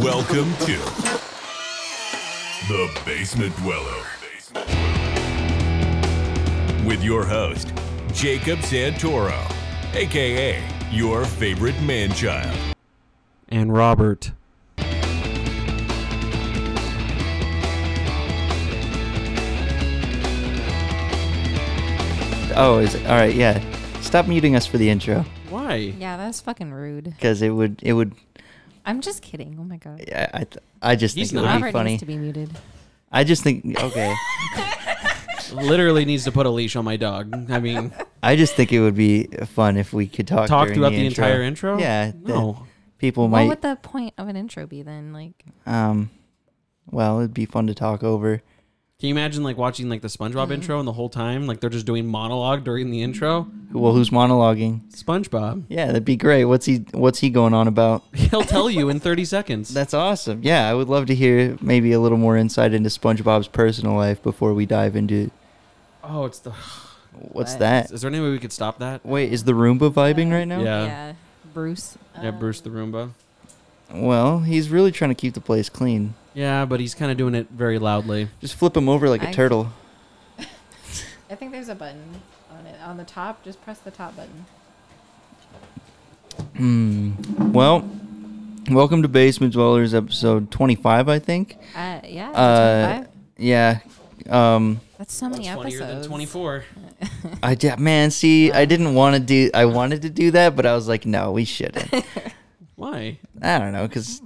Welcome to The Basement Dweller. With your host, Jacob Santoro, aka your favorite man child. and Robert. Oh, is all right. Yeah, stop muting us for the intro Why? Yeah, that's fucking rude. because it would it would I'm just kidding. Oh my god. I I, th- I just He's think it would Robert be funny. needs to be muted. I just think okay. Literally needs to put a leash on my dog. I mean, I just think it would be fun if we could talk talk during throughout the, intro. entire intro. Yeah, that No. people what might would the point of an intro be then? Like, um, well, it'd be fun to talk over. Can you imagine like watching like the SpongeBob Mm-hmm. intro and the whole time like they're just doing monologue during the intro? Well, who's monologuing? SpongeBob. Yeah, that'd be great. What's he What's he going on about? He'll tell you in 30 seconds. That's awesome. Yeah, I would love to hear maybe a little more insight into SpongeBob's personal life before we dive into oh, it's the what's What? that. Is there any way we could stop that? Wait, is the Roomba vibing right now? Yeah. oh, Bruce. Yeah, Um, Bruce the Roomba. Well, he's really trying to keep the place clean. Yeah, but he's kind of doing it very loudly. Just flip him over like a I- turtle. I think there's a button on it on the top. Just press the top button. Well, welcome to Basement Dwellers, episode twenty-five, I think. Uh, yeah. Uh, 25. yeah. Um, That's so many funnier episodes. than 24. I d- man, see, I didn't want to do. I wanted to do that, but I was like, no, we shouldn't. Why? I don't know, cause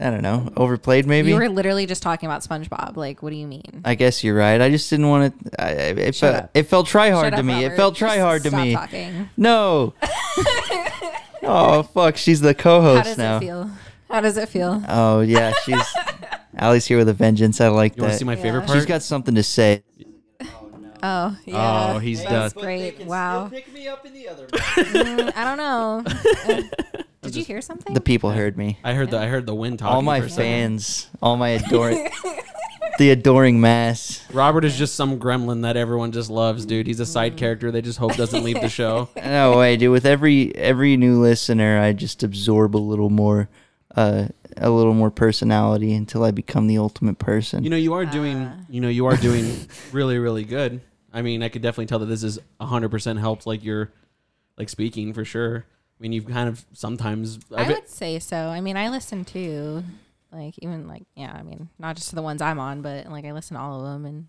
I don't know, overplayed maybe. You were literally just talking about SpongeBob. Like, what do you mean? I guess you're right. I just didn't want to. I, I- it, Shut felt, up. it felt try Shut hard to up, me. It Robert. felt try Just hard to stop me. Talking. No. oh fuck, she's the How co-host does now. it feel? How does it feel? Oh yeah, she's Allie's here with a vengeance. I like You want to that. see my favorite Yeah. part? She's got something to say. Uh, Oh, yeah. Oh, he's That's done. great. Wow. pick me up in the other. Mm, I don't know. Did you hear something? The people heard me. I heard the I heard the wind talking. All my for a second. fans, all my adoring, the adoring mass. Robert is just some gremlin that everyone just loves, dude. He's a Mm. side character they just hope doesn't leave the show. No way, dude. With every every new listener, I just absorb a little more, uh, a little more personality until I become the ultimate person. You know, you are doing Uh. you know, you are doing really, really good. I mean, I could definitely tell that this is hundred percent helped like you're like speaking for sure. I mean you've kind of sometimes I I've- would say so. I mean, I listen to, like, even like, yeah, I mean, not just to the ones I'm on, but like, I listen to all of them. And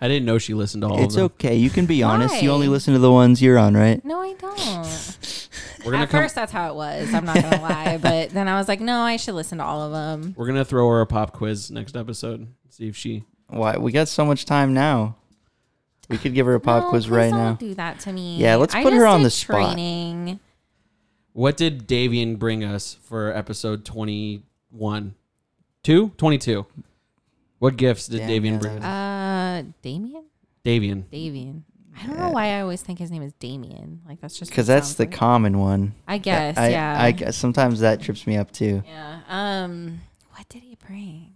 I didn't know she listened to all it's of them. okay. You can be honest. You Why? only listen to the ones you're on, right? no, I don't. We're gonna At come first, that's how it was. I'm not gonna lie, but then I was like, no, I should listen to all of them. we're gonna throw her a pop quiz next episode. See if she Why? We got so much time now. We could give her a pop no, quiz please right don't now. Do that to me. Yeah, let's I put her just on did the spot. Training. What did Davian bring us for episode 21? 2? 22. What gifts did Damn, Davian yeah, bring that us? Uh, Damien, Davian. Davian. I don't know why I always think his name is Damien. Like that's just Because what it that's sounds the like. common one. I guess. I, yeah. I, I sometimes that trips me up too. Yeah. Um. What did he bring?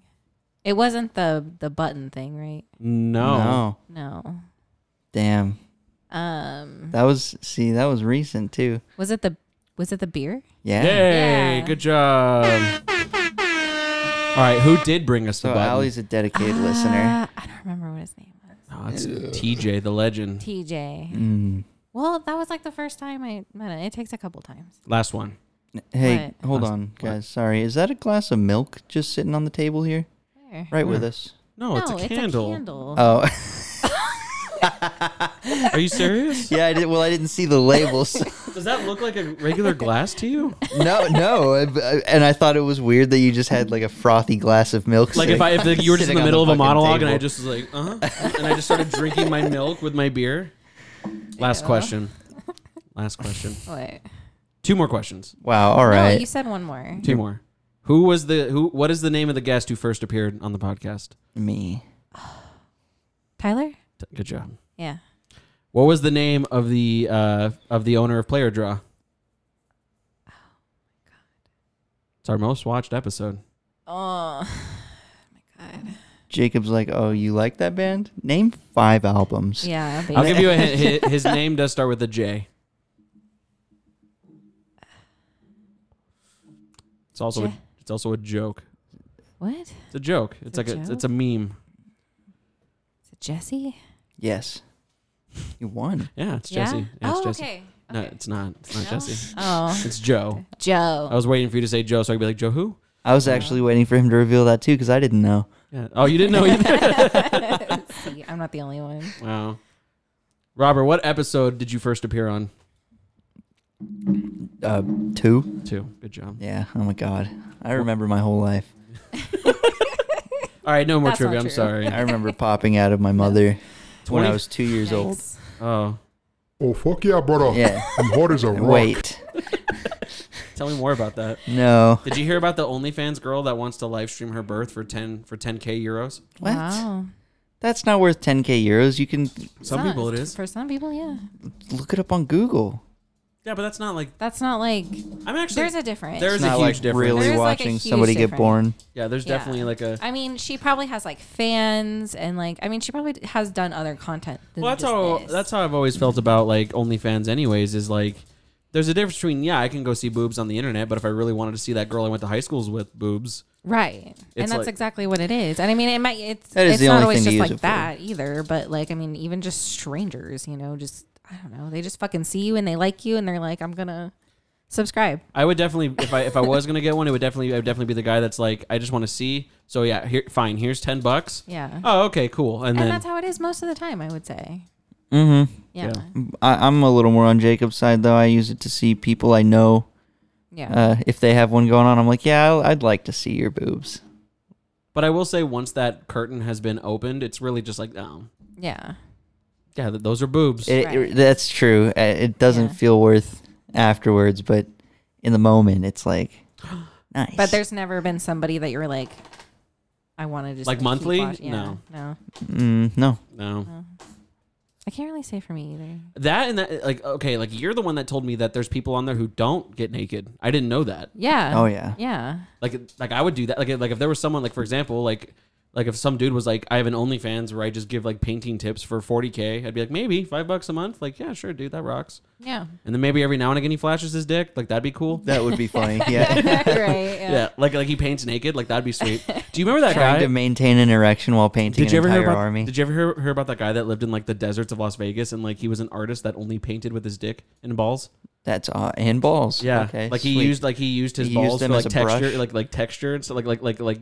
It wasn't the the button thing, right? No. No. No. Damn. Um. That was see, that was recent too. Was it the Was it the beer? Yeah. Yay! Yeah. Good job. All right, who did bring us the So button? Allie's a dedicated listener. Uh, I don't remember what his name was. Oh, it's TJ, the legend. TJ. Mm. Well, that was like the first time I met him. It takes a couple times. Last one. Hey, What? hold Glass- on, guys. Sorry. Is that a glass of milk just sitting on the table here? Where? Right with us. No, No, it's, a, candle. Oh. Are you serious? yeah, I did well I didn't see the labels. Does that look like a regular glass to you? no, no. I- I- And I thought it was weird that you just had like a frothy glass of milk. Like if I sitting- if like, you were just in sitting the on middle of a fucking monologue and table. I just was like, uh huh, and I just started drinking my milk with my beer. Last Ew. question. Last question. What? Two more questions. Wow, all No, right. you said one more. Two more. Who was the who? What is the name of the guest who first appeared on the podcast? Me. Tyler? T- Good job. Yeah. What was the name of the uh, of the owner of Player Oh Draw? It's our most watched episode. Oh. my God. Jacob's like, "Oh, you like that band? Name 5 albums." Yeah. I'll Basically. give you a hint. Hi- His name does start with a J. It's also J- a It's also a joke. What? Is It's a joke. It's, a like joke? A, it's a meme. it Jesse? Yes. You won. Yeah, it's yeah? Jesse. Yeah, oh, it's Jesse. okay. No, okay. it's not. It's not No? Jesse. Oh, It's Joe. Joe. I was waiting for you to say Joe, so I'd be like Joe who? I was actually waiting for him to reveal that too because I didn't know. Yeah. Oh, you didn't know either. See, I'm not the only one. wow. Robert, what episode did you first appear on? Uh, two. Two. Good job. Yeah. Oh my God. I remember my whole life. All right, no more That's not trivia. I'm true. sorry. I remember popping out of my mother when 20? I was two years old. Yikes. Oh, Oh fuck yeah, brother! Yeah. I'm hot as a rock. Wait. tell me more about that. No. Did you hear about the OnlyFans girl that wants to live stream her birth for ten for 10k euros? What? Wow. That's not worth 10k euros. You can Some It's people not- it is. For some people, yeah. look it up on Google. Yeah, but that's not like That's not like I'm actually. there's a difference. There's It's a not huge like difference. really There's, like, a watching huge somebody get difference. born. yeah, there's Yeah. definitely like a. I mean, she probably has like fans and like I mean, she probably has done other content. Than Well, that's just how this. that's how I've always felt about like OnlyFans. Anyways, is like there's a difference between yeah, I can go see boobs on the internet, but if I really wanted to see that girl I went to high schools with boobs, right, It's and that's like- exactly what it is. And I mean, it might it's That is it's the not only always thing to just use like it for. that either. But like I mean, even just strangers, you know, just I don't know, they just fucking see you and they like you and they're like, I'm gonna subscribe. I would definitely if I if I was gonna get one, it would definitely I would definitely be the guy that's like I just want to see. So yeah, here fine, here's ten bucks. Yeah, Oh okay, cool. And, and then that's how it is most of the time. I would say. Mm-hmm. Yeah. Yeah. I, I'm a little more on Jacob's side though. I use it to see people I know. Uh, if they have one going on, I'm like, yeah, I'll- I'd like to see your boobs. but I will say once that curtain has been opened, it's really just like um yeah. yeah, th- those are boobs. It, Right. that's true. Uh, It doesn't Yeah. feel worth afterwards, but in the moment, it's like nice. But there's never been somebody that you're like, I want to just Like keep monthly? watch- yeah, No. no. mm, no. no. I can't really say for me either. That and that like okay, like you're the one that told me that there's people on there who don't get naked. I didn't know that. Yeah. Oh yeah. Yeah. like like I would do that. Like like if there was someone like for example like like if some dude was like I have an OnlyFans where I just give like painting tips for 40k, I'd be like maybe five bucks a month. Like yeah, sure, dude, that rocks. Yeah. And then maybe every now and again he flashes his dick. Like that'd be cool. That would be funny. Yeah. right. Yeah, Yeah. like like he paints naked. Like that'd be sweet. Do you remember that Trying guy? to maintain an erection while painting did you an ever hear entire about army. Did you ever hear, hear about that guy that lived in like the deserts of Las Vegas and like he was an artist that only painted with his dick and balls? That's uh, and balls. Yeah, Okay. like he sweet. used like he used his He used balls them for as like a texture, brush? Oh, like like texture and stuff, like like like like.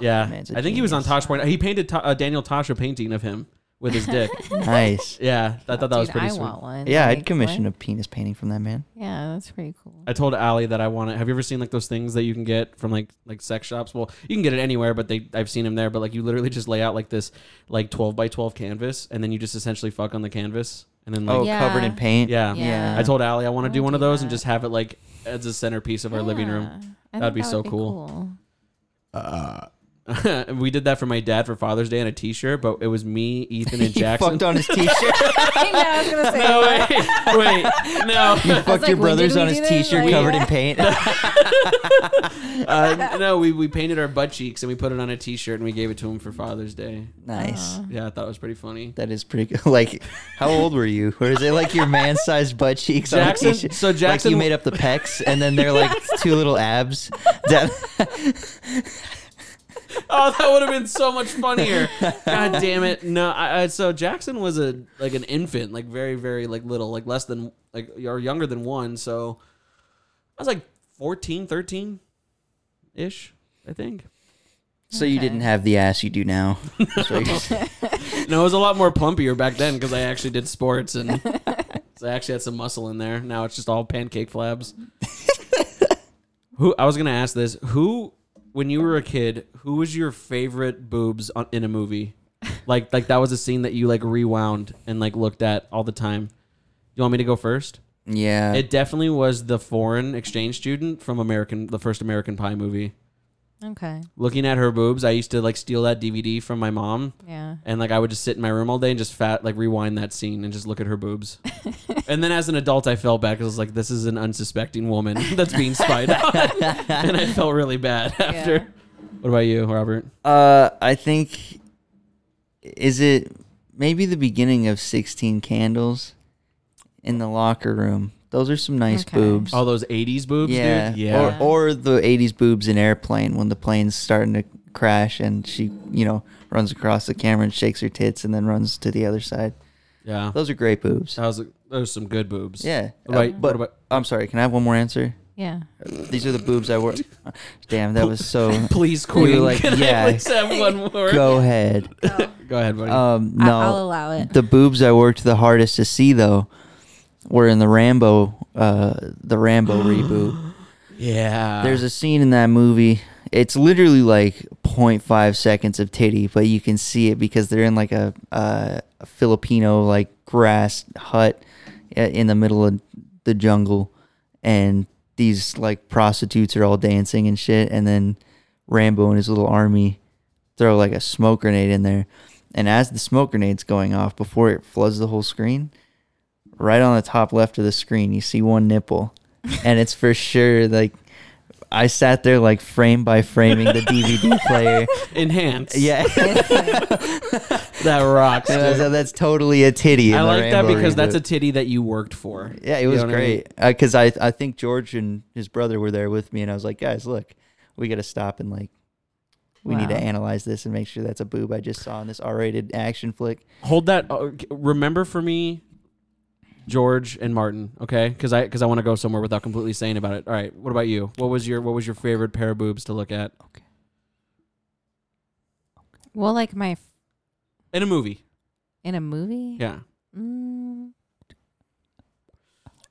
yeah, I man's a think he was on genius. Tosh Point. He painted Ta- uh, Daniel Tosh a painting of him with his dick. nice. yeah, I thought that was Dude, pretty I sweet. want one. Yeah, Like, I'd commission what? a penis painting from that man. Yeah, that's pretty cool. I told Allie that I want to. Have you ever seen like those things that you can get from like like sex shops? Well, you can get it anywhere, but they I've seen them there. But like you literally just lay out like this like twelve by twelve canvas, and then you just essentially fuck on the canvas, and then like Oh, covered Yeah. in paint. yeah. Yeah. I told Allie I want to I do wanna one of do those and that. just have it like as a centerpiece of our living room. I That'd think be that so would cool. we did that for my dad for Father's Day and a T-shirt, but it was me, Ethan, and He Jackson. fucked on his t-shirt. I know, I was gonna say. no, wait, wait, no, fucked like, your when brothers did we on do his this? t-shirt Like- covered in paint. uh, no. We, we painted our butt cheeks and we put it on a T-shirt and we gave it to him for Father's Day. nice. Yeah, I thought it was pretty funny. That is pretty good. Like, how old were you? Or is it like your man-sized butt cheeks Jackson- on a t-shirt? so like Jackson- you made up the pecs, and then they're like two little abs. That- Oh, that would have been so much funnier. God damn it! No, I, I, so Jackson was a like an infant, like very very like little, like less than like or younger than one. So I was like 14, 13 ish, I think. so you didn't have the ass you do now. That's what you're saying. No, it was a lot more plumpier back then because I actually did sports and so I actually had some muscle in there. Now it's just all pancake flabs. who I was gonna ask this: Who, when you were a kid, who was your favorite boobs on, in a movie? Like, like that was a scene that you like rewound and like looked at all the time. You want me to go first? yeah. It definitely was the foreign exchange student from American, the first American Pie movie. Okay. Looking at her boobs, I used to like steal that DVD from my mom Yeah. and like I would just sit in my room all day and just fat like rewind that scene and just look at her boobs. and then as an adult, I fell back. I was like, this is an unsuspecting woman that's being spied on, and I felt really bad after. What about you, Robert? uh, I think is it maybe the beginning of Sixteen Candles in the locker room. Those are some nice Okay. boobs. All those '80s boobs, yeah. dude. Yeah. Or, or the 80s boobs in airplane when the plane's starting to crash and she, you know, runs across the camera and shakes her tits and then runs to the other side. yeah. Those are great boobs. That was those some good boobs. Yeah. What about- Uh, but what about- I'm sorry. Can I have one more answer? Yeah. These are the boobs I wore. Damn, that was so. Please, We Queen. were like, Can yeah. I please have one more? Go, Go ahead. ahead, buddy. Um, I- no, I'll allow it. The boobs I worked the hardest to see though were in the Rambo, uh, the Rambo reboot. yeah. There's a scene in that movie. It's literally like 0.5 seconds of titty, but you can see it because they're in like a, uh, a Filipino like grass hut i- in the middle of the jungle, and these like prostitutes are all dancing and shit, and then Rambo and his little army throw like a smoke grenade in there, and as the smoke grenade's going off before it floods the whole screen, right on the top left of the screen you see one nipple, and it's for sure like. I sat there like frame by framing the DVD player. Enhance. Yeah, That rocks. And I was dude. like, that's totally a titty. in I the like that Rambo because that's a reboot." titty that you worked for. yeah. It You was know what I mean? great because I, I think George and his brother were there with me, and I was like, guys, look, we got to stop and like we need to Wow. analyze this and make sure that's a boob I just saw in this R-rated action flick. Hold that. uh, c- remember for me, George and Martin. Okay, because I because I want to go somewhere without completely saying about it. All right. What about you? What was your what was your favorite pair of boobs to look at Well, like my f- in a movie? in a movie. Yeah. Mm,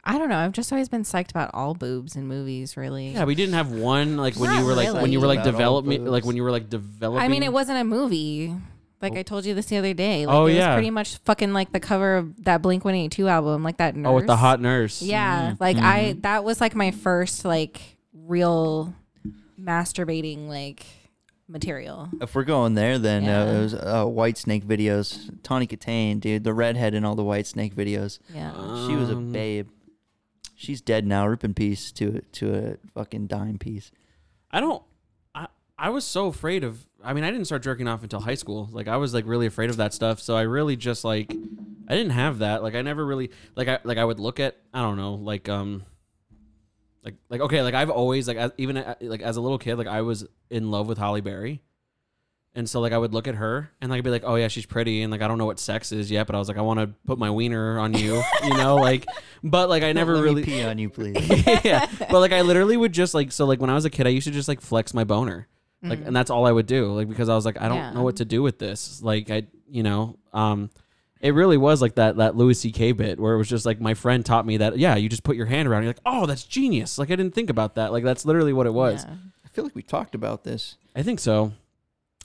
I don't know. I've just always been psyched about all boobs in movies. Really. Yeah. We didn't have one like when Not you were like when you were like really. About all development boobs. like when you were like developing. I mean, it wasn't a movie. Like I told you this the other day. Like, Oh, it yeah. was pretty much fucking like the cover of that Blink One Eighty Two album, like that. Nurse. Oh, with the hot Mm-hmm. nurse. Yeah, like I that was like my first like real masturbating like material. If we're going there, then uh, Yeah. it was uh, White Snake videos. Tawny Katane, dude, the redhead in all the White Snake videos. Yeah. Uh, she was a Um. babe. She's dead now. Rip in peace to to a fucking dime piece. I don't. I I was so afraid of. I mean, I didn't start jerking off until high school. Like I was like really afraid of that stuff. So I really just like I didn't have that. Like I never really like I like I would look at I don't know like um like like okay like I've always like as, even a- like as a little kid like I was in love with Holly Berry. And so, like, I would look at her and like, I'd be like, "Oh yeah, she's pretty," and like, I don't know what sex is yet, but I was like, "I want to put my wiener on you," you know, like. But like, I never Let me really pee on you, please. yeah. But like I literally would just like so like when I was a kid I used to just like flex my boner. Like and that's all I would do. Like because I was like I don't Mm-hmm. Yeah. know what to do with this. Like I you know, um it really was like that that Louis CK bit where it was just like my friend taught me that yeah, you just put your hand around you're like, "Oh, that's genius." Like I didn't think about that. Like that's literally what it was. Yeah. I feel like we talked about this. I think so.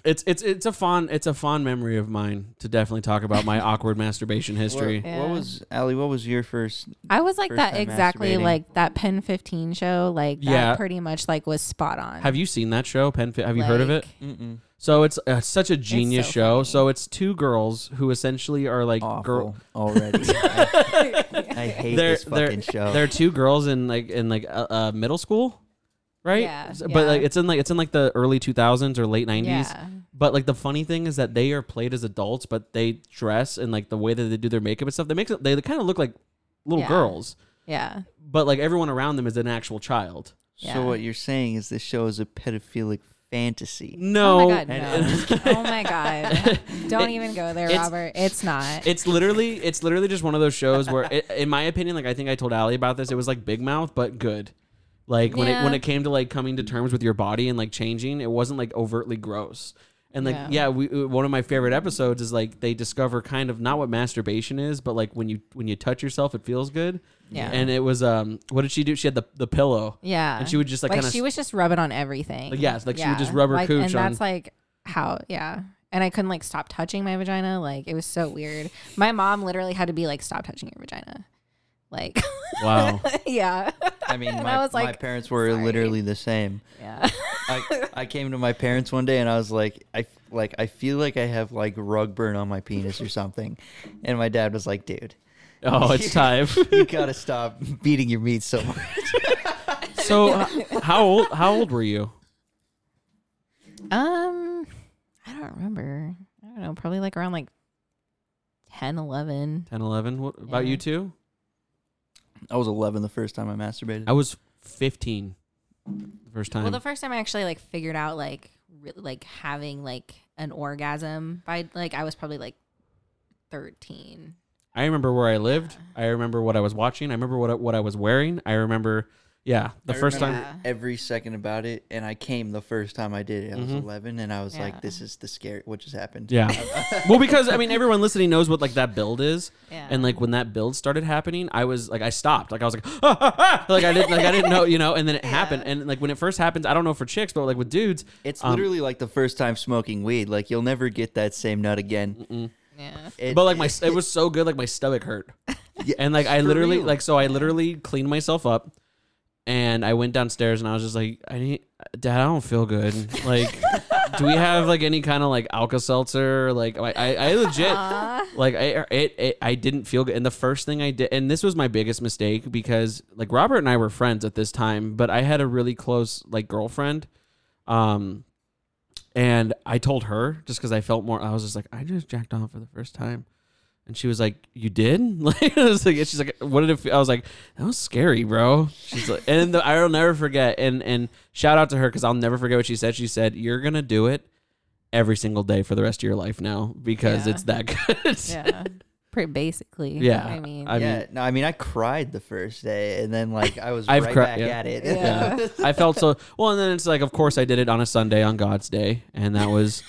It's it's it's a fond it's a fond memory of mine to definitely talk about my awkward masturbation history. What, Yeah. what was Ali? What was your first? I was like First that time exactly masturbating. like that Pen 15 show like that Yeah. pretty much like was spot on. Have you seen that show? Pen have you heard of it? Like, So it's uh, such a genius so show. funny. So it's two girls who essentially are like Awful girl. already. I, I hate They're this fucking they're show. they're two girls in like in like uh, uh, middle school, right? Yeah, S- But like yeah. it's in like it's in like the early two thousands or late nineties. Yeah. But like the funny thing is that they are played as adults, but they dress and like the way that they do their makeup and stuff. They make it- they kind of look like little Yeah. girls, Yeah. but like everyone around them is an actual child. yeah. So what you're saying is this show is a pedophilic fantasy. No, Oh my god. No. oh my god. Don't even go there, it's- Robert. It's not. It's literally, it's literally just one of those shows where, it, in my opinion, like I think I told Ali about this, it was like Big Mouth, but good. Like when it when Yeah. it came to like coming to terms with your body and like changing, it wasn't like overtly gross. And like yeah, Yeah. we uh, one of my favorite episodes is like they discover kind of not what masturbation is, but like when you when you touch yourself, it feels good. Yeah. And it was um, what did she do? She had the the pillow. yeah. And she would just like, kind of she was just rubbing on everything. Like, yes, like, she would just rub her like, cooch And that's on- like how yeah. And I couldn't like stop touching my vagina. Like it was so weird. My mom literally had to be like, stop touching your vagina. Like wow. yeah. I mean, And my, I was my like, parents were sorry. literally the same. Yeah. I, I came to my parents one day and I was like, I like I feel like I have like rug burn on my penis or something, and my dad was like, dude. Oh, it's time. You gotta stop beating your meat so much. so, uh, how old how old were you? Um I don't remember. I don't know, probably like around like 10, 11. 10, 11? What about Yeah. you two? I was 11 the first time I masturbated. I was 15 the first time. Well, the first time I actually like figured out like re- like having like an orgasm by like I was probably like thirteen. I remember where I lived. I remember what I was watching. I remember what I, what I was wearing. I remember, yeah, the I first time. remember- Yeah. every second about it, and I came the first time I did it. I was 11, and I was Yeah. like, "This is the scary. What just happened?" Mm-hmm. Yeah. well, because I mean, everyone listening knows what like that build is, Yeah. and like when that build started happening, I was like, I stopped. Like I was like, "Ah, ah, ah," like I didn't, like I didn't know, you know. And then it happened, and like when it first happens, I don't know for chicks, but like with dudes, It's um, literally like the first time smoking weed. Like you'll never get that same nut again. Yeah. It- But like my, it was so good, like my stomach hurt, Yeah, and like I for literally, real. like so I literally cleaned myself up, and I went downstairs and I was just like, I need, Dad, I don't feel good. Like, do we have like any kind of like Alka Seltzer? Like, I, I, I Uh-huh. legit, like I, er, it, it, I didn't feel good. And the first thing I did, and this was my biggest mistake because like Robert and I were friends at this time, but I had a really close like girlfriend, um. And I told her just because I felt more. I was just like, I just jacked off for the first time, and she was like, "You did?" Like, I was like, and she's like, "What did it?" Feel? I was like, "That was scary, bro." She's like, and the, I'll never forget. And and shout out to her because I'll never forget what she said. She said, "You're gonna do it every single day for the rest of your life now because Yeah. it's that good." Yeah. Pretty basically. Yeah, I mean, I- yeah, mean- no, I mean, I cried the first day, and then like I was I've right cried, back yeah. at it. Yeah. Yeah. I felt so well, and then it's like, of course, I did it on a Sunday on God's day, and that was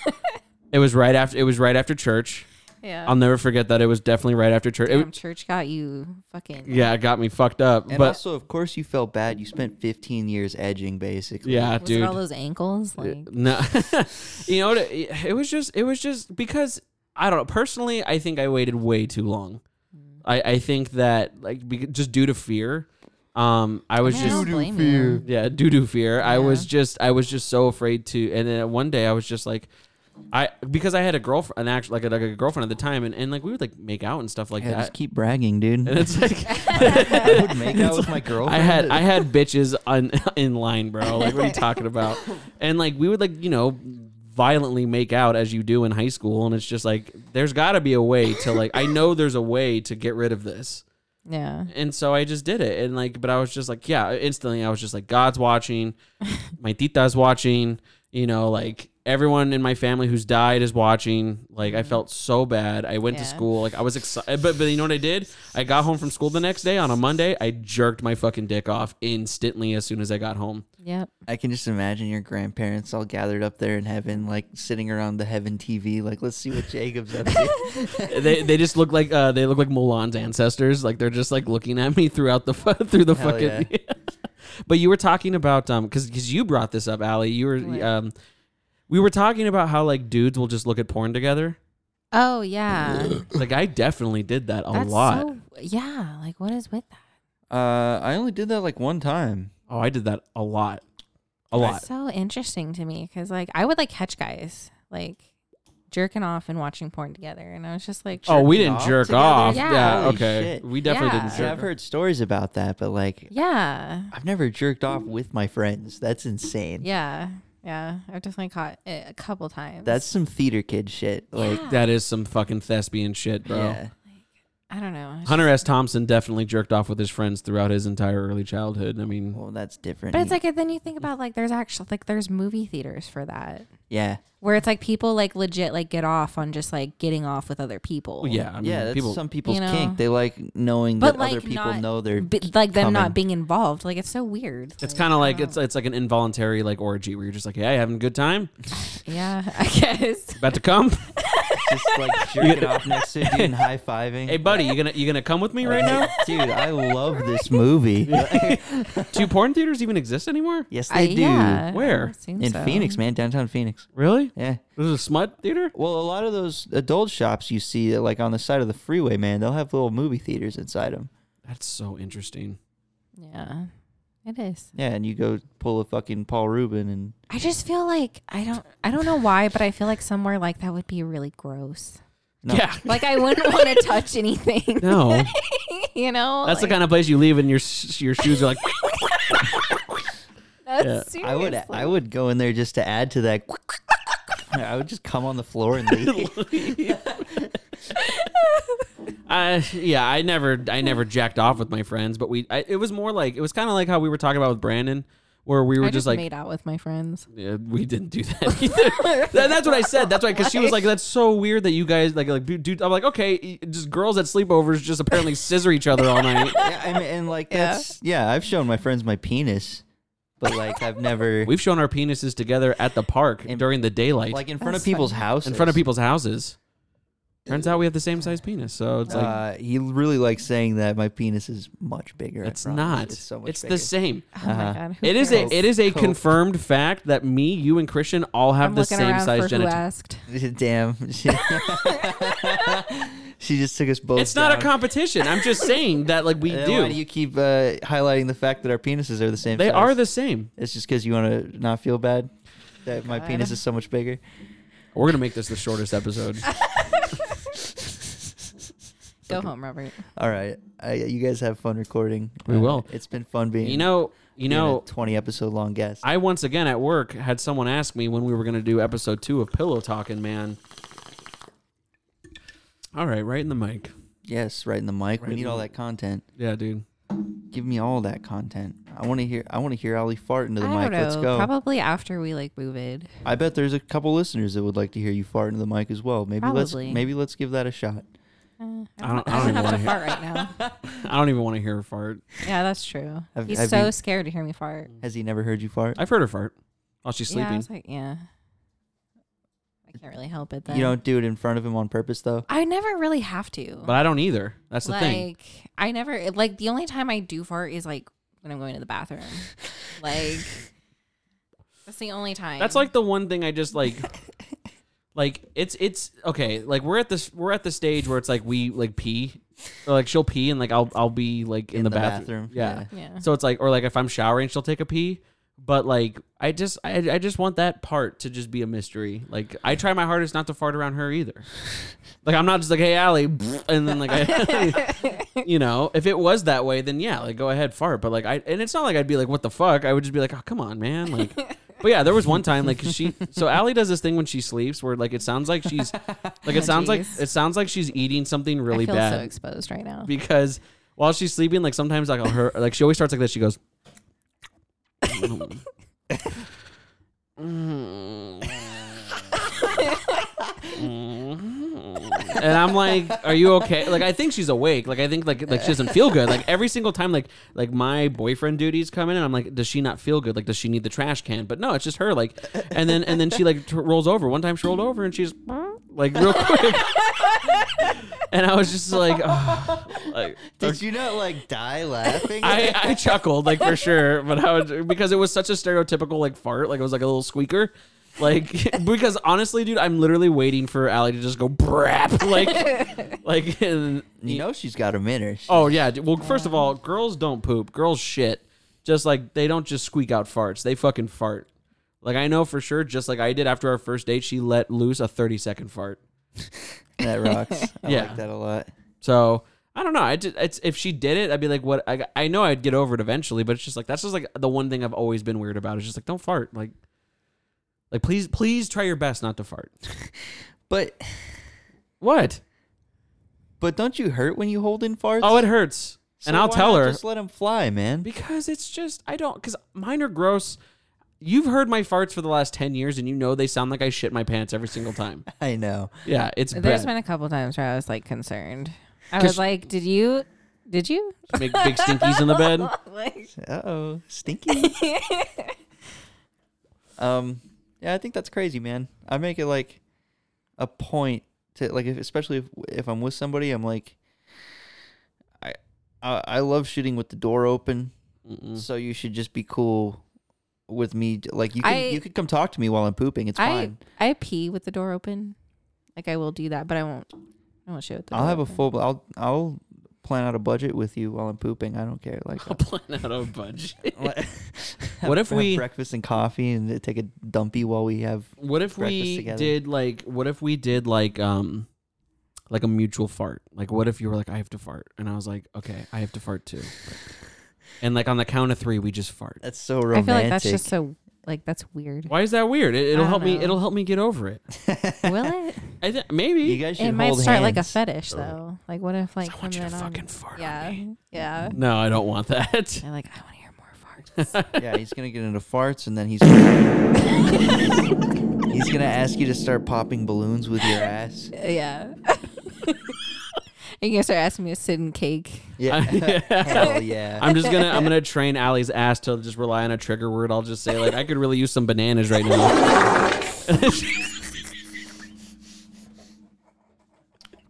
it was right after it was right after church. yeah. I'll never forget that it was definitely right after church. It- Damn, church got you fucking. yeah, it got me fucked up, and but also, of course, you felt bad. You spent 15 years edging, basically. yeah, Was dude, it all those ankles? Like, No, you know, what it, it was just, it was just because I don't know. Personally, I think I waited way too long. Mm. I, I think that like bec just due to fear, um, I was I just don't blame fear. you. yeah due to fear. I was Yeah. just, I was just so afraid to. And then one day I was just like, I because I had a girlfriend, an actual like a, like a girlfriend at the time, and, and like we would like make out and stuff like Yeah, that. just keep bragging, dude. and it's like. I would make out with my I girlfriend. had I had bitches on in line, bro. Like, what are you talking about? And like, we would like you know violently make out as you do in high school, and it's just like there's got to be a way to like I know there's a way to get rid of this, Yeah. and so I just did it, and like, but I was just like, yeah, instantly I was just like, God's watching, my tita's watching, you know, like. Everyone in my family who's died is watching. Like I felt so bad. I went to Mm-hmm. Yeah. school. Like I was excited, but but you know what I did? I got home from school the next day on a Monday. I jerked my fucking dick off instantly as soon as I got home. Yep. I can just imagine your grandparents all gathered up there in heaven, like sitting around the heaven TV, like let's see what Jacob's up to. they they just look like uh, they look like Mulan's ancestors. Like they're just like looking at me throughout the fu- through the Hell fucking. but you were talking about um because because you brought this up, Allie. You were What? um we were talking about how like dudes will just look at porn together. Oh yeah. Like I definitely did that a That's lot. So, yeah. Like, what is with that? uh, I only did that like one time. oh, I did that a lot, a lot. That's so interesting to me because like I would like catch guys like jerking off and watching porn together, and I was just like, Oh, we Jerking didn't off jerk together? off. Yeah. Yeah, Holy okay. shit. We definitely Yeah. didn't Yeah, jerk. I've heard stories about that, but like yeah, I've never jerked off with my friends. That's insane. yeah, yeah. I've definitely caught it a couple times. That's some theater kid shit. Like, Yeah. That is some fucking thespian shit, bro. yeah. I don't know. It's Hunter S. Thompson definitely jerked off with his friends throughout his entire early childhood. I mean, Well, that's different. But it's like then you think about like there's actual like there's movie theaters for that yeah, where it's like people like legit like get off on just like getting off with other people. Well, yeah, I mean, yeah. That's people. some people's you know. kink. They like knowing But that like other people not know they're. Be- like them coming. not being involved. Like it's so weird. it's kind of like it's it's like an involuntary like orgy where you're just like, hey, having a good time, yeah, I guess. about to come. just like jerking off next to a dude and high fiving. hey, buddy, you gonna you gonna come with me right now? dude, I love this movie. Do porn theaters even exist anymore? yes, I, they do. Uh, Yeah, Where? I assume In so. Phoenix, man, downtown Phoenix. Really? Yeah. This is a smut theater. Well, a lot of those adult shops you see, like on the side of the freeway, man, they'll have little movie theaters inside them. That's so interesting. Yeah, it is. Yeah, and you go pull a fucking Paul Rubin and I just feel like I don't. I don't know why, but I feel like somewhere like that would be really gross. No. Yeah. Like I wouldn't want to touch anything. No, you know. that's the kind of place you leave and your sh- your shoes are like. That's Yeah. I would I would go in there just to add to that. I would just come on the floor and leave. Uh, yeah, I never, I never jacked off with my friends, but we, I, it was more like, it was kind of like how we were talking about with Brandon, where we were I just, like, made out with my friends. Oh yeah, we didn't do that either. That- that's what I said. That's why, because she was like, "That's so weird that you guys like like dude." I'm like, okay, e- just girls at sleepovers just apparently scissor each other all night. Yeah, I mean, and like that's yeah. I've shown my friends my penis, but like I've never We've shown our penises together at the park And- during the daylight, like in front of That's people's funny. houses. in front of people's houses. Turns out we have the same size penis, so it's like Uh, he really likes saying that my penis is much bigger. I it's promise. not. It's so much it's bigger. the same. Oh my god, who Uh-huh. It is cares? a it is a Coke. confirmed fact that me, you, and Christian all have I'm the looking same around size for who genitals. asked. Damn. She, she just took us both. It's not a down. competition. I'm just saying that like we Then do. Why do you keep uh, highlighting the fact that our penises are the same? they size? are the same. It's just because you want to not feel bad that my God. penis is so much bigger. We're gonna make this the shortest episode. Go home, Robert. All right, I, you guys have fun recording. Uh, We will. It's been fun being you know, you being a know. twenty episode long guest. I once again at work had someone ask me when we were gonna do episode two of Pillow Talking Man. All right, right in the mic. yes, right in the mic. Right we in need the all mic. that content. Yeah, dude. Give me all that content. I want to hear. I want to hear Ali fart into the I mic. don't know. Let's go. Probably after we like move in. I bet there's a couple listeners that would like to hear you fart into the mic as well. Maybe Probably. let's maybe let's give that a shot. Uh, Eh, I don't- I I don't don't have to even fart right now. I don't even want to hear her fart. Yeah, that's true. Have- He's have so you- scared to hear me fart. Has he never heard you fart? I've heard her fart while she's Yeah, I sleeping. was like, yeah. I can't really help it. Then You don't do it in front of him on purpose though. I never really have to. but I don't either. That's the like thing. I never like the only time I do fart is like when I'm going to the bathroom. like that's the only time. That's like the one thing I just like. like it's it's okay. Like we're at this we're at the stage where it's like we like pee, or like she'll pee and like I'll I'll be like in, In the, the bathroom. bathroom, Yeah. yeah. So it's like or like if I'm showering, she'll take a pee. But like I just I, I just want that part to just be a mystery. Like I try my hardest not to fart around her either. Like I'm not just like hey Allie, and then like I, you know if it was that way then yeah like go ahead fart. But like I and it's not like I'd be like what the fuck. I would just be like oh come on man like. But yeah, there was one time like 'cause she so Allie does this thing when she sleeps where like it sounds like she's like it sounds like Jeez. it sounds like she's eating something really I feel bad so exposed right now. because while she's sleeping, like sometimes like I'll her like she always starts like this. She goes. "Mm." and I'm like, "Are you okay?" Like, I think she's awake. Like, I think like like she doesn't feel good. Like every single time, like like my boyfriend duties come in, and I'm like, "Does she not feel good? Like, does she need the trash can?" But no, it's just her. Like, and then and then she like t- rolls over. One time she rolled over and she's like real quick, and I was just like, "Ah," like Did you not like die laughing? I, I chuckled like for sure, but I would because it was such a stereotypical like fart, like it was like a little squeaker. Like because honestly, dude, I'm literally waiting for Allie to just go brap like like and, you know she's got a minute. oh yeah. dude. Well, first of all, girls don't poop. Girls shit. Just like they don't just squeak out farts. They fucking fart. Like I know for sure, just like I did after our first date, she let loose a 30 second fart. That rocks. I Yeah. like that a lot. So I don't know. I just it's if she did it, I'd be like, what? I, I know I'd get over it eventually, but it's just like that's just like the one thing I've always been weird about. It's just like don't fart. Like, like please, please try your best not to fart. But What? but don't you hurt when you hold in farts? Oh, it hurts. So and I'll why tell not her Just let him fly, man. because it's just I don't because mine are gross. You've heard my farts for the last ten years, and you know they sound like I shit my pants every single time. I know. Yeah, it's There's bad. been a couple times where I was like concerned. I 'Cause- was like, did you did you? big, big stinkies in the bed. like Uh oh, stinky. um, yeah, I think that's crazy, man. I make it like a point to like, if, especially if if I'm with somebody, I'm like, I I, I love shooting with the door open. Mm. Mm-mm. So you should just be cool with me. Like you, can, I- you could come talk to me while I'm pooping. It's I fine. I pee with the door open. Like I will do that, but I won't I won't show it. I'll have a full. I'll I'll plan out a budget with you while I'm pooping. I don't care. Like. uh, I'll plan out a budget. have- if have we- breakfast and coffee and take a dumpy while we have What if breakfast we together. did like what if we did like um like a mutual fart? Like what if you were like I have to fart and I was like okay, I have to fart too. And like on the count of 3 we just fart. That's so I romantic. feel like that's just so Like that's weird. Why is that weird? It, it'll I help don't me. know. It'll help me get over it. Will it? I th- maybe. You guys should it might hold start like a hands. fetish though. Like what if like I want from you to then on- fucking fart. on Yeah. me. Yeah. No, I don't want that. They're like, I want to hear more farts. yeah, he's gonna get into farts, and then he's he's gonna ask you to start popping balloons with your ass. Uh, yeah. Are you gonna start asking me to sit in cake? Yeah, hell yeah. I'm just gonna I'm gonna train Allie's ass to just rely on a trigger word. I'll just say like I could really use some bananas right now.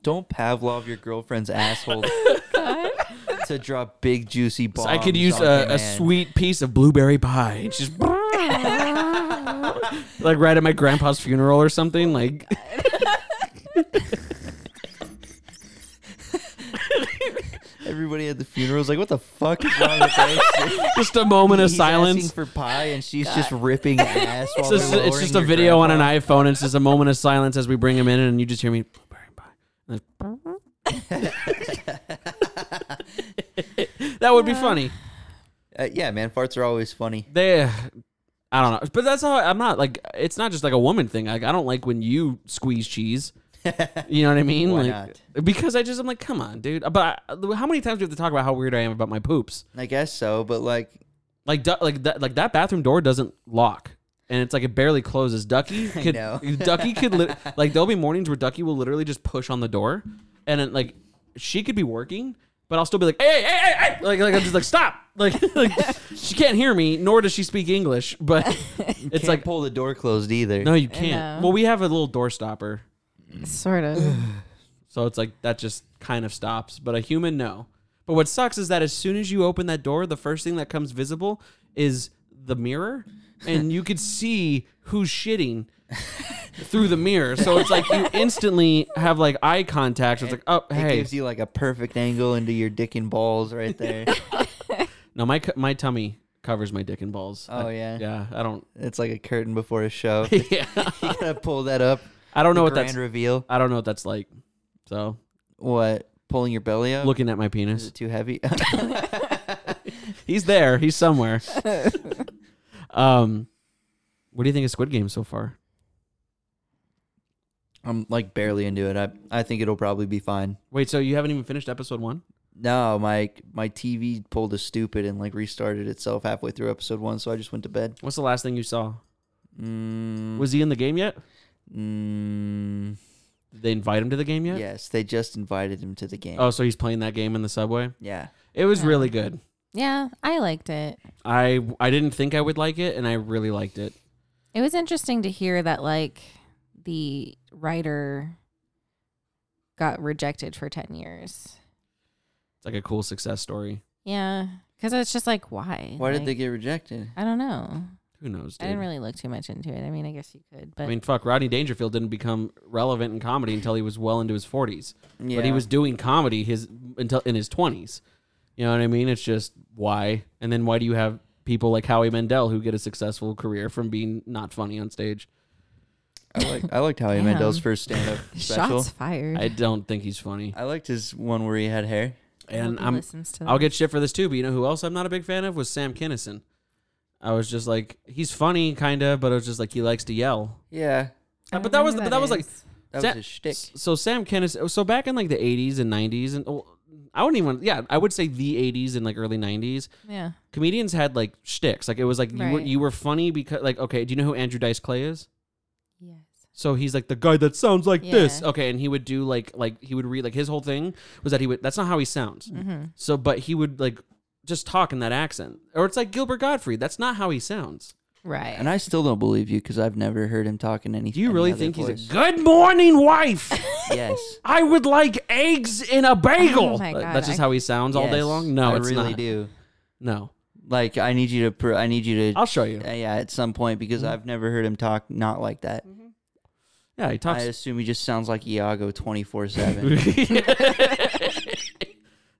Don't Pavlov your girlfriend's asshole God. to drop big juicy balls. I could use a, a sweet piece of blueberry pie. And she's like right at my grandpa's funeral or something. Like Everybody at the funeral is like, "What the fuck is wrong with this?" just a moment of He's silence. asking for pie, and she's just ripping ass. While It's just, they're it's just a lowering your video on an grandpa. iPhone. It's just a moment of silence as we bring him in, and you just hear me blueberry pie. And then- that would be funny. Uh, yeah, man, farts are always funny. They, I don't know, but that's how I'm not like. It's not just like a woman thing. Like I don't like when you squeeze cheese. You know what I mean? Why like not? because I just I'm like, come on, dude. But I, how many times do we have to talk about how weird I am about my poops? I guess so, but like, Like du- like that like that bathroom door doesn't lock. And it's like it barely closes. Ducky could know. Ducky could lit like there'll be mornings where Ducky will literally just push on the door, and it, like she could be working, but I'll still be like, hey, hey, hey, hey! like like I'm just like stop, like, like she can't hear me, nor does she speak English, but it's can't like pull the door closed either. no, you can't. know. Well, we have a little door stopper, Sort of. so it's like that just kind of stops. But a human, no. But what sucks is that as soon as you open that door, the first thing that comes visible is the mirror, and you could see who's shitting through the mirror. So it's like you instantly have like eye contact. So it's like, oh, It hey, gives you like a perfect angle into your dick and balls right there. no, my cu- my tummy covers my dick and balls. Oh, I- yeah. yeah. I don't. it's like a curtain before a show. you Yeah, gotta pull that up. I don't know what grand that's. reveal. I don't know what that's like. So What? Pulling your belly up? looking at my Is penis. it too heavy? He's there. He's somewhere. um, what do you think of Squid Game so far? I'm like barely into it. I I think it'll probably be fine. Wait, so you haven't even finished episode one? No, my my TV pulled a stupid and like restarted itself halfway through episode one, so I just went to bed. What's the last thing you saw? Mm, Was he in the game yet? mm, Did they invite him to the game yet? Yes, they just invited him to the game. Oh, so he's playing that game in the subway. Yeah, It was Yeah. really good. Yeah, I liked it. I I didn't think I would like it, and I really liked it. It was interesting to hear that like the writer got rejected for 10 years. It's like a cool success story. Yeah, cuz it's just like why? why did they Like, get rejected? I don't know. Who knows? Dude? I didn't really look too much into it. I mean, I guess you could, but I mean, fuck. Rodney Dangerfield didn't become relevant in comedy until he was well into his forties. Yeah. but he was doing comedy his until in his 20s you know what i mean it's just why and then why do you have people like howie mandel who get a successful career from being not funny on stage I like I liked Howie Damn. Mandel's first stand up special. shots fired. i don't think he's funny I liked his one where he had hair. and Nobody i'm listens to i'll them. get shit for this too but you know who else i'm not a big fan of was sam kinnison i was just like he's funny kinda but it was just like he likes to yell Yeah, I don't but that know was who but that was like is. that Sa- was his shtick. So Sam Kinison. So back in like the '80s and '90s, and well, I wouldn't even. Yeah, I would say the '80s and like early '90s. Yeah. comedians had like shticks. Like it was like you were Right. you were funny because like okay, do you know who Andrew Dice Clay is? Yes. So he's like the guy that sounds like this. Yeah. Okay, and he would do like like he would read like his whole thing was that he would that's not how he sounds. Mhm. So but he would like just talk in that accent. Or it's like Gilbert Godfrey. That's not how he sounds. Right. And I still don't believe you because I've never heard him talk in any. Do you any really other think voice. he's a good morning wife? Yes. I would like eggs in a bagel. Oh my Like, God, that's just I- how he sounds all day Yes, long. No, I it's really not. do. No. Like I need you to. Pr- I need you to. I'll show you. Mm-hmm. Uh, yeah, at some point because I've never heard him talk not like that. Yeah, he I talks assume he just sounds like Iago twenty four seven.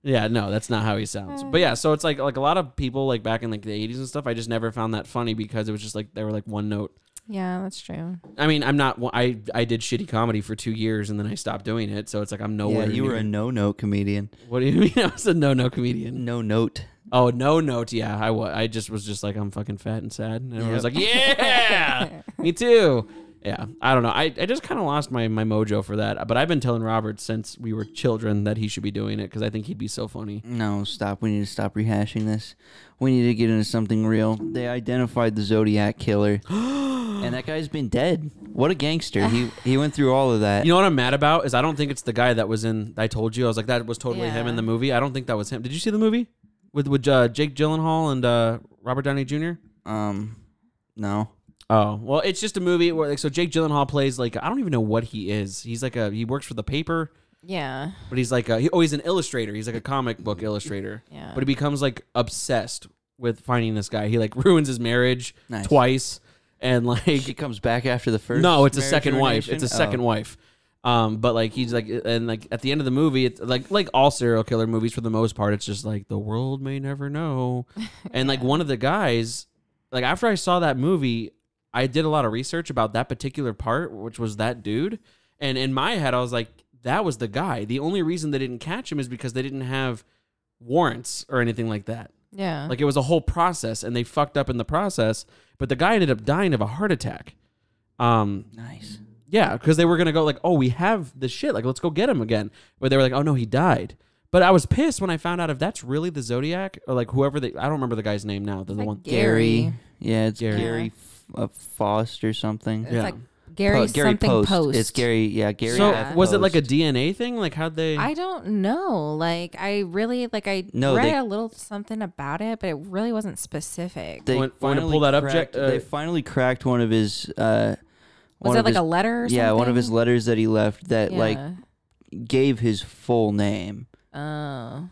yeah, no, that's not how he sounds. But yeah, so it's like like a lot of people like back in like the eighties and stuff. I just never found that funny because it was just like they were like one note. yeah, that's true. I mean, I'm not. I I did shitty comedy for two years and then I stopped doing it. So it's like I'm Yeah, nowhere. you were near- a no note comedian. What do you mean? I was a no no comedian. No note. Oh no, note. Yeah, I was. I just was just like I'm fucking fat and sad, and everyone's Yep. like, yeah, me too. Yeah, I don't know. I, I just kind of lost my my mojo for that. But I've been telling Robert since we were children that he should be doing it because I think he'd be so funny. No, stop. We need to stop rehashing this. We need to get into something real. They identified the Zodiac killer. and that guy's been dead. What a gangster. He he went through all of that. You know what I'm mad about is I don't think it's the guy that was in. I told you I was like that was totally him Yeah. in the movie. I don't think that was him. Did you see the movie with with uh, Jake Gyllenhaal and uh, Robert Downey Jr. um no. Oh well, it's just a movie where like so Jake Gyllenhaal plays like I don't even know what he is. He's like a he works for the paper. Yeah. But he's like, a, he, oh, he's an illustrator. He's like a comic book illustrator. Yeah. But he becomes like obsessed with finding this guy. He like ruins his marriage Nice. twice, and She like, comes back after the first. no, it's a marriage second wife. It's reunion? a second Oh. wife. Um, but like he's like, and like at the end of the movie, it's like like all serial killer movies for the most part, it's just like the world may never know. And like one of the guys, like after I saw that movie, I did a lot of research about that particular part, which was that dude. And in my head, I was like, that was the guy. The only reason they didn't catch him is because they didn't have warrants or anything like that. Oh. Yeah. Like it was a whole process, and they fucked up in the process. But the guy ended up dying of a heart attack. Um, Oh, Nice. yeah, because they were gonna go like, oh, we have this shit. Like, let's go get him again. But they were like, oh no, he died. But I was pissed when I found out if that's really the Zodiac or like whoever they. I don't remember the guy's name now. The, the Like one. Gary. Yeah, it's Gary. Gary, F- uh, Faust or something. It's Yeah. like Po- Gary, Gary something Post. post. It's Gary. Yeah, Gary. so F. was it like a Post. DNA thing? Like how'd they? I don't know. Like I really like I No, read they- a little something about it, but it really wasn't specific. They Want- want to finally pull that up, cracked- Jack? Uh, they finally cracked one of his. Uh, Was one that of like his- a letter or yeah, one of his something? letters that he left that like Yeah. gave his full name. Oh.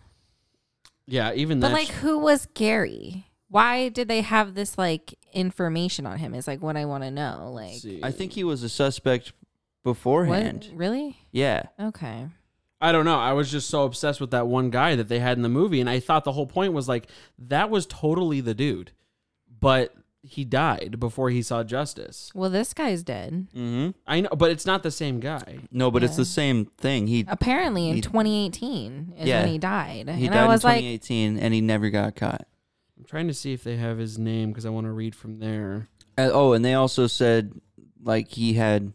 yeah, even that. But like who was Gary? Why did they have this like information on him is like what I want to know. Like I think he was a suspect beforehand. what really? Yeah, Okay. I don't know. I was just so obsessed with that one guy that they had in the movie, and I thought the whole point was like that was totally the dude, but he died before he saw justice. Well, this guy's dead. Mm-hmm. I know, but it's not the same guy. no, but it's the same thing. He Apparently in He- 2018 is Yeah. when he died. he and died I was in like 2018, and he never got caught. I'm trying to see if they have his name because I want to read from there. Uh, oh, and they also said like he had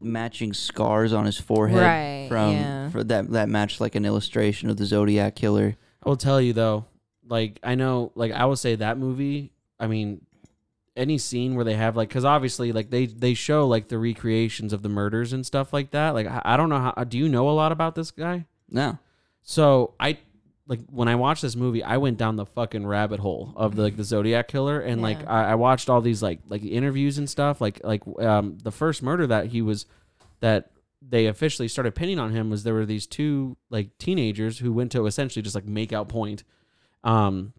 matching scars on his forehead Right, from yeah. for that that matched like an illustration of the Zodiac killer. I will tell you though, like I know, like I will say that movie. I mean, any scene where they have like, because obviously, like they they show like the recreations of the murders and stuff like that. Like I, I don't know how. Do you know a lot about this guy? No, So I like when I watched this movie, I went down the fucking rabbit hole of the, like the Zodiac killer, and like Yeah. I, I watched all these like like interviews and stuff. Like like um, the first murder that he was that they officially started pinning on him was there were these two like teenagers who went to essentially just like make out point, um,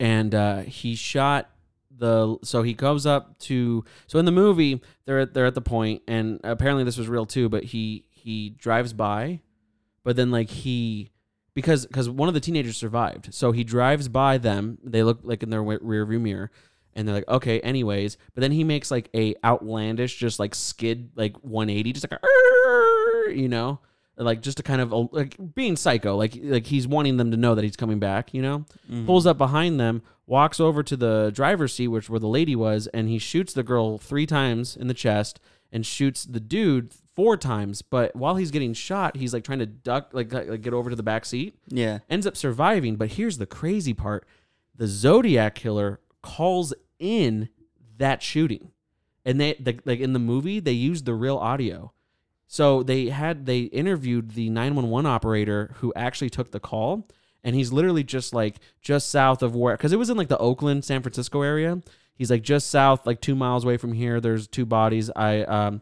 and uh, he shot the so he goes up to so in the movie they're at, they're at the point and apparently this was real too but he he drives by but then like he because because one of the teenagers survived so he drives by them they look like in their wi- rear view mirror and they're like okay anyways but then he makes like a outlandish just like skid like 180 just like a, you know like just to kind of like being psycho like like he's wanting them to know that he's coming back you know pulls up behind them walks over to the driver's seat which where the lady was and he shoots the girl three times in the chest and shoots the dude four times but while he's getting shot he's like trying to duck like, like like, get over to the back seat yeah, ends up surviving but here's the crazy part the zodiac killer calls in that shooting and they the, like in the movie they used the real audio so they had they interviewed the 911 operator who actually took the call and he's literally just like just south of where cuz it was in like the Oakland San Francisco area. He's like just south like 2 miles away from here there's two bodies I um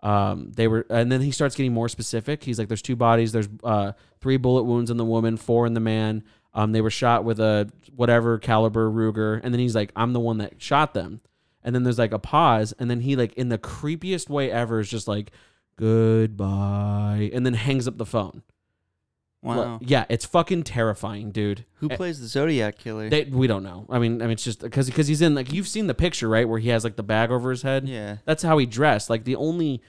um they were and then he starts getting more specific. He's like there's two bodies, there's uh three bullet wounds in the woman, four in the man. Um they were shot with a whatever caliber Ruger and then he's like I'm the one that shot them. And then there's like a pause, and then he like in the creepiest way ever is just like goodbye, and then hangs up the phone. Like, wow. yeah, it's fucking terrifying, dude. Who Eh, plays the Zodiac killer? They, we don't know. I mean, I mean, it's just because because he's in like you've seen the picture right where he has like the bag over his head. yeah, That's how he dressed. Like the only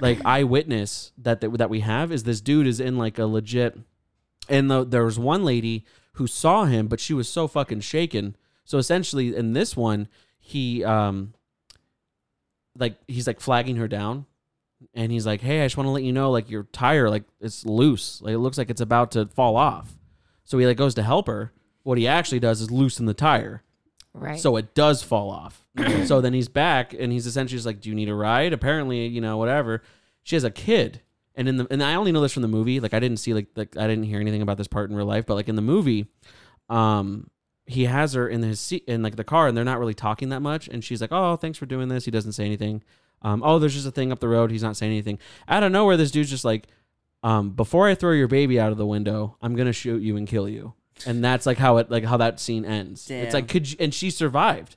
like eyewitness that that, that we have is this dude is in like a legit and the, there was one lady who saw him, but she was so fucking shaken. So essentially, in this one, he um, like he's like flagging her down, and he's like, "Hey, I just want to let you know, like your tire, like it's loose, like it looks like it's about to fall off." So he like goes to help her. What he actually does is loosen the tire. Right. So it does fall off. so then he's back and he's essentially just like, Do you need a ride? Apparently, you know, whatever. She has a kid. And in the and I only know this from the movie. Like I didn't see like like I didn't hear anything about this part in real life, but like in the movie, um, he has her in his seat in like the car and they're not really talking that much. And she's like, Oh, thanks for doing this. He doesn't say anything. Um, oh, there's just a thing up the road, he's not saying anything. Out of nowhere, this dude's just like, um, before I throw your baby out of the window, I'm gonna shoot you and kill you. And that's like how it like how that scene ends. It's Damn. like could you, and she survived.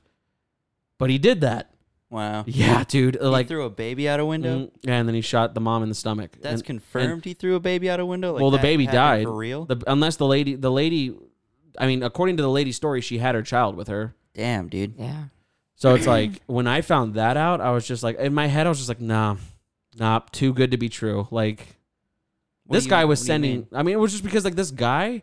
But he did that. Wow. Yeah, dude. Like Like threw a baby out a window. mm, yeah, and then he shot the mom in the stomach. That's And- confirmed. he threw a baby out a window. Like well, the that baby happened died for real. The, unless the lady, the lady, I mean, according to the lady's story, she had her child with her. Damn, dude. yeah. So it's like when I found that out, I was just like in my head, I was just like, nah, nah, too good to be true. Like What this do you- guy was what do you sending. mean? I mean, it was just because like this guy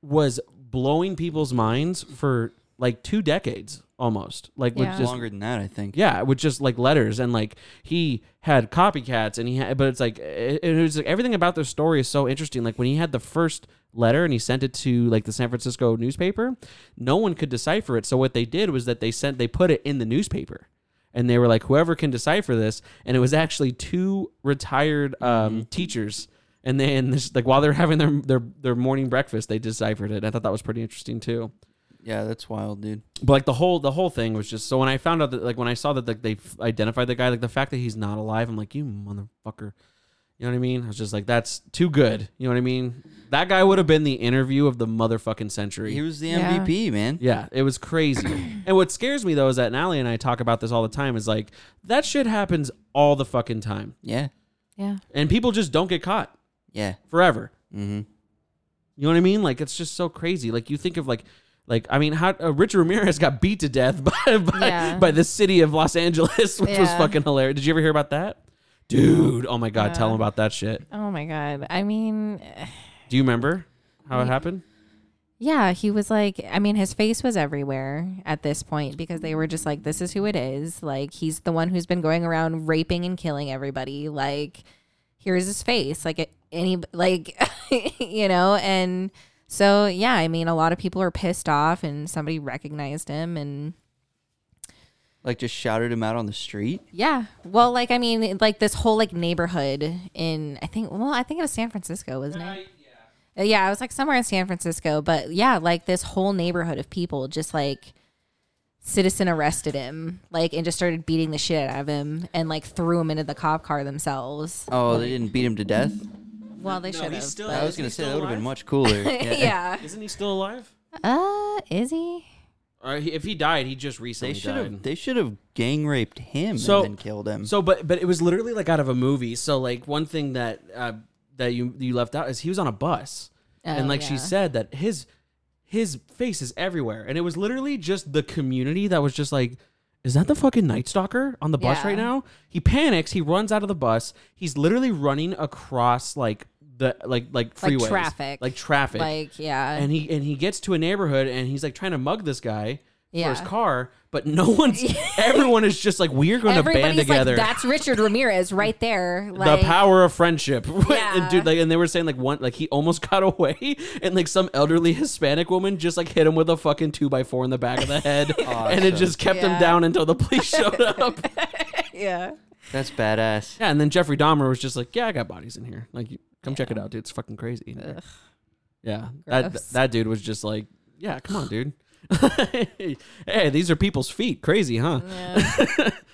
was blowing people's minds for like two decades almost. Like with Yeah. just longer than that, I think. yeah, with just like letters and like he had copycats and he had, but it's like it, it was like everything about their story is so interesting. Like when he had the first letter and he sent it to like the San Francisco newspaper, no one could decipher it. So what they did was that they sent they put it in the newspaper. And they were like, whoever can decipher this, and it was actually two retired um, teachers, and they and this, like while they're having their, their their morning breakfast, they deciphered it. I thought that was pretty interesting too Yeah, that's wild, dude. but like the whole the whole thing was just so when I found out that like when I saw that like they f- identified the guy like the fact that he's not alive I'm like you motherfucker you know what I mean I was just like that's too good you know what I mean that guy would have been the interview of the motherfucking century He was the Yeah. MVP, man. yeah it was crazy and what scares me though is that Nally and I talk about this all the time is like that shit happens all the fucking time Yeah. Yeah. and people just don't get caught Yeah. forever Mm-hmm. You know what I mean? Like it's just so crazy. Like you think of like like I mean, how uh, Richard Ramirez got beat to death by by, Yeah. by the city of Los Angeles, which was Yeah. fucking hilarious. Did you ever hear about that? Dude, oh my god, tell Yeah. him about that shit. Oh my god. I mean, Do you remember how it happened? yeah, he was like I mean, his face was everywhere at this point because they were just like this is who it is. Like he's the one who's been going around raping and killing everybody. Like here's his face. Like any like you know, and so yeah, I mean, a lot of people are pissed off and somebody recognized him and Like just shouted him out on the street. Yeah. Well, like I mean, like this whole like neighborhood in I think well, I think it was San Francisco, wasn't it? Yeah. Yeah, I was like somewhere in San Francisco, but yeah, like this whole neighborhood of people just like citizen arrested him, like and just started beating the shit out of him and like threw him into the cop car themselves. Oh, they didn't beat him to death. Well, they No, should he's have. still- I Is was he gonna say still that would have alive? been much cooler. yeah. yeah. Isn't he still alive? Uh, is he? Or Uh, he, if he died, he just They recently should died. have. They should have gang raped him So- and then killed him. So, but but it was literally like out of a movie. So, like one thing that uh, that you you left out is he was on a bus, and Oh, like she yeah. said that his his face is everywhere, and it was literally just the community that was just like. Is that the fucking Night Stalker on the bus Yeah. right now? He panics. He runs out of the bus. He's literally running across like the like like freeways, traffic. like traffic, Like, uh, yeah. and he and he gets to a neighborhood and he's like trying to mug this guy for his Yeah. car, but no one's. everyone is just like we're going to band together. like, that's Richard Ramirez right there. Like, the power of friendship, and Yeah. dude. Like, and they were saying like one, like he almost got away, and like some elderly Hispanic woman just like hit him with a fucking two by four in the back of the head, and it Awesome. just kept him Yeah. down until the police showed up. Yeah. That's badass. yeah, and then Jeffrey Dahmer was just like, "Yeah, I got bodies in here. Like, you, come check it out, dude. It's fucking crazy." in here." Yeah, that Gross. that dude was just like, "Yeah, come on, dude." hey, these are people's feet. Crazy, huh?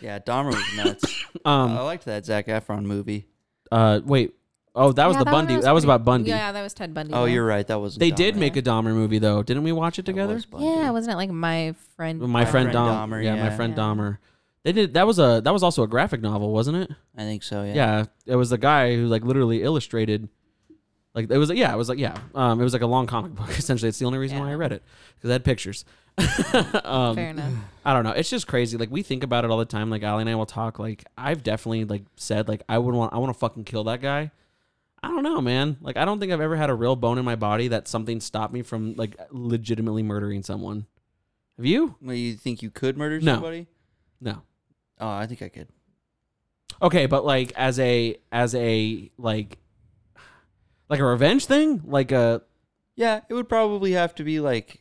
Yeah, Dahmer was nuts. Um, I liked that Zac Efron movie. Uh, wait. Oh, that was the Yeah, Bundy. one that was pretty- about Bundy. Yeah, that was Ted Bundy. Oh, yeah. you're right. That was. They did make a Dahmer movie though, didn't we watch it together? Yeah, wasn't it like my friend? With my, friend, friend Dom. Dahmer, yeah, my yeah. friend Yeah. Dahmer. They did. That was a. That was also a graphic novel, wasn't it? I think so. Yeah. Yeah. It was the guy who like literally illustrated. Like it was. Yeah, it was like yeah. Um, it was like a long comic book. Essentially, it's the only reason why I Yeah. read it because I had pictures. um, Fair enough. I don't know. It's just crazy. Like we think about it all the time. Like Ali and I will talk. Like I've definitely like said like I would want I want to fucking kill that guy. I don't know, man. Like I don't think I've ever had a real bone in my body that something stopped me from like legitimately murdering someone. Have you? Well, you think you could murder No. somebody? No. Oh, I think I could. Okay, but like as a as a like like a revenge thing? Like a Yeah, it would probably have to be like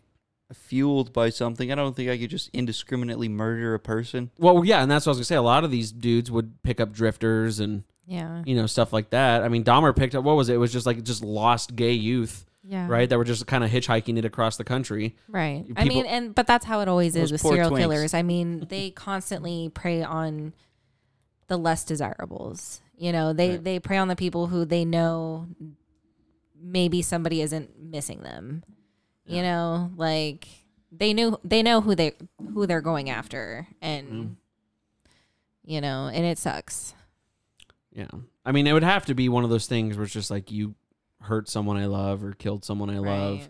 fueled by something. I don't think I could just indiscriminately murder a person. well, yeah, and that's what I was gonna say. A lot of these dudes would pick up drifters and Yeah. you know stuff like that. I mean, Dahmer picked up what was it? It was just like just lost gay youth, Yeah. right? That were just kind of hitchhiking it across the country. Right. I People- mean, and but that's how it always Those is with poor serial twinks. killers. I mean, they constantly prey on the less desirables. You know, they Right. they prey on the people who they know maybe somebody isn't missing them. You know, like they knew they know who they who they're going after, and Mm. you know, and it sucks. Yeah. I mean, it would have to be one of those things where it's just like you hurt someone I love or killed someone I love. Right.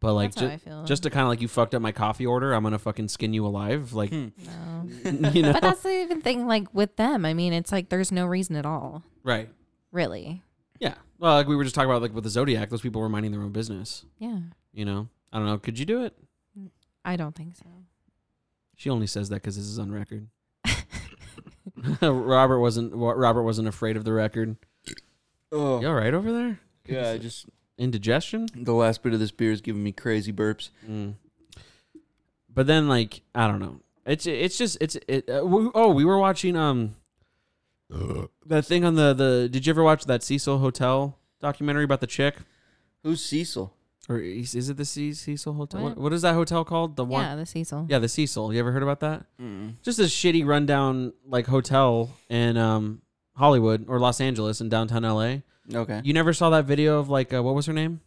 But like That's how ju- I feel. just to kind of like you fucked up my coffee order, I'm going to fucking skin you alive like No. you know. Hmm. but that's the even thing. Like with them, I mean, it's like there's no reason at all, right. really. Yeah. Well, like we were just talking about like with the Zodiac, those people were minding their own business, Yeah, you know. I don't know, could you do it? I don't think so. She only says that cuz this is on record. Robert wasn't Wa- Robert wasn't afraid of the record. Oh, You all right over there? yeah, I just Indigestion? the last bit of this beer is giving me crazy burps. Mm. But then, like, I don't know. It's it's just it's it. Uh, we, oh, we were watching um that thing on the the. Did you ever watch that Cecil Hotel documentary about the chick? Who's Cecil? Or is, is it the Ce- Cecil Hotel? What? What? what is that hotel called? The one. Yeah, the Cecil. Yeah, the Cecil. You ever heard about that? Mm-hmm. Just a shitty rundown like hotel in um Hollywood or Los Angeles in downtown LA. Okay. You never saw that video of like uh, what was her name?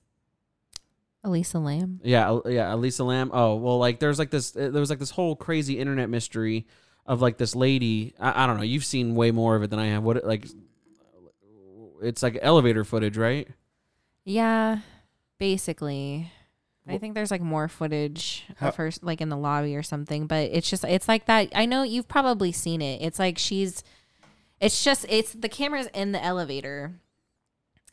Elisa Lamb. Yeah, Al- yeah, Elisa Lamb. Oh, well, like there's like this, uh, there was like this whole crazy internet mystery of like this lady. I, I don't know. You've seen way more of it than I have. What it- like, it's like elevator footage, right? Yeah, basically. I think there's like more footage How- of her like in the lobby or something, but it's just it's like that. I know you've probably seen it. It's like she's it's just it's the camera's in the elevator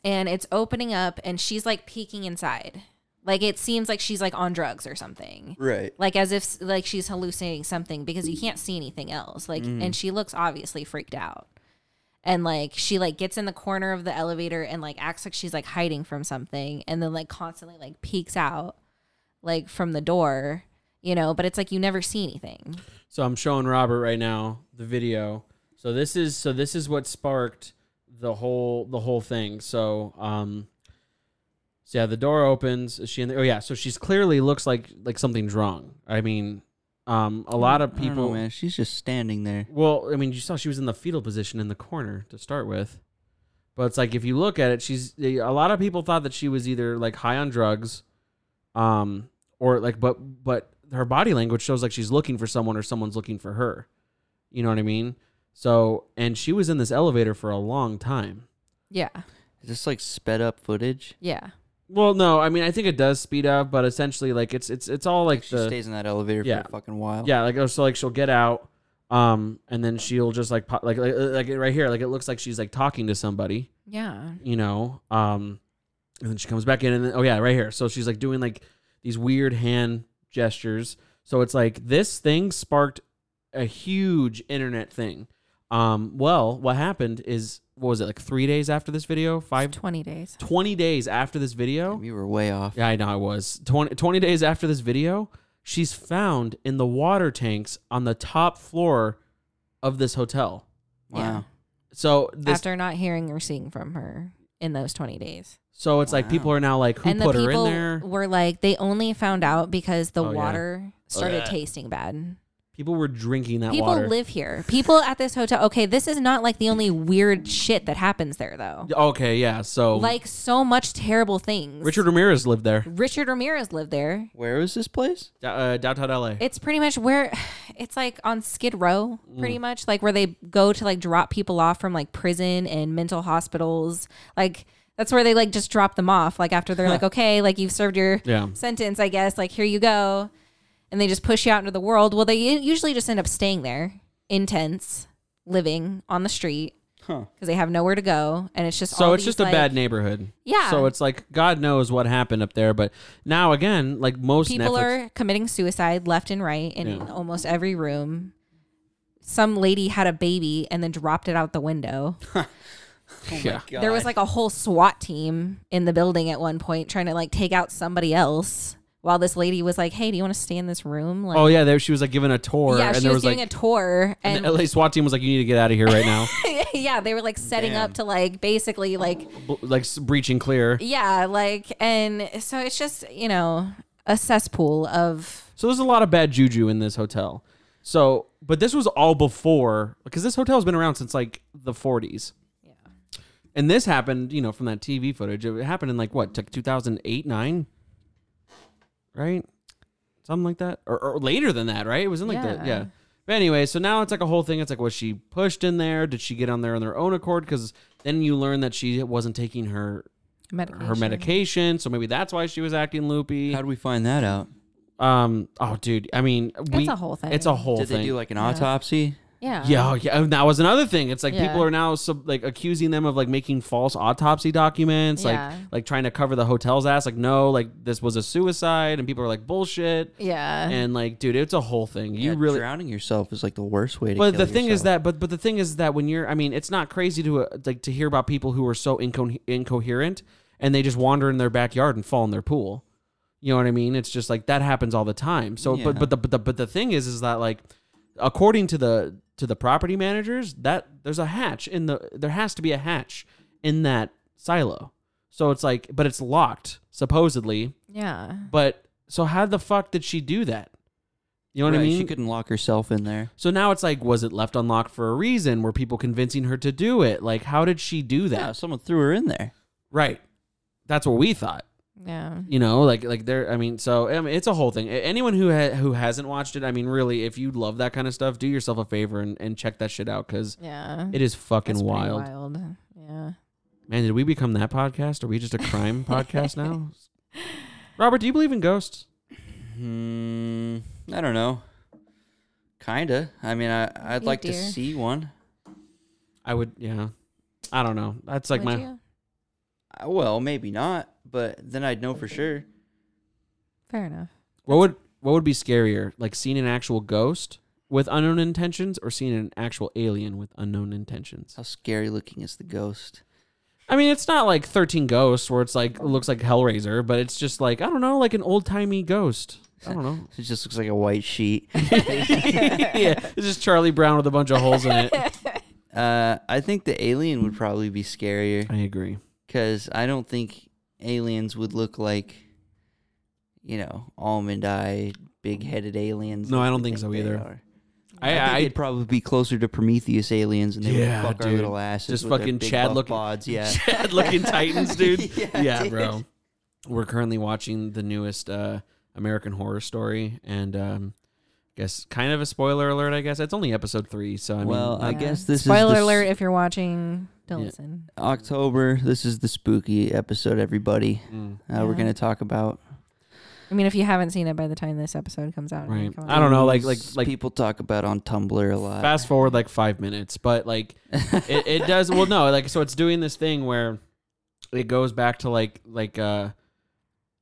and it's opening up and she's like peeking inside. Like it seems like she's like on drugs or something. Right. Like as if like she's hallucinating something because you can't see anything else. Like Mm-hmm. and she looks obviously freaked out. and like she like gets in the corner of the elevator and like acts like she's like hiding from something and then like constantly like peeks out like from the door you know but it's like you never see anything So I'm showing Robert right now the video. So this is so this is what sparked the whole the whole thing. So um so yeah, the door opens. Is she in the, Oh yeah, so she's clearly looks like like something's wrong. I mean, um a lot of I don't people know, man, she's just standing there. Well, I mean, you saw she was in the fetal position in the corner to start with. But it's like if you look at it, she's a lot of people thought that she was either like high on drugs um or like but but her body language shows like she's looking for someone or someone's looking for her. You know what I mean? So, and she was in this elevator for a long time. yeah Is this like sped up footage? yeah Well, no, I mean, I think it does speed up, but essentially like it's it's it's all like Like she the stays in that elevator yeah. for a fucking while. Yeah, like oh, so, like she'll get out, um, and then she'll just like pop, like like, like right here, like it looks like she's like talking to somebody, yeah you know, um, and then she comes back in, and then, oh yeah, right here, so she's like doing like these weird hand gestures. So it's like this thing sparked a huge internet thing. Um, well, what happened is what was it like three days after this video, five, 20 days 20 days after this video, You were way off. yeah, I know I was. 20, 20 days after this video, she's found in the water tanks on the top floor of this hotel. Wow. Yeah. So this, after not hearing or seeing from her in those 20 days so it's like Wow. people are now like, who and put the her in people there? were like they only found out because the Oh, yeah. water started Ugh. tasting bad People were drinking that people water. live here people at this hotel okay this is not like the only weird shit that happens there though okay, yeah. So like Mm-hmm. so much terrible things. Richard Ramirez lived there, Richard Ramirez lived there. Where was this place? da- uh, downtown LA. It's pretty much where it's like on Skid Row, Mm. pretty much like where they go to like drop people off from like prison and mental hospitals. Like that's where they like just drop them off. Like after they're like, okay, like you've served your Yeah. sentence, I guess. Like here you go, and they just push you out into the world. Well, they u- usually just end up staying there in tents, living on the street. because they have nowhere to go, and it's just So all it's these, just a like- bad neighborhood. Yeah. So it's like God knows what happened up there, but now again, like most people Netflix, are committing suicide left and right in Yeah. almost every room. Some lady had a baby and then dropped it out the window. Oh yeah. There was like a whole SWAT team in the building at one point trying to like take out somebody else while this lady was like, "Hey, do you want to stay in this room?" Like Oh yeah, there she was like giving a tour, Yeah, Oh, and she there was, was, doing like a tour and and the LA SWAT team was like, "You need to get out of here right now," yeah, they were like setting up to like basically like B- like s- breaching clear. yeah, like and so it's just, you know, a cesspool of So there's a lot of bad juju in this hotel. So, but this was all before because this hotel's been around since like the 40s. Yeah. And this happened, you know, from that TV footage. It happened in like what, like 2008, nine, right? Something like that, or, or later than that, right? It was in like Yeah. the yeah. But anyway, so now it's like a whole thing. It's like was she pushed in there? Did she get on there on their own accord? Because then you learn that she wasn't taking her medication. her medication, so maybe that's why she was acting loopy. How do we find that out? Um. Oh, dude. I mean, we, a whole thing. It's a whole Did thing. they do like an autopsy? Yeah. yeah, oh, yeah. And that was another thing. It's like Yeah. people are now sub, like accusing them of like making false autopsy documents, Yeah. like like trying to cover the hotel's ass. Like, no, like this was a suicide, and people are like bullshit. Yeah. And like, dude, it's a whole thing. You Yeah, really. drowning yourself is like the worst way to. But kill the thing is yourself. that, but but the thing is that when you're, I mean, it's not crazy to uh, like to hear about people who are so inco- incoherent and they just wander in their backyard and fall in their pool. You know what I mean? It's just like that happens all the time. So, Yeah. but but the, but the but the thing is, is that like according to the to the property managers, that there's a hatch in the there has to be a hatch in that silo. So it's like, but it's locked supposedly. Yeah. But so how the fuck did she do that? You know what I Right, mean? She couldn't lock herself in there. So now it's like, was it left unlocked for a reason? Were people convincing her to do it? Like, how did she do that? Yeah, someone threw her in there. Right. That's what we thought. Yeah. You know, like, like there. I mean, so I mean, it's a whole thing. A- Anyone who ha- who hasn't watched it, I mean, really, if you love that kind of stuff, do yourself a favor and, and check that shit out because Yeah. it is fucking It's pretty wild. wild. Yeah. Man, did we become that podcast? Are we just a crime podcast now? Robert, do you believe in ghosts? Hmm. I don't know. Kinda. I mean, I I'd You like to dear. see one. I would. Yeah. I don't know. That's like my. Would you? Uh, Well, maybe not, but then I'd know for sure. Fair enough. What would what would be scarier, like seeing an actual ghost with unknown intentions, or seeing an actual alien with unknown intentions? How scary looking is the ghost? I mean, it's not like Thirteen Ghosts where it's like it looks like Hellraiser, but it's just like I don't know, like an old timey ghost. I don't know. It just looks like a white sheet. yeah, it's just Charlie Brown with a bunch of holes in it. uh, I think the alien would probably be scarier I agree. because I don't think aliens would look like, you know, almond eye, big headed aliens. No, like I don't we think so they either. are. I, I think I, they'd probably be closer to Prometheus aliens, and they Yeah, would fuck our dude. little asses. Just with their fucking big Chad buff looking- bods. Yeah, Chad looking Titans, dude. yeah, Yeah, dude. bro. We're currently watching the newest uh, American Horror Story, and um, I guess kind of a spoiler alert. I guess it's only episode three, so I Well, uh, mean, I like, Yeah. guess this is spoiler the s- alert. If you're watching, don't Yeah. listen. October. This is the spooky episode, everybody. mm. Uh, We're Yeah. gonna talk about. I mean, if you haven't seen it by the time this episode comes out, I mean, Right. come I don't know, like- things like- like- people talk about on Tumblr a lot. fast forward like five minutes, but like it, it does. Well, no, like so it's doing this thing where it goes back to like like uh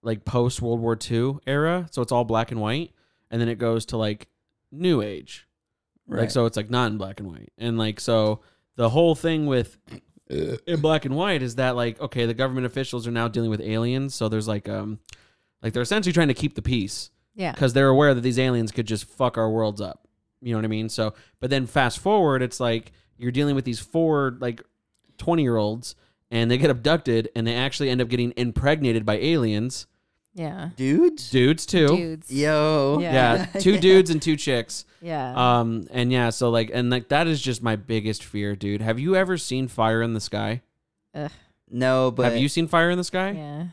like post World War II era, so it's all black and white, and then it goes to like New Age, like Right. so it's like not in black and white, and like so the whole thing with in black and white is that like okay, the government officials are now dealing with aliens, so there's like um like they're essentially trying to keep the peace Yeah. because they're aware that these aliens could just fuck our worlds up. You know what I mean? So, but then fast forward, it's like you're dealing with these four like twenty year olds, and they get abducted, and they actually end up getting impregnated by aliens, Yeah. dudes. dudes too. Dudes. Yo. Yeah. Yeah, two dudes and two chicks. Yeah. Um, and yeah, so like, and like that is just my biggest fear, dude. Have you ever seen Fire in the Sky? No, but Have you seen Fire in the Sky? yeah.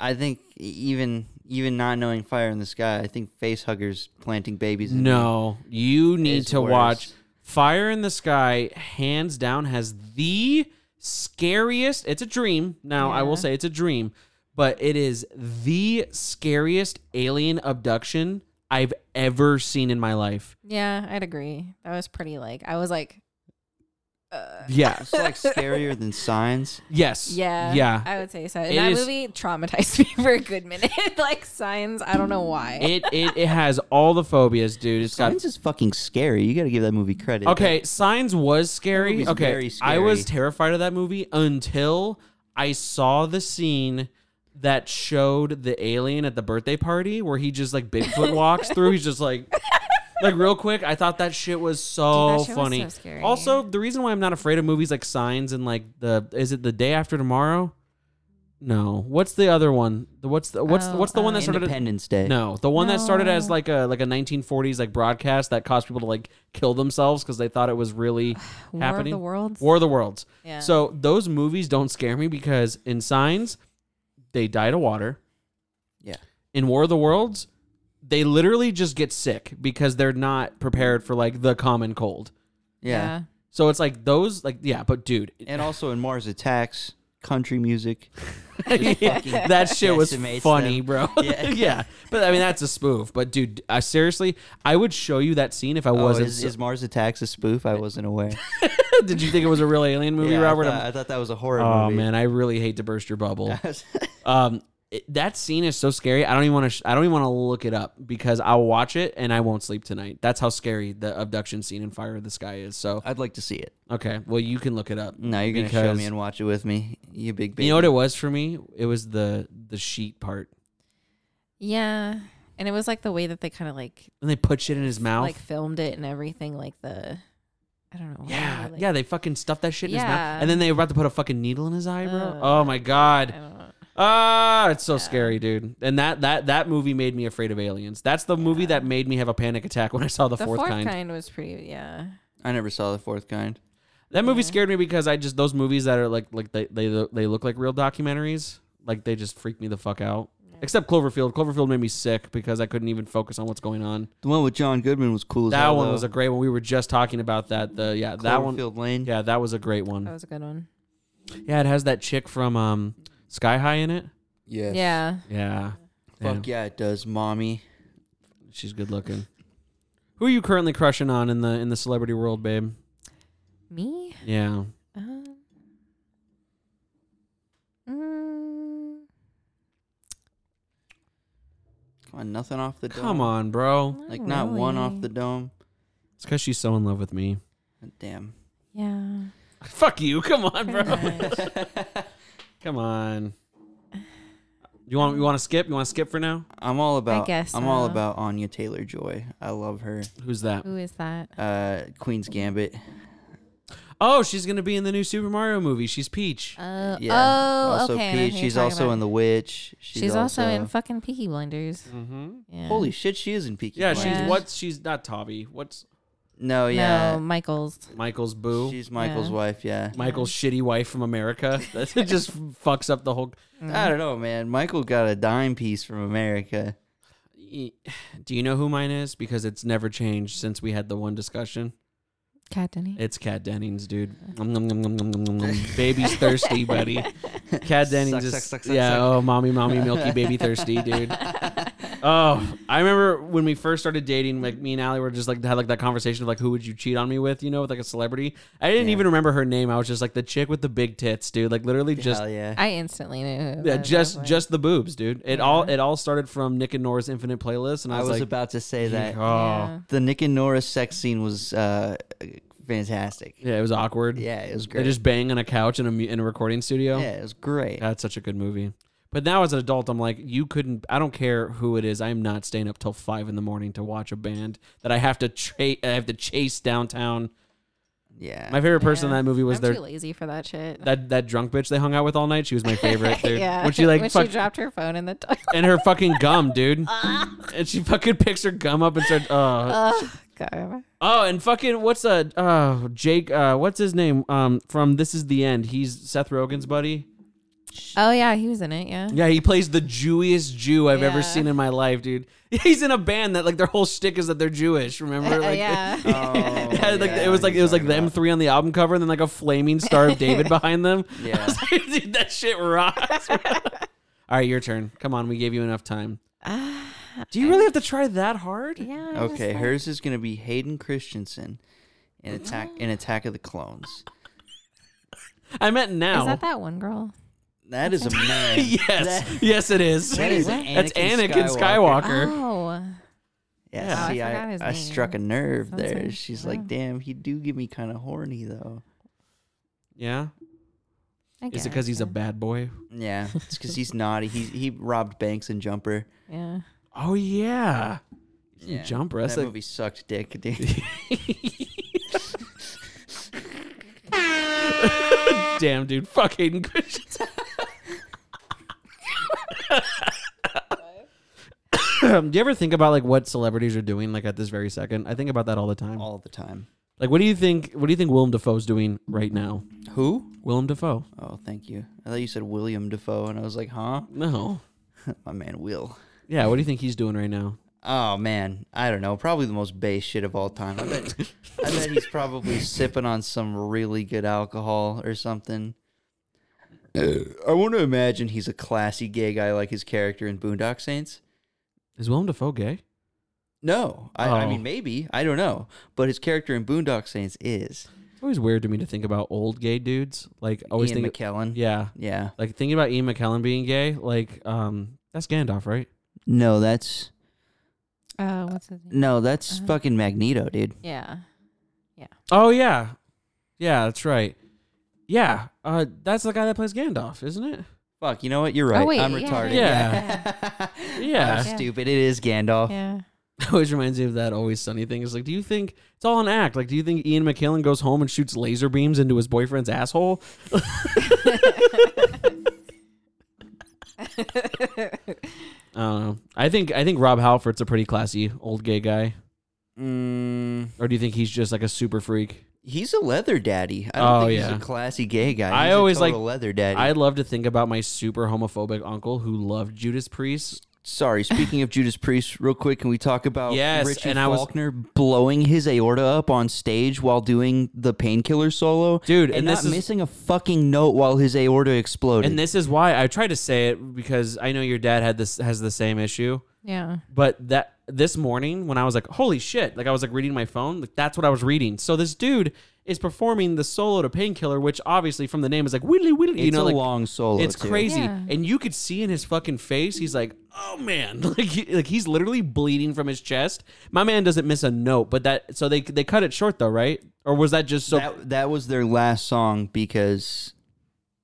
I think e, even even not knowing fire in the sky, I think face huggers planting babies. In No, you need is to worse. watch Fire in the Sky. Hands down, has the scariest. It's a dream. Now I Yeah. will say it's a dream, but it is the scariest alien abduction I've ever seen in my life. Yeah. I'd agree. That was pretty. Like I was like, Yeah. It's like scarier than signs. Yes. Yeah. Yeah. I would say so. And It that is- movie traumatized me for a good minute. like signs, I don't know why. it, it it has all the phobias, dude. It's got Signs is fucking scary. You got to give that movie credit. Okay, Signs was scary. movie's Okay, very I was scary. terrified of that movie until I saw the scene that showed the alien at the birthday party where he just like Bigfoot walks through. He's just like, like real quick. I thought that shit was so Dude, that shit was funny. so scary. Also, the reason why I'm not afraid of movies like Signs and like the is it the day after tomorrow? No. What's the other one? The what's the what's the, Oh, what's the one um, that started? Independence Day. No, the one that started as No. like a like a 1940s like broadcast that caused people to like kill themselves because they thought it was really War happening. of the Worlds. War of the Worlds. Yeah. So those movies don't scare me because in Signs, they died of water. Yeah. In War of the Worlds, they literally just get sick because they're not prepared for like the common cold. Yeah. So it's like those like yeah, but dude, And also in Mars Attacks, country music. that shit was decimates funny, them. bro. Yeah. but I mean that's a spoof. But dude, I seriously, I would show you that scene if I Oh, wasn't. is, so- is Mars Attacks a spoof? I wasn't aware. Did you think it was a real alien movie, Yeah, Robert? I I'm- thought, I thought that was a horror oh movie. man, I really hate to burst your bubble. um, it- that scene is so scary. I don't even want to. Sh- I don't even want to look it up because I'll watch it and I won't sleep tonight. That's how scary the abduction scene in Fire of the Sky is. So I'd like to see it. okay, well you can look it up. No, you're gonna show Because- me and watch it with me. You big baby. You know what it was for me? It was the the sheet part, Yeah. And it was like the way that they kind of like and they put shit in his mouth. like filmed it and everything, like the I don't know. why, yeah, like- yeah, they fucking stuffed that shit in his Yeah. mouth, and then they were about to put a fucking needle in his eye, bro. Ugh. oh my god. I don't know. Ah, it's so scary, dude. And that that that movie made me afraid of aliens. That's the movie that made me have a panic attack when I saw the, The fourth, kind. was pretty yeah. I never saw the fourth kind. That movie Yeah. scared me because I just those movies that are like like they they they look like real documentaries. Like they just freak me the fuck out. Except Cloverfield. Cloverfield made me sick because I couldn't even focus on what's going on. The one with John Goodman was cool as that hell, one though. was a great one. We were just talking about that. The yeah, that one. Cloverfield Lane. Yeah, that was a great That one. was a good one. Yeah, it has that chick from um Sky High in it. Yes. Yeah. Yeah. Fuck yeah, it does, mommy. She's good looking. Who are you currently crushing on in the in the celebrity world, babe? Me? Yeah. Um, mm, Come on, nothing off the dome. Come on, bro. Like not one off really. the dome. It's because she's so in love with me. Damn. Yeah. Fuck you. Come on, bro. pretty much. Come on. You want you want to skip? You want to skip for now? I'm all about. guess I'm all so. about Anya Taylor Joy. I love her. Who's that? Who is that? Uh, Queen's Gambit. Oh, she's gonna be in the new Super Mario movie. She's Peach. Uh, Oh, Yeah. oh also okay. I know who Peach. you're She's talking also about. in The Witch. She's, also, in fucking Peaky Blinders. Mm-hmm. Yeah. Holy shit, she is in Peaky Yeah, Blinders. she's Yeah. what's she's not Tobby. What's No, No, yeah. Michael's. Michael's boo? She's Michael's Yeah. wife. Yeah. Michael's shitty wife from America. That just fucks up the whole. Mm. Mm-hmm. I don't know, man. Michael got a dime piece from America. Do you know who mine is? Because it's never changed since we had the one discussion. Cat Denny. It's Cat Dennings, dude. Nom, nom, nom, nom, nom, nom, nom, nom. Baby's thirsty, buddy. Cat Dennings, Suck, is- suck, suck, suck, yeah. suck. Oh, mommy, mommy, milky, baby, thirsty, dude. Oh, I remember when we first started dating. Like me and Allie were just like had like that conversation of like who would you cheat on me with? You know, with like a celebrity. I didn't Yeah. even remember her name. I was just like the chick with the big tits, dude. Like literally just Hell yeah. I instantly knew. who it yeah, was. I just was just the boobs, dude. It all it all started from Nick and Nora's Infinite Playlist, and I I was, was like, about to say that. oh, Yeah. The Nick and Nora sex scene was uh, fantastic. yeah, it was awkward. Yeah, it was They great. just bang on a couch in a mu- in a recording studio. yeah, it was great. That's such a good movie. But now as an adult, I'm like, you couldn't. I don't care who it is. I'm not staying up till five in the morning to watch a band that I have to tra- I have to chase downtown. yeah. My favorite person Uh, Yeah. in that movie was I'm their too lazy for that shit. that that drunk bitch they hung out with all night. She was my favorite, dude. yeah. When she like when fuck- she dropped Ah. her phone in the toilet. and her fucking gum, dude. and she fucking picks her gum up and starts. Oh, Oh, God. oh, and fucking what's a oh Jake? Uh, what's his name? Um, from This Is the End. He's Seth Rogen's buddy. Oh yeah, he was in it. Yeah. Yeah, he plays the Jewiest Jew I've ever Yeah. seen in my life, dude. He's in a band that like their whole shtick is that they're Jewish. Remember, like, Uh, uh, yeah. Oh, Yeah, like, yeah, it was I like know it was who like them you're talking three on the album cover, and then like a flaming Star of David behind them. Yeah. dude, that shit rocks. All right, your turn. Come on, we gave you enough time. Do you really have to try that hard? yeah. I about. was Okay, like- hers is gonna be Hayden Christensen in Attack in Attack of the Clones. I meant now. Is that that one girl? That is a man. yes, yes, it is. That is What? Anakin That's Anakin Skywalker. Oh, Yeah, Oh, I see, I, forgot his I, name. struck a nerve That's there. it. She's like, damn, he do give me kind of horny though. Yeah. I Is guess. it because he's a bad boy? Yeah, it's because he's naughty. He he robbed banks and Jumper. Yeah. Oh yeah. Yeah, Jumper. That That's like, movie sucked dick, dude. damn, dude. Fuck Hayden Christensen. Do you ever think about like what celebrities are doing like at this very second? I think about that all the time. all the time. Like, what do you think? What do you think Willem Dafoe's doing right now? Who? Willem Dafoe. Oh, thank you. I thought you said William Defoe, and I was like, huh? No. My man Will. Yeah. What do you think he's doing right now? Oh man, I don't know. Probably the most base shit of all time. I bet. I bet he's probably sipping on some really good alcohol or something. Uh, I want to imagine he's a classy gay guy like his character in Boondock Saints. Is Willem Dafoe gay? No, I, I Oh. mean maybe I don't know, but his character in Boondock Saints is It's always weird to me to think about old gay dudes. Like always Ian think. McKellen. yeah. yeah. Like thinking about Ian McKellen being gay. Like um, that's Gandalf, right? No, that's Oh, what's his name? no, Uh-huh. that's fucking Magneto, dude. Yeah. Oh yeah, yeah, that's right. Yeah, uh, that's the guy that plays Gandalf, isn't it? Fuck, you know what? You're right. wait, I'm yeah, retarded. Oh, Yeah. Yeah. I'm stupid. It is Oh. Gandalf. Yeah. Always reminds me of that Always Sunny thing. It's like, do you think it's all an act? Like, do you think Ian McKellen goes home and shoots laser beams into his boyfriend's asshole? I don't know. I think I think Rob Halford's a pretty classy old gay guy. Mm. Or do you think he's just like a super freak? He's a leather daddy. I don't Oh, think he's yeah. a classy gay guy. I He's a always, like- total leather daddy. I love to think about my super homophobic uncle who loved Judas Priest. Sorry, speaking of Judas Priest, real quick, can we talk about Yes, Richie and I was- Faulkner blowing his aorta up on stage while doing the painkiller solo? Dude, and, and not this is- missing a fucking note while his aorta exploded. And this is why I tried to say it because I know your dad had this has the same issue. Yeah. But that this morning when I was like, holy shit, like I was like reading my phone, like that's what I was reading. So this dude is performing the solo to painkiller, which obviously from the name is like willy willy. You It's know, a like, long solo, It's too. crazy, Yeah. and you could see in his fucking face, he's like, oh man, like he, like he's literally bleeding from his chest. My man doesn't miss a note, but that so they they cut it short though, right? Or was that just so? that, that was their last song because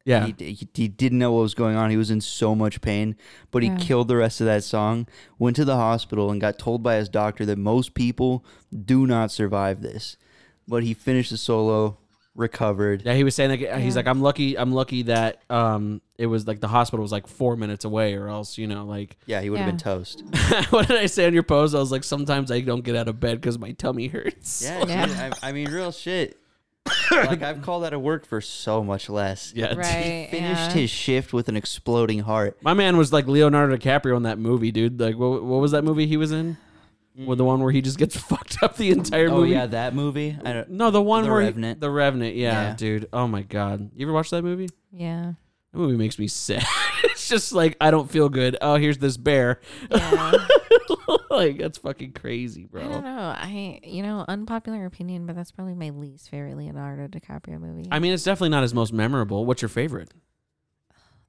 yeah, he, he, he didn't know what was going on. He was in so much pain, but he killed the rest of that song. Went to the hospital and got told by his doctor that most people do not survive this. But he finished the solo, recovered. Yeah, he was saying like uh, he's like I'm lucky I'm lucky that um it was like the hospital was like four minutes away or else you know like Yeah, he would have Yeah. been toast. what did I say on your post I was like sometimes I don't get out of bed because my tummy hurts Yeah, dude, Yeah. I, I mean, real shit. like I've called out of work for so much less. yeah dude. Right. Finished yeah. his shift with an exploding heart. my man was like Leonardo DiCaprio in that movie dude like what what was that movie he was in well, the one where he just gets fucked up the entire Oh movie yeah, that movie. I don't, no the one The where he- Revenant. the Revenant yeah, Yeah. dude oh my god you ever watch that movie Yeah. that movie makes me sad it's just like I don't feel good oh here's this bear Yeah. like that's fucking crazy bro I don't know. I you know unpopular opinion, but that's probably my least favorite Leonardo DiCaprio movie. I mean, it's definitely not his most memorable. What's your favorite?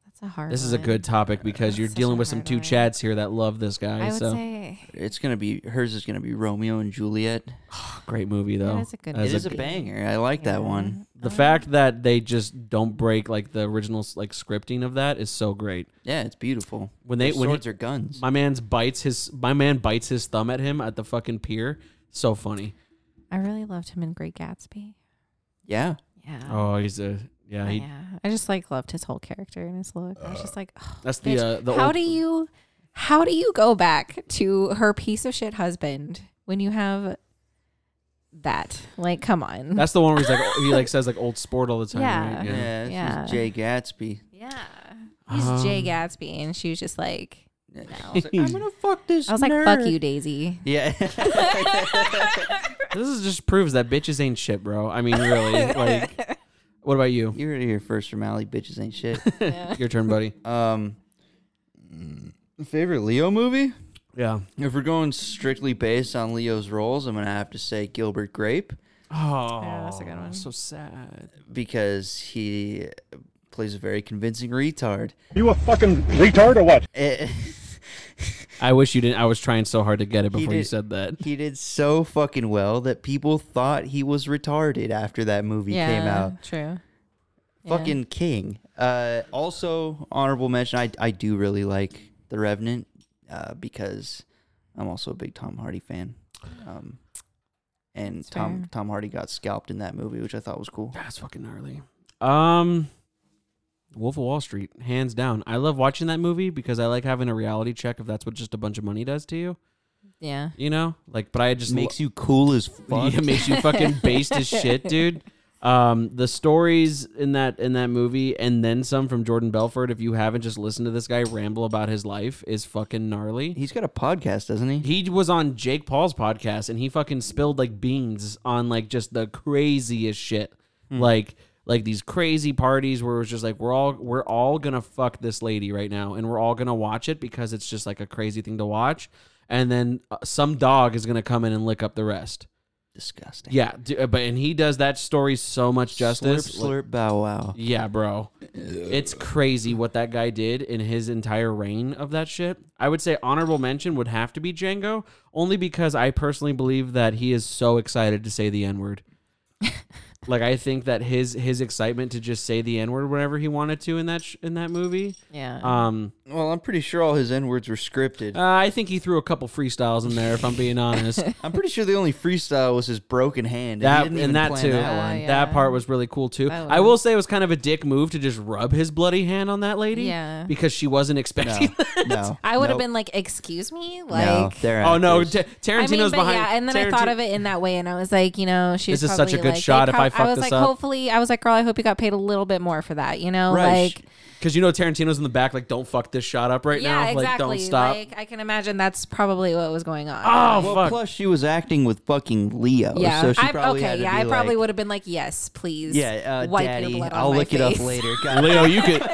that's a hard. This is a one. good topic because you're Such dealing a with some hard two one. chads here that love this guy. I would so say It's gonna be hers. Is gonna be Romeo and Juliet. great movie though. that is a good. As it a- is a banger. I like that one. the fact that they just don't break like the original s- like scripting of that is so great. Yeah, it's beautiful. When they- Their when he- swords are guns. My man's bites his my man bites his thumb at him at the fucking pier. So funny. I really loved him in Great Gatsby. yeah, Yeah. Oh, he's a yeah. He, yeah. I just like loved his whole character and his look. I was just like, oh, That's the bitch, uh, the how old, do you how do you go back to her piece of shit husband when you have that? Like, come on. that's the one where he's like he like says like old sport all the time. Yeah. right? yeah. this Yeah. is Jay Gatsby. yeah. He's Jay Um, Gatsby and she was just like He's like, I'm gonna fuck this. I was like, fuck you, Daisy. Yeah, This is just proves that bitches ain't shit, bro. I mean, really. like, what about you? you heard it here first from Alley. Bitches ain't shit. Your turn, buddy. um, Mm, favorite Leo movie? Yeah. If we're going strictly based on Leo's roles, I'm gonna have to say Gilbert Grape. Oh, that's a good one. So sad. because he plays a very convincing retard. You a fucking retard or what? Eh, I wish you didn't. I was trying so hard to get it before you did- said that. he did so fucking well that people thought he was retarded after that movie came out. True. Fucking king. Uh, also, honorable mention. I I do really like The Revenant uh, because I'm also a big Tom Hardy fan. Um, and Tom fair. Tom Hardy got scalped in that movie, which I thought was cool. That's fucking gnarly. Um, Wolf of Wall Street, hands down. I love watching that movie because I like having a reality check if that's what just a bunch of money does to you. Yeah. You know, like, but I just Makes you cool as fuck. Yeah, makes you fucking based as shit, dude. Um, the stories in that in that movie, and then some from Jordan Belfort. If you haven't just listened to this guy ramble about his life, is fucking gnarly. He's got a podcast, doesn't he? He was on Jake Paul's podcast, and he fucking spilled like beans on like just the craziest shit, Hmm. like like these crazy parties where it was just like we're all we're all gonna fuck this lady right now, and we're all gonna watch it because it's just like a crazy thing to watch. And then uh, some dog is gonna come in and lick up the rest. Disgusting. Yeah, d- uh, but and he does that story so much justice. Slurp, slurp, bow wow. Yeah, bro. It's crazy what that guy did in his entire reign of that shit. I would say honorable mention would have to be Django, only because I personally believe that he is so excited to say the N-word. like I think that his his excitement to just say the N-word whenever he wanted to in that sh- in that movie. Yeah. Um Well, I'm pretty sure all his N words were scripted. uh, I think he threw a couple freestyles in there if I'm being honest. I'm pretty sure the only freestyle was his broken hand. and he That didn't and, even that plan too. that Uh, one. yeah. That part was really cool too. That I was- will say it was kind of a dick move to just rub his bloody hand on that lady. Yeah. Because she wasn't expecting. that. No, I would have Nope. been like, excuse me? Like, No, they're Oh no, actors. Ta- I Tarantino's mean, but behind. yeah, and then I thought of it in that way, and I was like, you know, she's This is such a probably good like, shot they if I prob- fuck I was this like, up. hopefully, I was like, girl, I hope you got paid a little bit more for that, you know, Right. like, because you know Tarantino's in the back, like, don't fuck this shot up right yeah, now. exactly. Like, don't stop. Like, I can imagine that's probably what was going on. oh Well, fuck. plus she was acting with fucking Leo, yeah, so she I, probably okay, had to yeah, be I probably like, would have been like, yes, please, Yeah, uh, wipe daddy, your blood on I'll my look it face. up later. God. Leo, you could.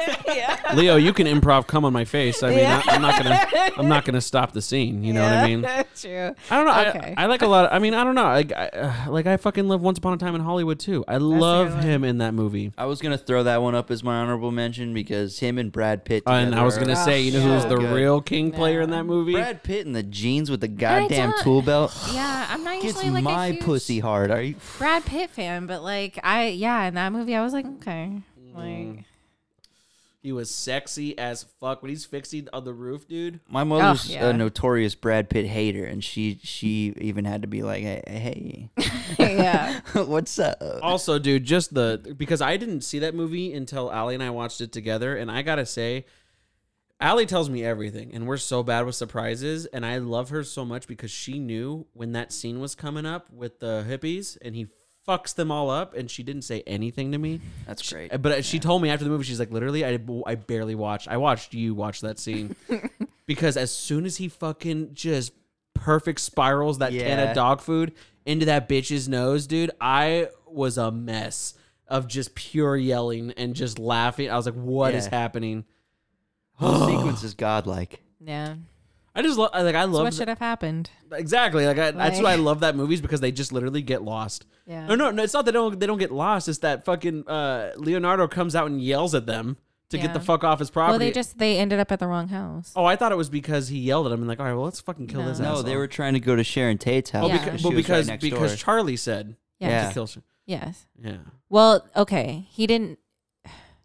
Leo, you can improv come on my face. I mean, I, am not gonna, I'm not gonna stop the scene. You know what I mean? I True. don't know. Okay. I, I like a lot. Of, I mean, I don't know. Like, I, uh, like I fucking love Once Upon a Time in Hollywood too. I love him in that movie. I was gonna throw that one up as my honorable mention because him and Brad Pitt. Oh, And I together was are- gonna say, you know, who's the Good. real king player in that movie? Brad Pitt in the jeans with the I goddamn don't- tool belt Yeah, I'm not gets usually like my a huge pussy hard. Are you? Brad Pitt fan, but like I yeah, in that movie I was like, okay. Mm. Like He was sexy as fuck when he's fixing on the roof, dude. My mother's yeah. a notorious Brad Pitt hater, and she she even had to be like, "Hey, hey yeah. what's up?" Also, dude, just the because I didn't see that movie until Allie and I watched it together, and I gotta say, Allie tells me everything, and we're so bad with surprises, and I love her so much because she knew when that scene was coming up with the hippies, and he fucks them all up, and she didn't say anything to me. That's great. But uh, she told me after the movie, she's like, literally, I, I barely watched. I watched you watch that scene because as soon as he fucking just perfect spirals that can Yeah. of dog food into that bitch's nose, dude, I was a mess of just pure yelling and just laughing. I was like, what is Yeah. happening? Whole sequence is godlike. Yeah. I just love, like, I So love what should have happened? exactly. Like, I, that's Like- why I love that movies because they just literally get lost. Yeah. No, no, no. It's not they don't they don't get lost. It's that fucking uh, Leonardo comes out and yells at them to Yeah. get the fuck off his property. Well they just they ended up at the wrong house. Oh, I thought it was because he yelled at him and like, all right, well, let's fucking kill this No, asshole. they were trying to go to Sharon Tate's house. well, Yeah. because, She well, was right because, next because door. Charlie said Yes. Yeah. to kill. Sh- Yes. yeah, Well, okay. He didn't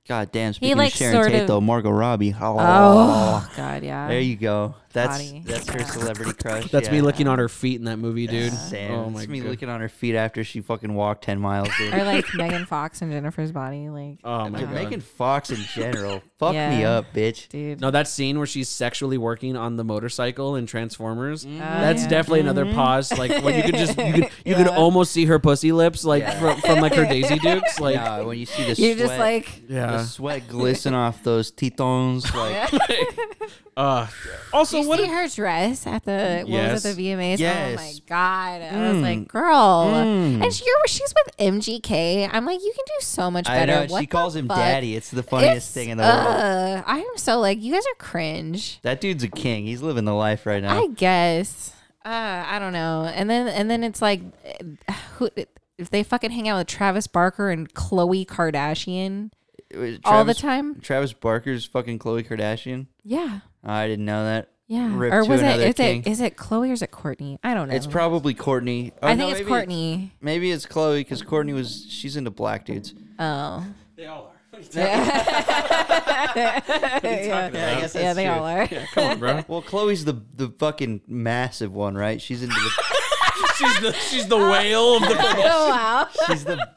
God damn. Speaking like, of Sharon sort Tate, of- though, Margot Robbie. Oh, Oh, god, yeah. there you go. That's Body. that's her celebrity crush. that's me yeah. looking on her feet in that movie, dude. Sam. Oh my that's me god. looking on her feet after she fucking walked ten miles. Dude. or like Megan Fox and Jennifer's body, like oh my Dude, god. Megan Fox in general. Fuck me Yeah. up, bitch. dude. no, that scene where she's sexually working on the motorcycle in Transformers. Oh, That's yeah. definitely another pause. Like when you could just you could you could almost see her pussy lips like Yeah. from, from like her Daisy Dukes. Like Nah, when you see the You're sweat, just like the yeah. sweat glisten off those titons, like Uh, also, you what see did- her dress at the what was Yes. it the VMAs? Oh my Yes. Mm. god! I was like, girl, and she, you're, she's with MGK. I'm like, you can do so much I better. know. What She calls him fuck? daddy. It's the funniest It's- thing in the world. ugh, I am so like, you guys are cringe. That dude's a king. He's living the life right now. I guess. Uh, I don't know. And then and then it's like, eh, who? if they fucking hang out with Travis Barker and Khloe Kardashian It was all the Uh, Travis- time, Travis Barker's fucking Khloe Kardashian. yeah, I didn't know that. yeah. Rip or to was it another is king. it is it Khloe or is it Courtney? I don't know. It's probably Courtney. Oh, I think it's Courtney. Maybe it's Chloe because Courtney was she's into black dudes. Oh, They all are. yeah, Yeah, I guess yeah, they all are. Come on, bro. Well, Chloe's the the fucking massive one, right? She's into the She's the she's the whale of the. oh wow. she's the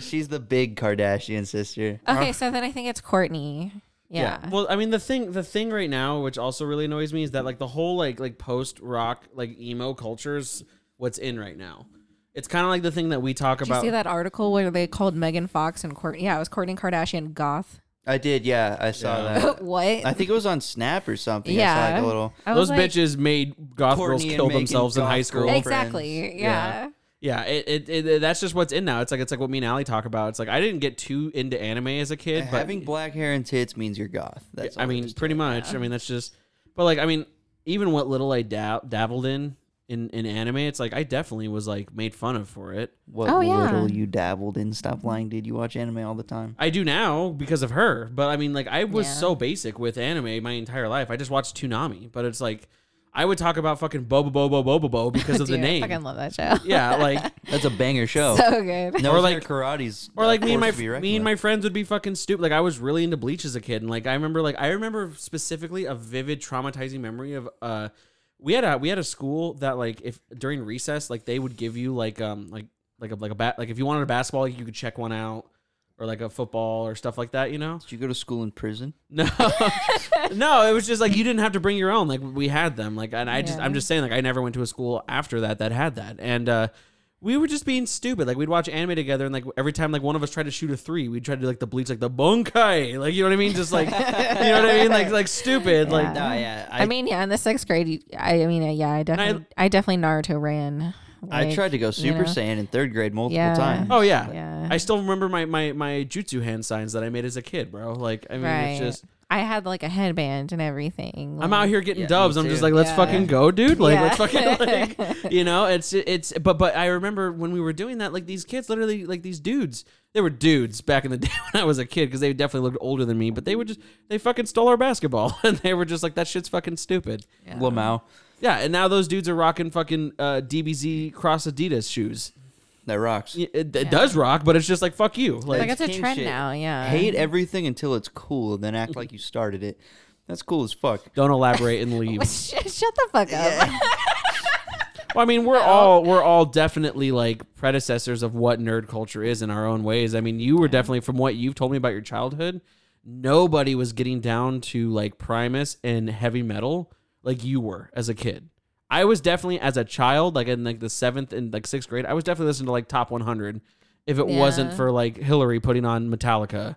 she's the big Kardashian sister. Okay, so then I think it's Courtney. Yeah. Well, I mean the thing the thing right now, which also really annoys me, is that like the whole like like post rock like emo culture's what's in right now. It's kind of like the thing that we talk Did you about. see that article where they called Megan Fox and Courtney? Yeah, it was Courtney Kardashian goth. I did, yeah, I saw that. what? I think it was on Snap or something. I saw like Yeah. a little. I was Those like- bitches made goth Courtney girls and kill Megan themselves in goth high girls. school. Ex- Yeah. Exactly. Yeah. Yeah, it, it, it that's just what's in now. It's like it's like what me and Ali talk about. It's like I didn't get too into anime as a kid, but Having black hair and tits means you're goth. That's all I it mean, is. pretty much. I mean, that's just. But like, I mean, even what little I dab- dabbled in, in in anime, it's like I definitely was like made fun of for it. what Oh, yeah. little you dabbled in. Stop lying, dude. You watch anime all the time. I do now because of her. But I mean, like, I was Yeah. so basic with anime my entire life. I just watched Toonami, but it's like I would talk about fucking Bobo Bobo Bobo Bo because of the Dude, name. I fucking love that show. yeah, like That's a banger show. so good. no, Or or like- like karate's or a like me and my force to be reckoned me and with. my friends would be fucking stupid. Like I was really into Bleach as a kid, and like I remember like I remember specifically a vivid traumatizing memory of uh we had a we had a school that like if during recess like they would give you like um like like a like a bat like if you wanted a basketball you could check one out or like a football or stuff like that you know Did you go to school in prison? no no it was just like you didn't have to bring your own like we had them like and I just Yeah. I'm just saying like I never went to a school after that that had that and uh we were just being stupid. Like we'd watch anime together, and like every time like one of us tried to shoot a three, we'd try to do like the bleach, like the bunkai, like you know what I mean? Just like you know what I mean? Like like stupid. Like Yeah. Nah, yeah. Uh, I, mean, yeah, in the sixth grade, you- I, I mean, uh, yeah, I definitely, I, definitely Naruto ran. I Like, tried to go Super know. Saiyan in third grade multiple Yeah. times. oh yeah. Yeah. I still remember my my my jutsu hand signs that I made as a kid, bro. Like I mean, right. it's just I had like a headband and everything. I'm out here getting dubs. me I'm just too. like, let's Yeah. fucking go, dude. Like, Yeah. let's fucking like, you know, it's it's. But but I remember when we were doing that, like these kids, literally, like these dudes. They were dudes back in the day when I was a kid because they definitely looked older than me. But they would just they fucking stole our basketball and they were just like, that shit's fucking stupid. Lamau. Yeah, and now those dudes are rocking fucking uh, DBZ cross Adidas shoes. That rocks. It, it does rock, but it's just like fuck you. Like, Like it's a king trend shit. now. Yeah. Hate everything until it's cool and then act like you started it. That's cool as fuck. don't elaborate and leave. Shut shut the fuck up. Well, I mean, we're all we're all definitely like predecessors of what nerd culture is in our own ways. I mean, you were definitely from what you've told me about your childhood. Nobody was getting down to like Primus and heavy metal like you were as a kid. I was definitely as a child, like in like the seventh and like sixth grade, I was definitely listening to like top 100. If it wasn't Yeah. for like Hillary putting on Metallica,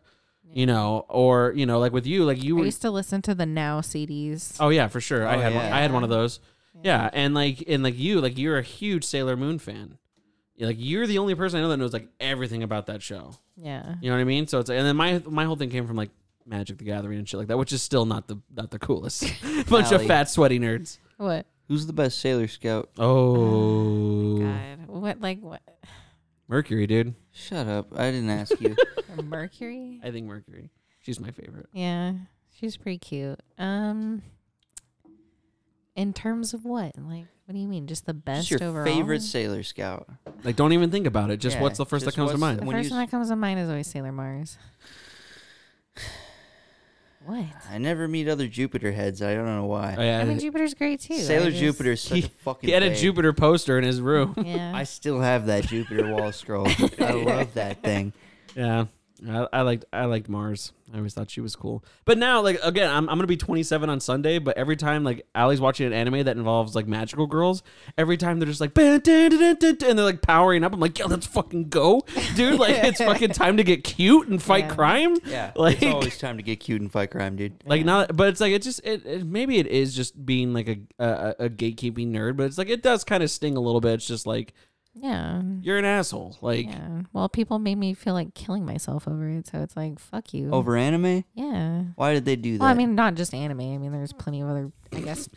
you know, or you know, like with you, like you I were used to listen to the Now CDs. Oh yeah, for sure. I Oh, had one, yeah. I had one of those. Yeah. and like and like you, like you're a huge Sailor Moon fan. You're, Like you're the only person I know that knows like everything about that show. Yeah. You know what I mean? So it's and then my my whole thing came from like Magic the Gathering and shit like that, which is still not the not the coolest. Bunch of Allie. fat sweaty nerds. What? Who's the best Sailor Scout? Oh, God. What? Like what? Mercury, dude. Shut up. I didn't ask you. Mercury? I think Mercury. She's my favorite. Yeah. She's pretty cute. Um. In terms of what? Like, what do you mean? Just the best Who's your overall. favorite Sailor Scout? Like, don't even think about it. Just Yeah, what's the first that just comes to what's- mind? The when first you one s- that comes to mind is always Sailor Mars. What? I never meet other Jupiter heads. I don't know why. Oh, yeah, I mean, Jupiter's great too. I Uh, Sailor just- Jupiter is such a fucking. he had a babe. Jupiter poster in his room. Yeah. I still have that Jupiter wall scroll. I love that thing. Yeah. I, I liked I liked Mars. I always thought she was cool. But now, like again, I'm, I'm gonna be 27 on Sunday. But every time, like Allie's watching an anime that involves like magical girls, every time they're just like, "Bah, da, da, da, da," and they're like powering up. I'm like, yeah, let's fucking go, dude! Like it's fucking time to get cute and fight Yeah. crime. Yeah, like it's always time to get cute and fight crime, dude. like not. But it's like it just it, it- maybe it is just being like a, a a gatekeeping nerd. But it's like it does kind of sting a little bit. It's just like yeah. you're an asshole. Like Yeah. Well, people made me feel like killing myself over it, so it's like, fuck you. Over anime? Yeah. Why did they do that? Well, I mean, not just anime. I mean, there's plenty of other, I guess,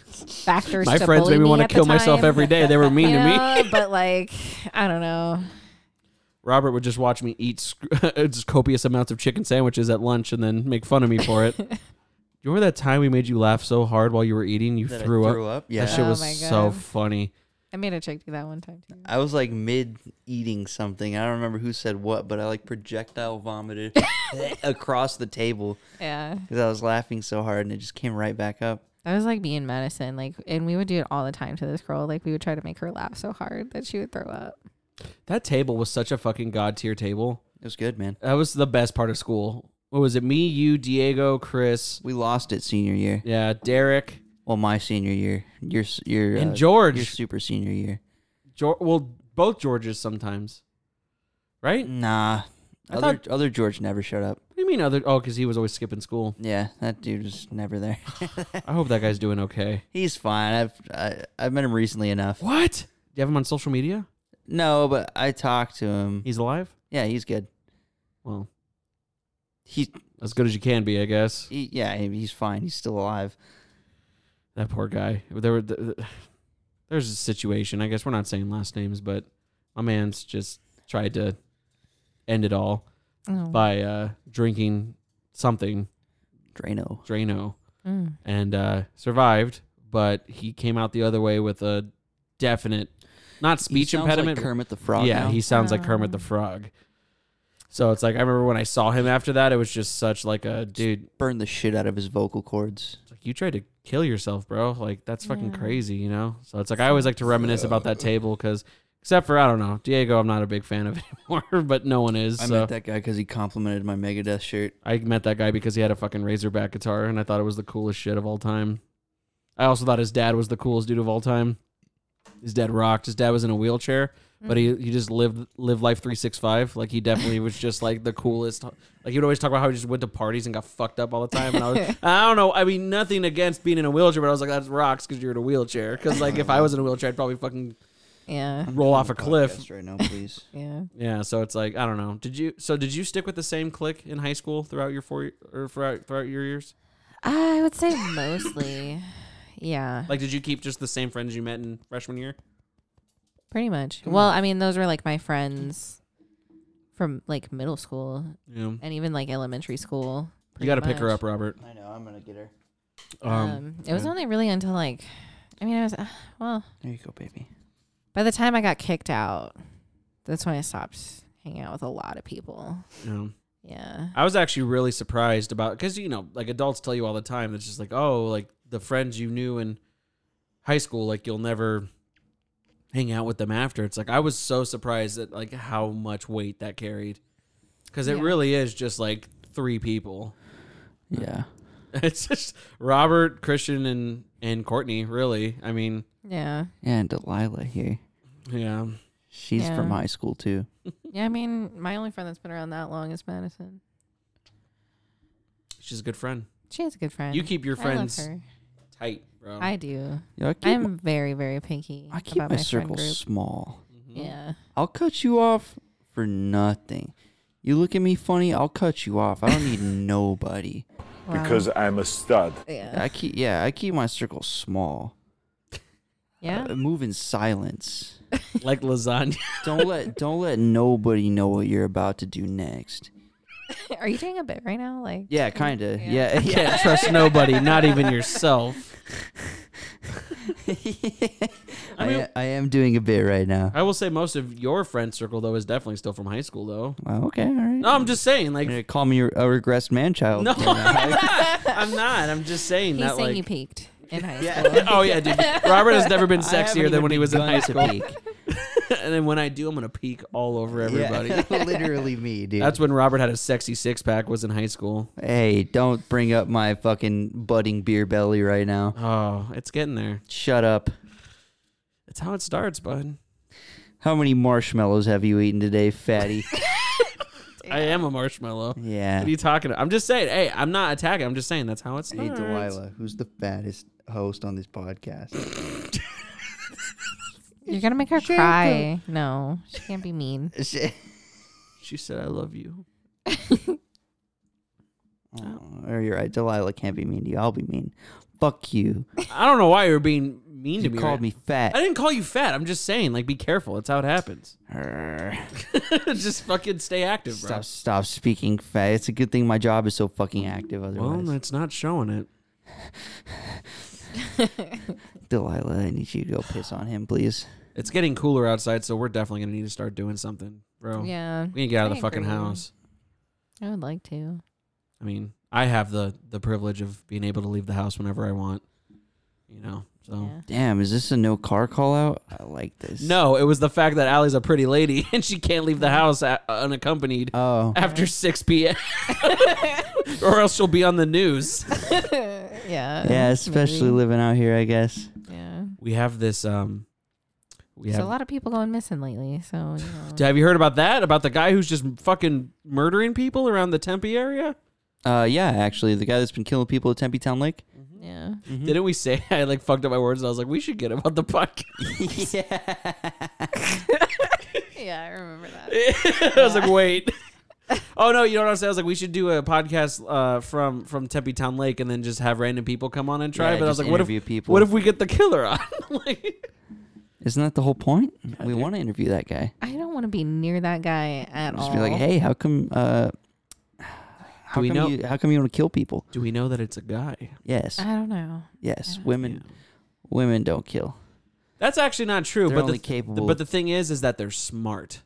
factors. my to friends bully made me me want to at the kill myself time. every day. They were mean to me. Yeah, but like, I don't know. Robert would just watch me eat sc- just copious amounts of chicken sandwiches at lunch and then make fun of me for it. Do you remember that time we made you laugh so hard while you were eating you That I threw, threw up? up? Yeah. that shit Oh was my so God. funny. I made a chick do that one time too. I was like mid eating something. I don't remember who said what, but I like projectile vomited across the table Yeah. because I was laughing so hard and it just came right back up. That was like being medicine. Like, and we would do it all the time to this girl. Like, we would try to make her laugh so hard that she would throw up. That table was such a fucking god tier table. It was good, man. That was the best part of school. What was it? Me, you, Diego, Chris, We lost it senior year. yeah, Derek, Well, my senior year. Your s- your And uh, George. Your super senior year. Geor well, both Georges sometimes. Right? Nah. I other thought- other George never showed up. What do you mean other? Oh, because he was always skipping school. Yeah, that dude was never there. I hope that guy's doing okay. He's fine. I've I, I've met him recently enough. What? Do you have him on social media? No, but I talked to him. He's alive? yeah, he's good. Well, He, as good as you can be, I guess. he yeah, he- he's fine. He's still alive. That poor guy. There were th- th- there's a situation. I guess we're not saying last names, but my man's just tried to end it all Oh. by uh, drinking something Drano. Drano Mm. and uh, survived, but he came out the other way with a definite not speech he sounds impediment. Like Kermit the Frog. yeah, now. he sounds like Kermit the Oh. Frog. So it's like I remember when I saw him after that, it was just such like a dude. burned the shit out of his vocal cords. It's like you tried to kill yourself, bro. Like that's fucking Yeah. crazy, you know. So it's like I always like to reminisce about that table because, except for I don't know Diego, I'm not a big fan of anymore, but no one is. I so met that guy because he complimented my Megadeth shirt. I met that guy because he had a fucking Razorback guitar, and I thought it was the coolest shit of all time. I also thought his dad was the coolest dude of all time. His dad rocked. His dad was in a wheelchair, but he he just lived lived life three six five. Like he definitely was just like the coolest. Like he would always talk about how he just went to parties and got fucked up all the time. And I was I don't know. I mean nothing against being in a wheelchair, but I was like that rocks because you're in a wheelchair. Because like if I was in a wheelchair, I'd probably fucking Yeah. roll off a cliff. Podcast right now, please. Yeah. Yeah, so it's like I don't know. Did you so did you stick with the same clique in high school throughout your four or throughout throughout your years? I would say mostly. Yeah. Like, did you keep just the same friends you met in freshman year? Pretty much. Well, I mean, those were like my friends from like middle school Yeah. and even like elementary school. You pretty got to pick her much. up, Robert. I know. I'm gonna get her. Um, Um, it was yeah. only really until like, I mean, I was, uh, well, There you go, baby. by the time I got kicked out, that's when I stopped hanging out with a lot of people. yeah. Yeah. I was actually really surprised about because you know, like adults tell you all the time, it's just like, oh, like the friends you knew in high school, like you'll never hang out with them after. It's like I was so surprised at like how much weight that carried because it Yeah. really is just like three people. Yeah. It's just Robert, Christian, and and Courtney. Really, I mean, Yeah. And Delilah here. yeah. She's Yeah. from high school too. Yeah, I mean, my only friend that's been around that long is Madison. She's a good friend. She is a good friend. You keep your I love friends um, her. tight, bro. I do. Yeah, I keep, I'm very, very picky I keep about my, my, friend circle group. small. Yeah. I'll cut you off for nothing. You look at me funny, I'll cut you off. I don't need nobody. Wow. because I'm a stud. yeah. I keep yeah, I keep my circle small. Yeah. Uh, move in silence. like lasagna. Don't let don't let nobody know what you're about to do next. Are you doing a bit right now? Like Yeah, kind of. Yeah. Yeah. Can't trust nobody, not even yourself. I, mean- I am doing a bit right now. I will say most of your friend circle though is definitely still from high school though. Well, okay, all right. No, I'm just saying like You're gonna call me a regressed man child. no, I'm not. I'm not. I'm just saying he's that saying like you peaked in high Yeah. school. Oh yeah, dude. Robert has never been I haven't sexier than even when he was in begun high to school. peak. and then when I do, I'm gonna peek all over everybody. Yeah, literally me, dude. That's when Robert had a sexy six pack. Was in high school. Hey, don't bring up my fucking budding beer belly right now. Oh, it's getting there. Shut up. It's how it starts, bud. How many marshmallows have you eaten today, fatty? I am a marshmallow. yeah. What are you talking about? I'm just saying. Hey, I'm not attacking. I'm just saying that's how it starts. Hey, Delilah, who's the fattest host on this podcast? You're gonna make her cry. No, she can't be mean. She said, "I love you." Oh, or you're right. Delilah can't be mean to you. I'll be mean. Fuck you. I don't know why you're being mean to You me. called right- me fat. I didn't call you fat. I'm just saying, like, be careful. It's how it happens. just fucking stay active, bro. Stop, stop speaking fat. It's a good thing my job is so fucking active. Well, Otherwise, it's not showing it. Delilah, I need you to go piss on him, please. It's getting cooler outside, so we're definitely gonna need to start doing something, bro. Yeah. we need to get out of I the fucking agree. house. I would like to. I mean, I have the the privilege of being able to leave the house whenever I want. You know, so. Yeah. Damn, is this a no car call out? I like this. No, it was the fact that Allie's a pretty lady and she can't leave the house a unaccompanied Oh, after 6 p.m. or else she'll be on the news. Yeah. yeah. Especially maybe. living out here, I guess. Yeah. We have this um we There's have a lot of people going missing lately, so you know. Have you heard about that? About the guy who's just fucking murdering people around the Tempe area? Uh, yeah. Actually, the guy that's been killing people at Tempe Town Lake. yeah. Mm. Mm-hmm. Didn't we say I like fucked up my words and I was like, we should get him on the podcast. Yeah, I remember that. I was like, wait. oh no, you know what I'm saying? I was like, we should do a podcast uh, from from Tempe Town Lake and then just have random people come on and try. Yeah, it. but I was just like, what if interview people. what if we get the killer on? like, Isn't that the whole point? we want to interview that guy. I don't want to be near that guy at Just all. be like, hey, how come? Uh, how we come know- you? How come you want to kill people? do we know that it's a guy? Yes, Uh, I don't know. yes. Women, women don't kill. That's actually not true. They're but only the, capable But of- the thing is, is that they're smart.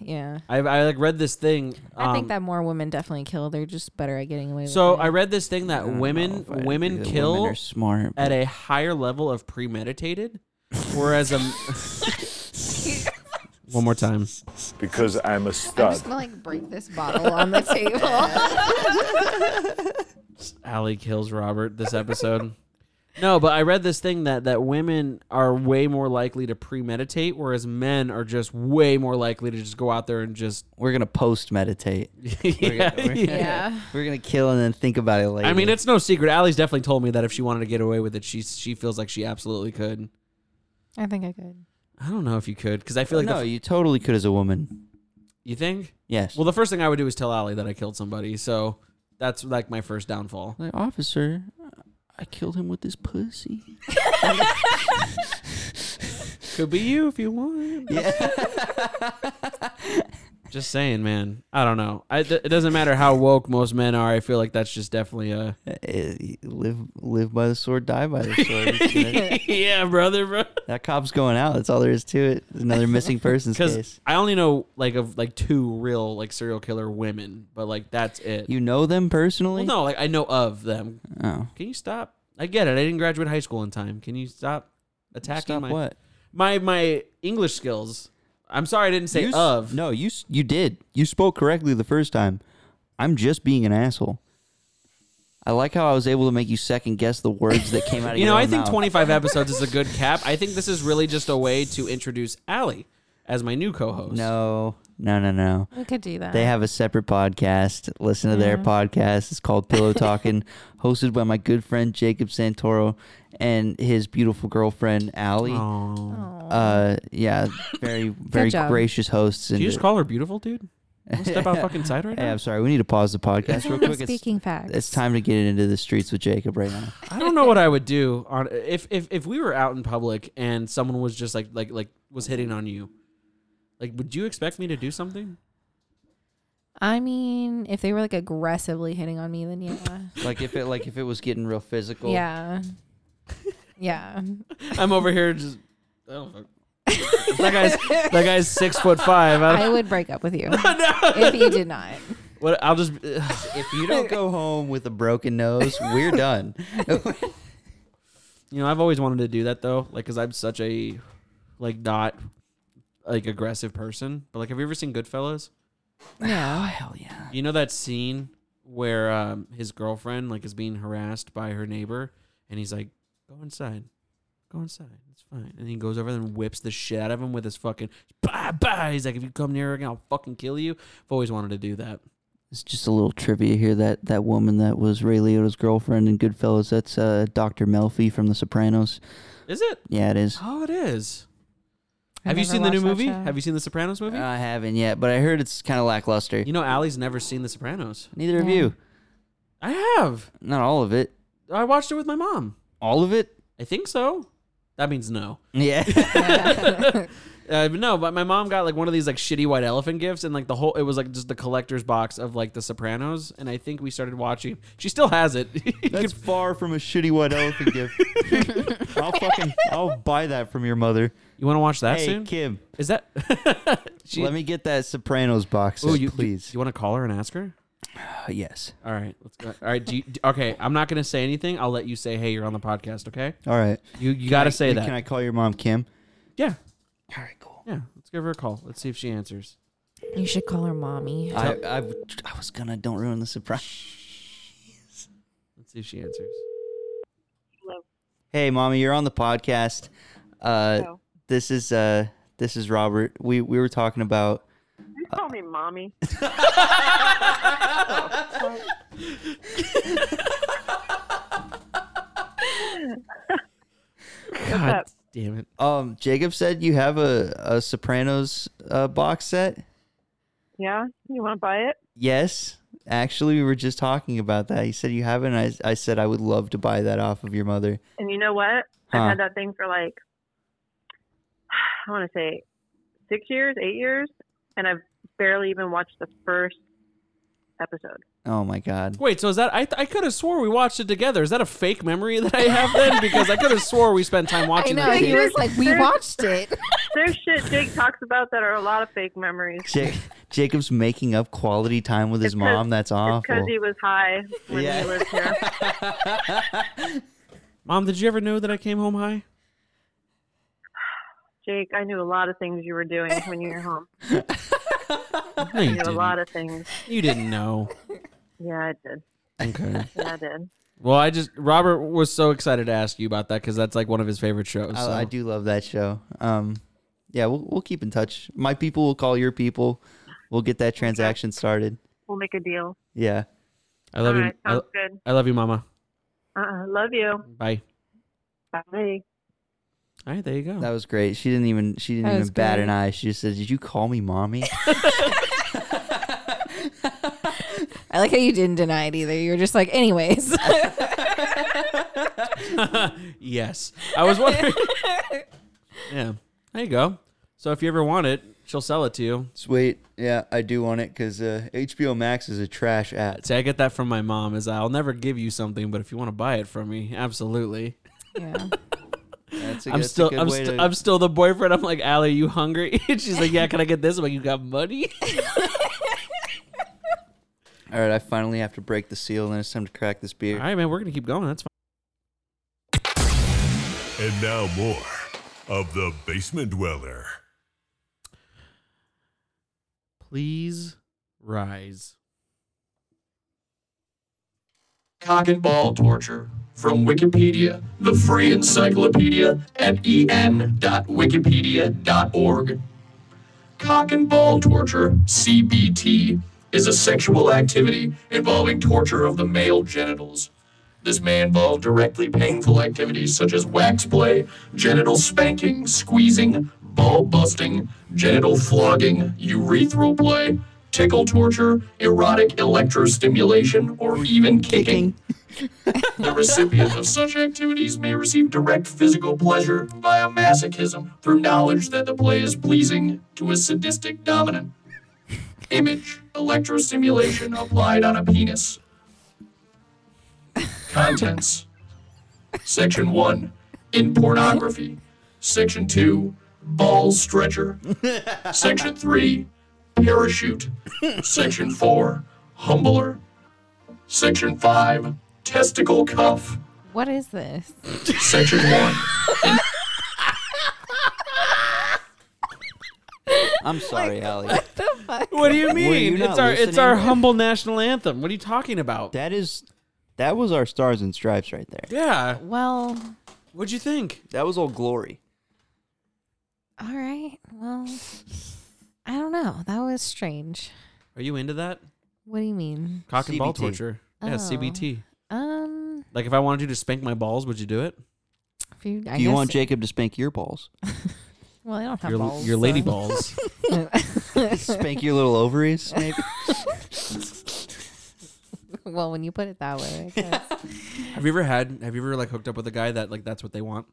Yeah. I I like read this thing. I um, think that more women definitely kill. They're just better at getting away with So it. I read this thing that I don't know Uh, women if I agree women that kill Oh, Women are smart. at but- a higher level of premeditated, whereas a one more time. because I'm a I'm stud. just gonna like break this bottle on the table. Allie kills Robert this episode. no, but I read this thing that that women are way more likely to premeditate, whereas men are just way more likely to just go out there and just. we're gonna post meditate. Yeah, yeah. yeah. We're gonna kill and then think about it later. I mean, it's no secret. Allie's definitely told me that if she wanted to get away with it, she she feels like she absolutely could. I think I could. I don't know if you could because I feel like no, the, you totally could as a woman. you think. Yes. Well, the first thing I would do is tell Allie that I killed somebody. So that's like my first downfall. like, officer, I killed him with his pussy. Could be you if you want. Yeah. just saying, man. I don't know. I, it doesn't matter how woke most men are. I feel like that's just definitely a Eh, live, live by the sword, die by the sword. It's gonna- yeah, brother, bro. that cop's going out. That's all there is to it. It's another missing person's Because case. I only know like of like two real like serial killer women, but like that's it. You know them personally? well, no, like I know of them. Oh. Can you stop? I get it. I didn't graduate high school in time. Can you stop attacking Stop my what? my my English skills? I'm sorry I didn't say You s- of. No, you s- you did. You spoke correctly the first time. I'm just being an asshole. I like how I was able to make you second guess the words that came out of You your know, I own think mouth. 25 episodes is a good cap. I think this is really just a way to introduce Allie as my new co-host. No, no, no, no. We could do that. They have a separate podcast. Listen to their podcast. It's called Pillow Talking, hosted by my good friend Jacob Santoro and his beautiful girlfriend Allie. Aw. Uh, yeah, very very job. gracious hosts. Did and- you just call her beautiful, dude? Wanna Step out fucking side right Hey, now. I'm sorry. We need to pause the podcast real quick. It's, Speaking facts. it's time to get into the streets with Jacob right now. I don't know what I would do on if if if we were out in public and someone was just like like like was hitting on you. Like, would you expect me to do something? I mean, if they were like aggressively hitting on me, then yeah, Like if it like if it was getting real physical. yeah, yeah. I'm over here just. Oh, fuck. that guy's that guy's six foot five. I I would break up with you if you did not. what, I'll just. If you don't go home with a broken nose, we're done. You know, I've always wanted to do that though, like, cause I'm such a, like, not, like, aggressive person. But like, have you ever seen Goodfellas? Oh, Yeah, Hell yeah. You know that scene where um, his girlfriend like is being harassed by her neighbor, and he's like, "Go inside, go inside, it's fine." And he goes over there and whips the shit out of him with his fucking bye bye. He's like, "If you come near her again, I'll fucking kill you." I've always wanted to do that. It's just a little trivia here that that woman that was Ray Liotta's girlfriend in Goodfellas, that's uh, Dr. Melfi from The Sopranos. Is it? Yeah, it is. Oh, it is. I have you never seen the new watched that movie? show. Have you seen the Sopranos movie? I haven't yet, but I heard it's kind of lackluster. you know, Allie's never seen the Sopranos. Neither of Yeah. you. I have. Not all of it. I watched it with my mom. All of it? I think so. That means no. Yeah. Uh, but no, but my mom got like one of these like shitty white elephant gifts, and like the whole it was like just the collector's box of like The Sopranos, and I think we started watching. She still has it. You That's could- far from a shitty white elephant gift. I'll fucking I'll buy that from your mother. you want to watch that hey soon? Kim, Is that? She- let me get that Sopranos box, Ooh, set, you, please. You, want to call her and ask her? Uh, yes. All right, let's go. All right, do you, do- okay. I'm not gonna say anything. I'll let you say, "Hey, you're on the podcast." Okay, All right. you you gotta I- say that. Can I call your mom, Kim? yeah, All right, cool. yeah. Let's give her a call. Let's see if she answers. You should call her mommy. I, I, I was gonna don't ruin the surprise. Let's see if she answers. Hey, mommy, you're on the podcast. Uh, Hello. this is uh, this is Robert. We we were talking about. You call me mommy. God damn it! Um, Jacob said you have a a Sopranos uh, box set. Yeah, you want to buy it? Yes, actually, we were just talking about that. He said you have it. And I I said I would love to buy that off of your mother. And you know what? Huh. I've had that thing for like, I want to say six years, eight years, and I've barely even watched the first episode. Oh my god. Wait, so is that I? I could have swore we watched it together. Is that a fake memory that I have then? Because I could have swore we spent time I watching. know. that He together. was like, we watched it. There's shit Jake talks about that are a lot of fake memories. Ja- Jacob's making up quality time with his It's 'cause- mom. That's awful. Because he was high when Yeah. he lived here. Mom, did you ever know that I came home high? Jake, I knew a lot of things you were doing when you were home. No, I you knew a didn't. lot of things. you didn't know. Yeah, I did. Okay. Yeah, I did. Well, I just Robert was so excited to ask you about that because that's like one of his favorite shows. I, so. Oh, I do love that show. Um, yeah, we'll, we'll keep in touch. My people will call your people. We'll get that transaction started. We'll make a deal. Yeah. I love All you. right, I, sounds good. I love you, Mama. Uh, love you. Bye. Bye. All right, there you go. That was great. She didn't even she didn't That even was bat great. an eye. She just said, "Did you call me mommy?" I like how you didn't deny it either. You were just like, anyways. yes, I was wondering. yeah, there you go. So if you ever want it, she'll sell it to you. Sweet. Yeah, I do want it because uh, HBO Max is a trash app. See, I get that from my mom. Is I'll never give you something, but if you want to buy it from me, absolutely. yeah. That's a, I'm that's a still, good I'm, way st- to- I'm still the boyfriend. I'm like, Allie, you hungry? And she's like, Yeah, can I get this? I'm like, You got money? All right, I finally have to break the seal, and it's time to crack this beer. All right, man, we're gonna keep going. That's fine. And now more of The Basement Dweller. Please rise. Cock and ball torture from Wikipedia, the free encyclopedia at en.wikipedia.org. Cock and ball torture, CBT, is a sexual activity involving torture of the male genitals. This may involve directly painful activities such as wax play, genital spanking, squeezing, ball busting, genital flogging, urethral play, tickle torture, erotic electrostimulation, or even kicking. the recipient of such activities may receive direct physical pleasure via masochism through knowledge that the play is pleasing to a sadistic dominant. Image electrostimulation applied on a penis. Contents Section 1 In pornography. Section 2 Ball stretcher. Section 3 Parachute. Section 4 Humbler. Section 5 Testicle cuff. What is this? Section 1 I'm sorry, Allie. What do you Were you mean? not it's our it's our listening? humble national anthem. What are you talking about? That is, that was our stars and stripes right there. yeah. Well, What'd you think? That was old glory. all right. Well, I don't know. That was strange. Are you into that? What do you mean? Cock and ball CBT. torture. Yeah, Oh. CBT. Um, Like if I wanted you to spank my balls, would you do it? if you, I Do you guess- want Jacob to spank your balls? Well, I don't have your balls. your lady so- balls. spank your little ovaries, maybe? well, when you put it that way, I guess. Have you ever had? Have you ever like hooked up with a guy that like that's what they want?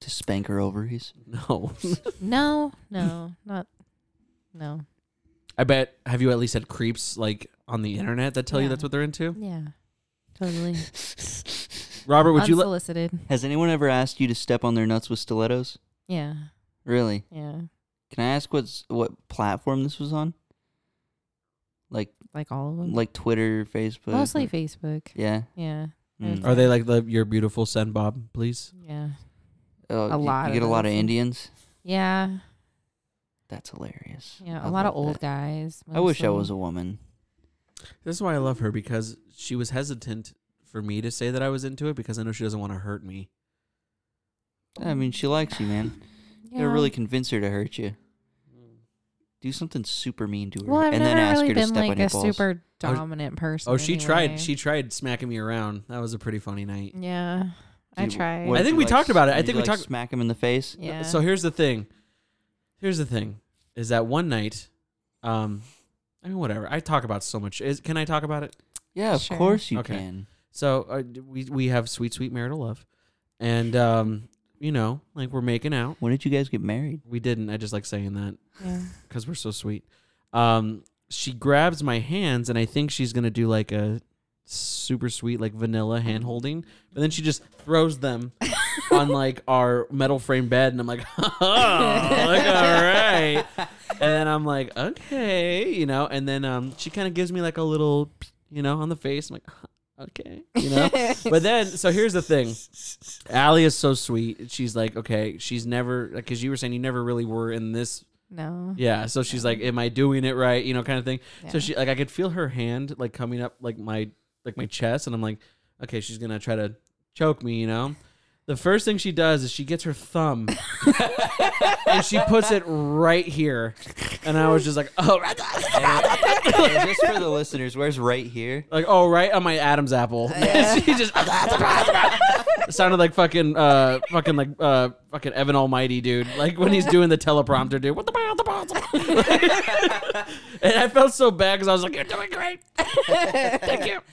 to spank her ovaries. No. no, no, not no. I bet. Have you at least had creeps like on the internet that tell you Yeah. that's what they're into? Yeah, totally. Mm-hmm. Robert, would you let? Unsolicited. Has anyone ever asked you to step on their nuts with stilettos? yeah, Really? yeah. Can I ask what's what platform this was on? Like Like all of them. like Twitter, Facebook. Mostly Facebook. Yeah. Yeah, Mm. Are they like the, your beautiful send Bob, please? yeah, Oh, a you- lot You of get a lot of those. Indians. yeah, That's hilarious. yeah. I A lot of love old that. guys. I wish I mostly. was a woman. This is why I love her because she was hesitant for me to say that I was into it because I know she doesn't want to hurt me. I mean, she likes you, man. You Yeah. gotta really convince her to hurt you. Do something super mean to her, Well, I've and never then ask really her to been step on like your a balls. super Oh, sh- dominant person. Oh, she anyway. tried. She tried smacking me around. That was a pretty funny night. Yeah, I Do you- tried. what I did think you we like, talked about it. I did think we you, like, talked- Smack him in the face. yeah. So here's the thing. Here's the thing, is that one night, um, I mean, whatever. I talk about so much. Is can I talk about it? Yeah, of Sure. course you Okay. can. So uh, d- we we have sweet sweet marital love, and um, you know, like we're making out. When did you guys get married? We didn't. I just like saying that yeah. because we're so sweet. Um, she grabs my hands, and I think she's gonna do like a super sweet like vanilla hand holding, but then she just throws them on like our metal frame bed, and I'm like, oh, like all right, and then I'm like, okay, you know, and then um, she kind of gives me like a little, you know, on the face. I'm like, okay, you know, but then so here's the thing. Allie is so sweet. She's like, okay, she's never because you were saying you never really were in this No. Mm-hmm. yeah. So she's like, "Am I doing it right?" You know, kind of thing. So Yeah. she like I could feel her hand like coming up like my like my chest, and I'm like, "Okay, she's gonna try to choke me," you know. The first thing she does is she gets her thumb and she puts it right here, and I was just like, "Oh, right there." Hey, just for the listeners, where's right here? like oh, right on my Adam's apple." And she just It sounded like fucking uh fucking like uh fucking Evan Almighty dude, like when he's doing the teleprompter dude. What the hell, the hell, the hell? And I felt so bad because I was like, "You're doing great."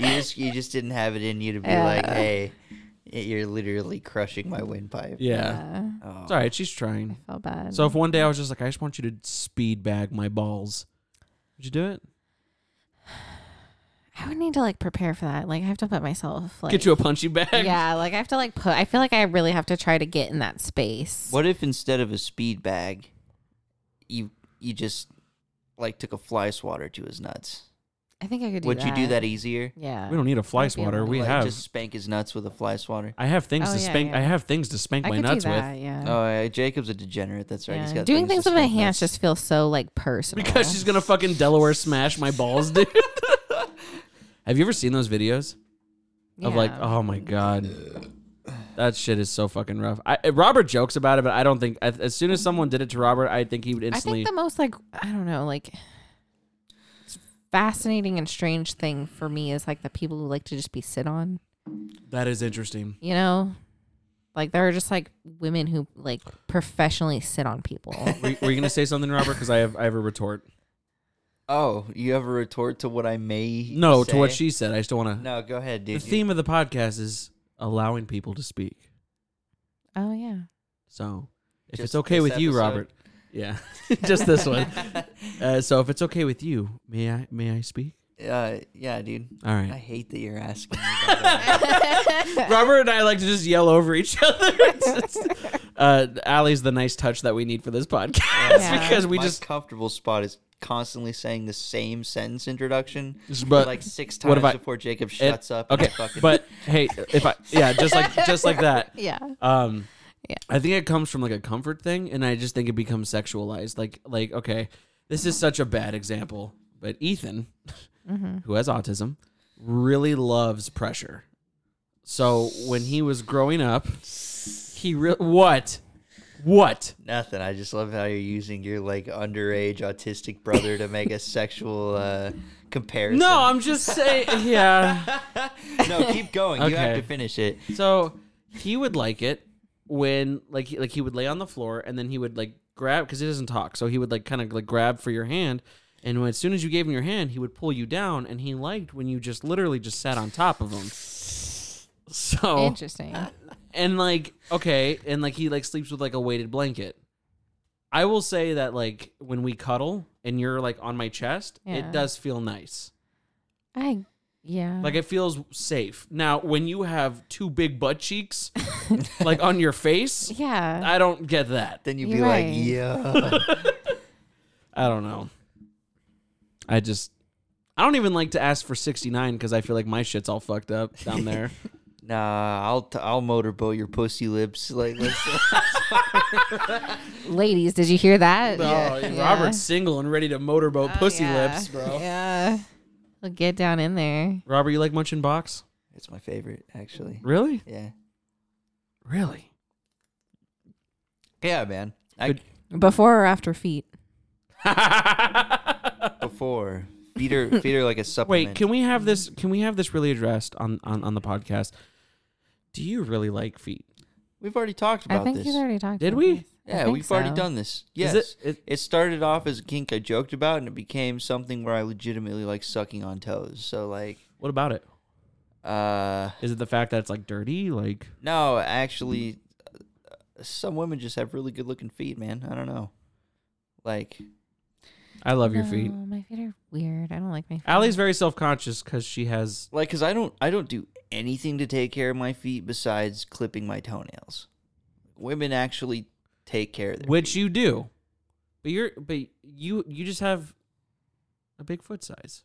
You just you just didn't have it in you to be Yeah. like, hey, you're literally crushing my windpipe. Yeah. Yeah. Oh. It's all right. She's trying. Felt bad. So if one day I was just like, I just want you to speed bag my balls, would you do it? I would need to like prepare for that. Like I have to put myself like Get you a punchy bag? Yeah, like I have to like put I feel like I really have to try to get in that space. What if instead of a speed bag, you you just like took a fly swatter to his nuts? I think I could do Would that. you do that easier? Yeah. We don't need a fly Might be a swatter. little- We like, have. just spank his nuts with a fly swatter. I have things Oh, to yeah, spank. yeah. I have things to spank I my could nuts do with that, yeah. Oh, yeah, Jacob's a degenerate. That's right. He's Yeah. got Doing things to with my spank hands nuts. just feels so like personal. because she's gonna fucking Delaware smash my balls, dude. have you ever seen those videos of like, Yeah. oh my god, that shit is so fucking rough. I, Robert jokes about it, but I don't think as as soon as someone did it to Robert, I think he would I instantly. think the most like I don't know, like fascinating and strange thing for me is like the people who like to just be sit on, that is interesting. you know? Like there are just like women who like professionally sit on people. were, were you gonna say something, Robert? Because I have I have a retort. Oh, you have a retort to what I may. No, to what say? she said. I just don't want to. No, go ahead, the dude. You- theme of the podcast is allowing people to speak. oh yeah. So if Just it's okay this with you, episode? Robert, yeah, just this one. Uh, so if it's okay with you, may I may I speak? Uh, yeah, dude. All I right. hate that you're asking. Me about that. Robert and I like to just yell over each other. It's just- uh, Allie's the nice touch that we need for this podcast Yeah. because we my just. comfortable spot is constantly saying the same sentence introduction But like six what times if I- before Jacob it- shuts up. and I Okay, fucking, but hey, if I yeah, just like just like that. Yeah. Um, Yeah. I think it comes from like a comfort thing, and I just think it becomes sexualized. Like, like okay, this is such a bad example, but Ethan, Mm-hmm. who has autism, really loves pressure. So when he was growing up, he re- what, what? Nothing. I just love how you're using your like underage autistic brother to make a sexual uh, comparison. No, I'm just saying. Yeah. no, keep going. You have Okay. to finish it. So he would like it when like he, like he would lay on the floor and then he would like grab because he doesn't talk. So he would like kind of like grab for your hand and And when, as soon as you gave him your hand, he would pull you down, and he liked when you just literally just sat on top of him. So Interesting. and like okay, and like he like sleeps with like a weighted blanket. I will say that like when we cuddle and you're like on my chest, Yeah. it does feel nice. I yeah. Like it feels safe. Now, when you have two big butt cheeks like on your face, yeah. I don't get that. Then you'd be You're right. like, yeah. I don't know. I just I don't even like to ask for 69 because I feel like my shit's all fucked up down there. nah, I'll t- I'll motorboat your pussy lips. Like, let's, Ladies, did you hear that? Oh, Robert's single and ready to motorboat Oh, pussy lips, bro. Yeah. He'll get down in there. Robert, you like munching box? it's my favorite, actually. Really? Yeah. Really? Yeah, man. I, Good. Before or after feet? before feed her, feed her like a supplement. Wait, can we have this can we have this really addressed on on, on the podcast? Do you really like feet? We've already talked about I think this. he's already talked. Did about we? this. I yeah, think we've already so. done this. Is Yes. it- It, it- started off as a kink I joked about, and it became something where I legitimately like sucking on toes. So like, What about it? uh, Is it the fact that it's like dirty? Like no, actually, uh, some women just have really good looking feet, man. I don't know. Like, I love your feet. No, my feet are weird. I don't like my feet. Allie's very self conscious because she has like, cause I don't, I don't do anything to take care of my feet besides clipping my toenails. Women actually take care of their which feet. you do, but you're but you you just have a big foot size,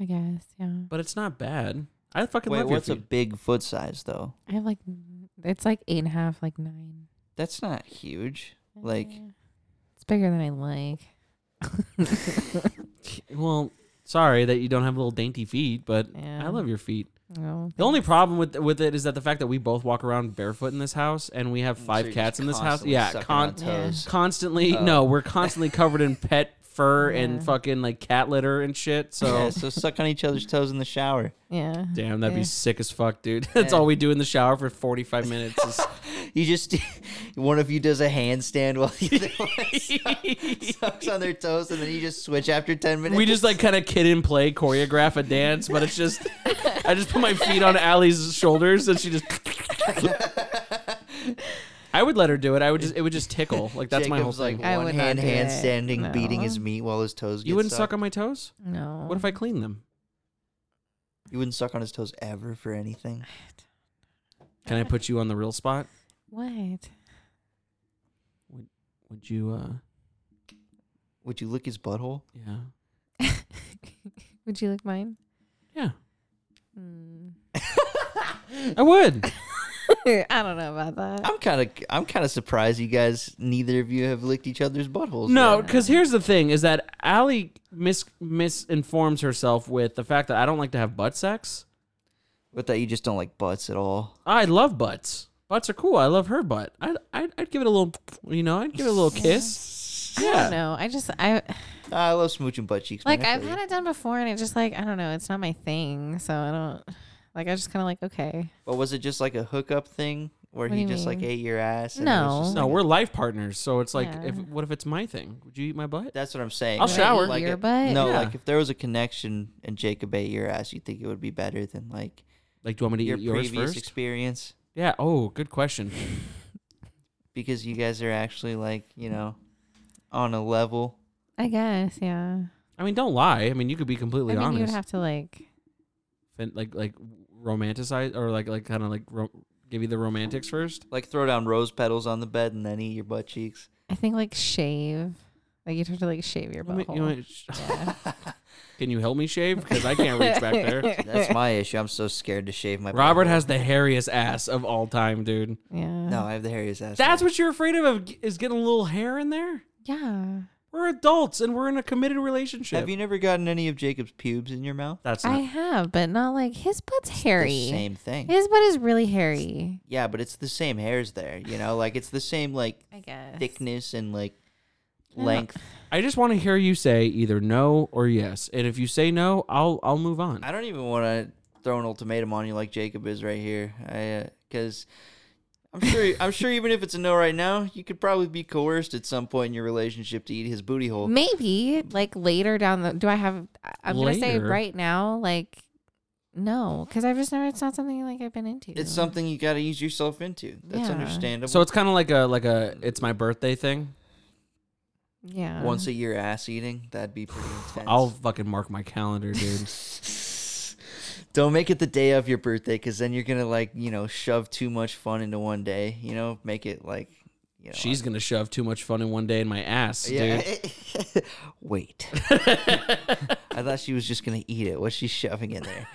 I guess. Yeah. but it's not bad. I fucking Wait, love your what's a feet. big foot size though? I have like it's like eight and a half, like nine. That's not huge. Like, Eh, it's bigger than I like. Well, sorry that you don't have little dainty feet, but Yeah. I love your feet. Oh, The only problem with with it is that the fact that we both walk around barefoot in this house and we have five So you're cats just in this house. constantly Yeah, sucking con- on toes. constantly. Oh. No, we're constantly covered in pet fur and Yeah. fucking like cat litter and shit. So. Yeah, so suck on each other's toes in the shower. yeah. Damn, that'd Yeah. be sick as fuck, dude. That's all we do in the shower for 45 minutes. is- You just one of you does a handstand while the other one sucks- sucks on their toes, and then you just switch after ten minutes. we just like kind of kid and play choreograph a dance, but it's just I just put my feet on Allie's shoulders and she just. I would let her do it. I would just it would just tickle like that's my whole Jacob's, thing. Like I one would not hand do it. handstanding, No. beating his meat while his toes. Get you wouldn't sucked. suck on my toes. No. What if I clean them? You wouldn't suck on his toes ever for anything. Can I put you on the real spot? What? Would you? uh Would you lick his butthole? Yeah. Would you like mine? Yeah. Mm. I would. I don't know about that. I'm kind of, I'm kind of surprised you guys, neither of you have licked each other's buttholes. No, yet. because here's the thing: is that Allie mis misinforms herself with the fact that I don't like to have butt sex. but that you just don't like butts at all. I love butts. Butts are cool. I love her butt. I'd, I'd, I'd give it a little, you know, I'd give it a little kiss. I don't Yeah. know. I just I Nah, Ah, I love smooching butt cheeks. man. like I I've feel had you. it done before and it just like I don't know, it's not my thing. So I don't like I just kinda like, okay. But was it just like a hookup thing where What do he you just like mean? ate your ass? and it was No. just No, like a- we're life partners, so it's like, if Yeah. what if it's my thing? Would you eat my butt? That's what I'm saying. I'll Like, shower. Like Your a- butt? No, Yeah. like if there was a connection and Jacob ate your ass, you think it would be better than like Like, do you want me to your eat yours previous first? experience yeah. Oh, good question. because you guys are actually like you know on a level. I guess, yeah. I mean, don't lie. I mean, you could be I completely mean you would honest. have to like Fin- like, like romanticize or like, like kind of like ro- give you the romantics first. Like throw down rose petals on the bed and then eat your butt cheeks. I think like shave. Like you'd have to like shave your Let me- butthole. you know, sh- Can you help me shave? Because I can't reach back there. That's my issue. I'm so scared to shave my. Robert butthole. has the hairiest ass of all time, dude. yeah. No, I have the hairiest ass. That's what you're afraid of is getting a little hair in there. Yeah. We're adults and we're in a committed relationship. Have you never gotten any of Jacob's pubes in your mouth? That's I not. have, but not like his butt's The hairy. same thing. His butt is really hairy. Yeah, but it's the same hairs there. You know, like it's the same like I guess. thickness and like don't- length. I just want to hear you say either no or yes. And if you say no, I'll I'll move on. I don't even want to throw an ultimatum on you like Jacob is right here. I because uh, I'm sure. I'm sure. Even if it's a no right now, you could probably be coerced at some point in your relationship to eat his booty hole. Maybe like later down the. Do I have? I- I'm gonna say Later? right now, like no, because I've just never. It's not something like I've been into. It's something you got to ease yourself into. That's Yeah. understandable. So it's kind of like a like a it's my birthday thing. yeah. once a year ass eating. That'd be pretty intense. I'll fucking mark my calendar, dude. Don't make it the day of your birthday because then you're gonna like you know shove too much fun into one day. You know, make it like you know. She's gonna shove too much fun in one day in my ass, dude. yeah. Wait. I thought she was just gonna eat it. What's she shoving in there?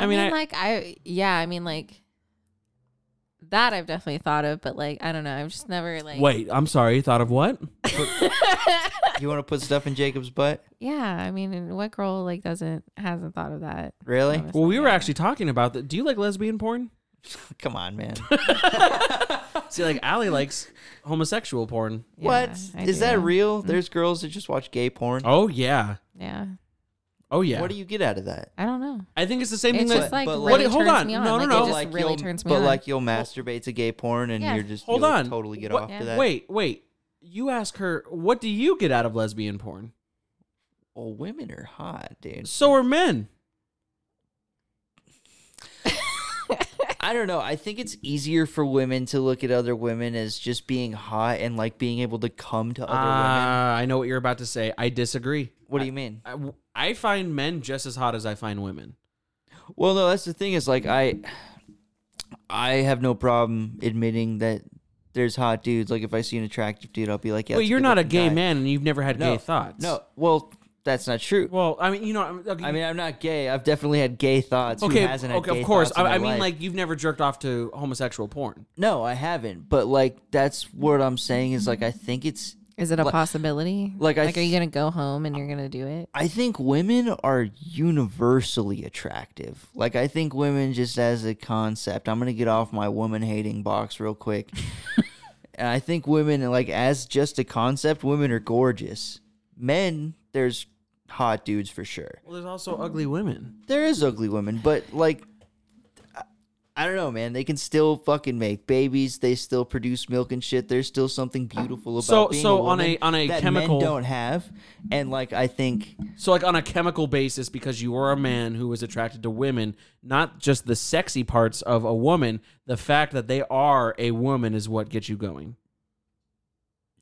I mean, I, like I yeah, I mean like that I've definitely thought of, but like I don't know, I've just never like wait. I'm sorry. Thought of what? You want to put stuff in Jacob's butt? Yeah, I mean, and what girl like doesn't hasn't thought of that? Really? honestly? Well, we were actually talking about that. Do you like lesbian porn? Come on, man. See, like Allie likes homosexual porn. what is Yeah, I do. that real? There's girls that just watch gay porn. Mm-hmm. Oh yeah. Yeah, Oh yeah. What do you get out of that? I don't know. I think it's the same It's thing. just That, like but, really like- What- turns hold on. me on. No, like, no, it no. just like really you'll- turns me but on. like you'll masturbate to gay porn and Yeah. you're just Hold you'll on. totally get What- off to Yeah. that. wait, wait. You ask her, what do you get out of lesbian porn? Well, women are hot, dude. So are men. I don't know. I think it's easier for women to look at other women as just being hot and like being able to come to other women. Ah, I know what you're about to say. I disagree. What do you mean? I, I find men just as hot as I find women. Well, no, that's the thing is like I I have no problem admitting that there's hot dudes. Like if I see an attractive dude, I'll be like, yeah. Well, that's you're not a good-looking gay guy. man and you've never had No, gay thoughts. No, well, that's not true. Well, I mean, you know, I'm- okay, I mean, I'm not gay. I've definitely had gay thoughts. Who okay, hasn't had okay, gay of course. thoughts in I, I their mean, life? like you've never jerked off to homosexual porn. no, I haven't. But like, that's what I'm saying is like, I think it's. is it a like- possibility? like, I like, are you th- gonna go home and you're gonna do it? I think women are universally attractive. Like I think women just as a concept. I'm gonna get off my woman hating box real quick. and I think women like as just a concept, women are gorgeous. Men, there's hot dudes for sure. Well, there's also ugly women. There is ugly women, but like I- I don't know, man. They can still fucking make babies. They still produce milk and shit. There's still something beautiful about So- being so a on a- woman on a that chemical- men don't have. And like I think So, like on a chemical basis, because you are a man who is attracted to women, not just the sexy parts of a woman, the fact that they are a woman is what gets you going.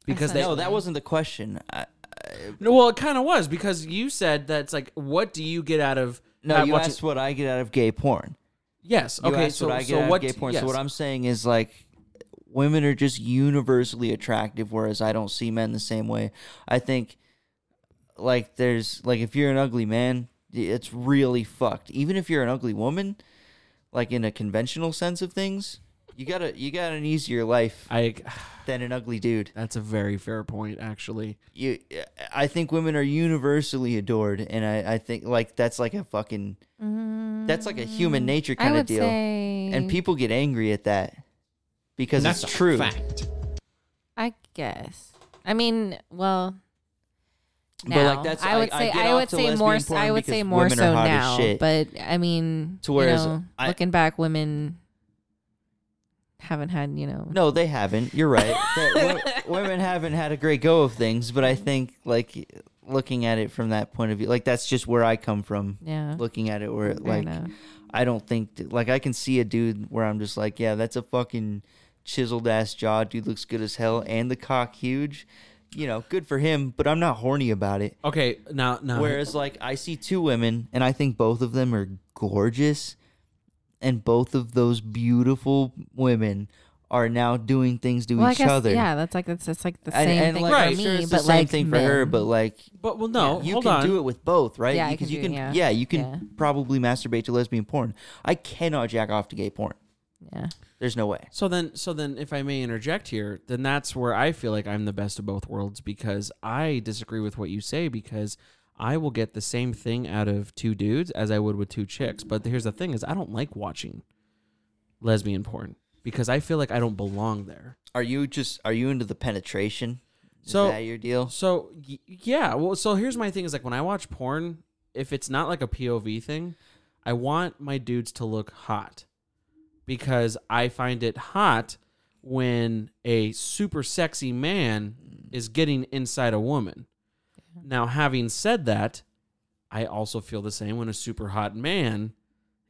Because they no, that wasn't the question. Uh, I, No, well, it kind of was because you said that's like, what do you get out of No, not you watching- asked what I get out of gay porn. Yes. You Okay. asked so what I get so out what? of gay porn. yes. So what I'm saying is like, women are just universally attractive, whereas I don't see men the same way. I think, like, there's like if you're an ugly man, it's really fucked. Even if you're an ugly woman, like in a conventional sense of things, you gotta you got an easier life I. than an ugly dude. That's a very fair point, actually. You, I think women are universally adored, and I I think like that's like a fucking. Mm, That's like a human nature Mm, I kind of would deal. say, and people get angry at that because That's it's true. fact. I guess. I mean, well, But, now like, that's- I would I- I say get I, off would to say lesbian more. s- porn I would because say more women are so hot as now. shit. But I mean, To you whereas know, I- looking back, women haven't had you know. No, they haven't. You're right. That wo- women haven't had a great go of things, but I think like looking at it from that point of view, like that's just where I come from. Yeah. Looking at it where Fair like enough. I don't think that, like I can see a dude where I'm just like, yeah, that's a fucking chiseled ass jaw. Dude looks good as hell and the cock huge. You know, good for him, but I'm not horny about it. Okay. Now, Uh-huh. now. Whereas, like, I see two women, and I think both of them are gorgeous, and both of those beautiful women are now doing things to Well, I each guess, other. Yeah, that's like that's, that's like the same and, and, thing like, for I'm Right. me, sure it's but the same like thing for her, men. but like, But well, no. you hold can on. do it with both, right? Yeah, I because can you do- can, yeah. you can Yeah. probably masturbate to lesbian porn. I cannot jack off to gay porn. yeah. There's no way. So then, so then, if I may interject here, then that's where I feel like I'm the best of both worlds because I disagree with what you say because I will get the same thing out of two dudes as I would with two chicks. But here's the thing: is I don't like watching lesbian porn because I feel like I don't belong there. Are you just are you into the penetration? Is So- that your deal? So y- yeah, well, so here's my thing: is like when I watch porn, if it's not like a POV thing, I want my dudes to look hot because I find it hot when a super sexy man is getting inside a woman. Now, having said that, I also feel the same when a super hot man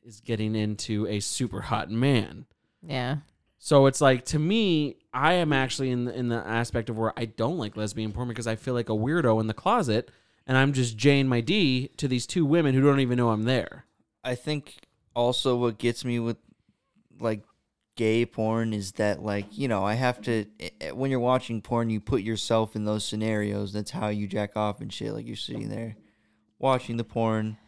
is getting into a super hot man. Yeah. So it's like to me, I am actually in the, in the aspect of where I don't like lesbian porn because I feel like a weirdo in the closet, and I'm just Jane my D to these two women who don't even know I'm there. I think also what gets me with like gay porn is that like you know I have to eh, eh, when you're watching porn you put yourself in those scenarios. That's how you jack off and shit. Like you're sitting there watching the porn.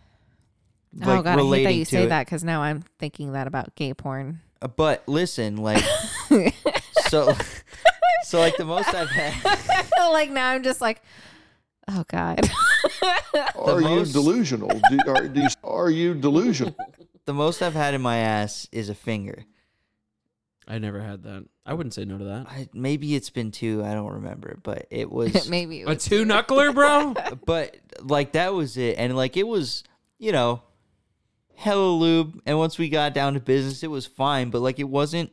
oh god, I hate that relating you to say it. that because now I'm thinking that about gay porn. Uh, But listen, like so, so like the most I've had. like now I'm just like, oh god. Are you most- delusional? do, are, do you, are you delusional? The most I've had in my ass is a finger. I never had that. I wouldn't say no to that. I, maybe it's been two. I don't remember, but it was Maybe it A was two knuckler, bro. but like that was it, and like it was, you know, hella lube. And once we got down to business, it was fine. But like it wasn't,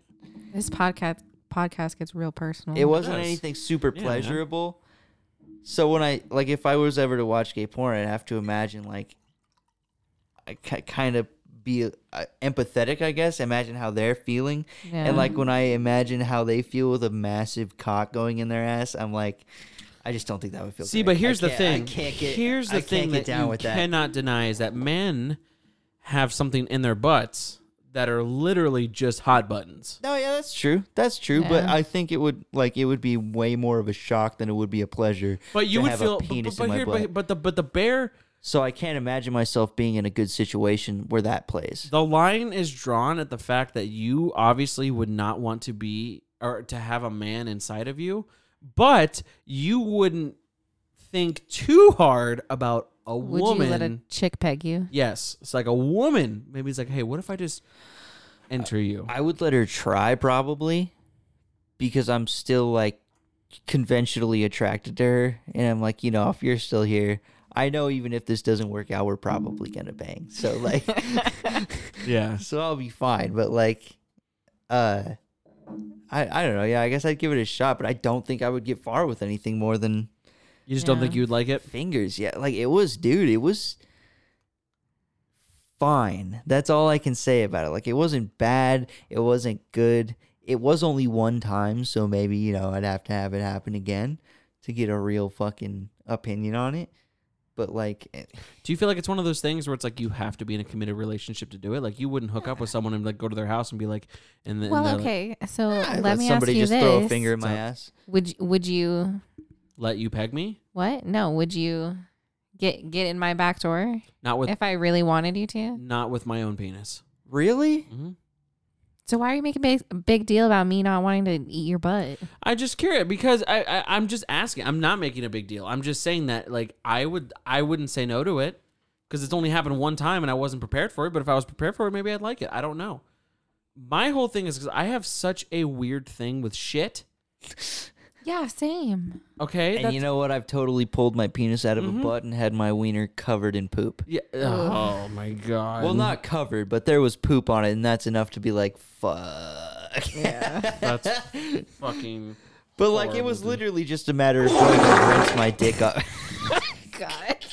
this podcast podcast gets real personal. it wasn't does. anything super Mm, Yeah, man. pleasurable. So when I like, if I was ever to watch gay porn, I'd have to imagine like, I ki kind of be uh, empathetic, I guess. Imagine how they're feeling, Yeah. and like when I imagine how they feel with a massive cock going in their ass, I'm like. I just don't think that would feel. See, great. but I here's the can't- I thing. can't get- here's the I can't thing that get down you with that. cannot deny is that men have something in their butts that are literally just hot buttons. No, yeah, that's true. That's true. But Yeah. I think it would like it would be way more of a shock than it would be a pleasure. But you to would have feel, a penis but, but, in my here, but, butt. but the but the bear, so I can't imagine myself being in a good situation where that plays. the line is drawn at the fact that you obviously would not want to be or to have a man inside of you, but you wouldn't think too hard about a Would woman. you let a chick peg you? yes, it's like a woman. Maybe it's like, hey, what if I just enter you? I would let her try probably because I'm still like conventionally attracted to her, and I'm like, you know, if you're still here. I know even if this doesn't work out, we're probably gonna bang. So like, yeah. so I'll be fine. But like, uh, I I don't know. Yeah, I guess I'd give it a shot, but I don't think I would get far with anything more than You just don't Yeah. think you'd like it? fingers yeah like it was dude it was fine that's all i can say about it like it wasn't bad it wasn't good it was only one time so maybe you know i'd have to have it happen again to get a real fucking opinion on it but like eh, Do you feel like it's one of those things where it's like you have to be in a committed relationship to do it? Like you wouldn't hook up with someone and like go to their house and be like, and then Well, they're, like, okay. So I let, let me somebody ask you just this: throw a finger in my So- ass Would you- would you let you peg me? what? No, would you get get in my back door Not with if I really wanted you to? not with my own penis. really Mhm. So why are you making a big, a big deal about me not wanting to eat your butt? I just curious because I, I I'm just asking. I'm not making a big deal. I'm just saying that like I would I wouldn't say no to it because it's only happened one time and I wasn't prepared for it. But if I was prepared for it, maybe I'd like it. I don't know. My whole thing is because I have such a weird thing with shit. Yeah, same. Okay, and you know what i've totally pulled my penis out of Mm-hmm. a butt and had my wiener covered in poop yeah. Oh my god. well not covered but there was poop on it and that's enough to be like fuck That's fucking. But like it Horrible, was dude. literally just a matter of going to rinse my dick up. God.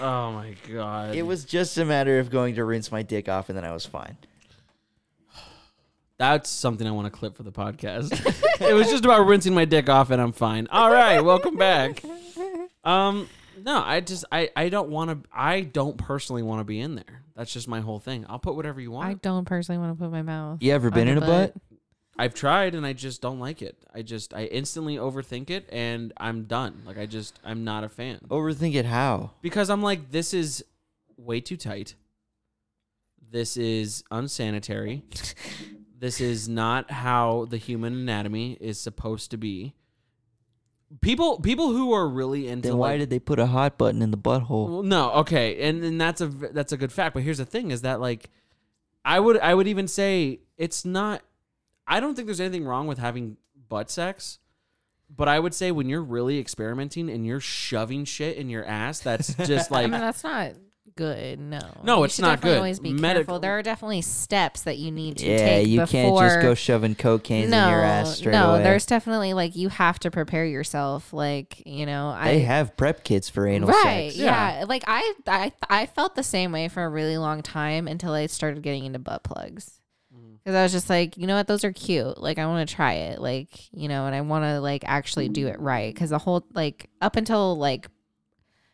Oh my god. it was just a matter of going to rinse my dick off, and then I was fine. That's something I want to clip for the podcast. it was just about rinsing my dick off and I'm fine. All right, welcome back. Um no, I just I I don't want to I don't personally want to be in there. That's just my whole thing. I'll put whatever you I want. don't personally want to put my mouth. You ever on been the in a butt? I've tried and I just don't like it. I just I instantly overthink it and I'm done. Like I just I'm not a fan. Overthink it how? Because I'm like this is way too tight. This is unsanitary. this is not how the human anatomy is supposed to be. People people who are really into Then why like, did they put a hot button in the butthole? well, no, okay, and and that's a v- that's a good fact. But here's the thing: is that like, I would I would even say it's not. I don't think there's anything wrong with having butt sex, but I would say when you're really experimenting and you're shoving shit in your ass, that's just I like mean, that's not good. No, No, You it's should not definitely good. Always be Medic- careful. There are definitely steps that you need to yeah, take. you can't just go before- shoving cocaine in your ass straight no, away. there's definitely like you have to prepare yourself. Like you know, I they have prep kits for anal right, sex. yeah. Like I, I, I felt the same way for a really long time until I started getting into butt plugs. Because I was just like, you know what, those are cute. Like I want to try it. Like you know, and I want to like actually do it right. Because the whole like up until like,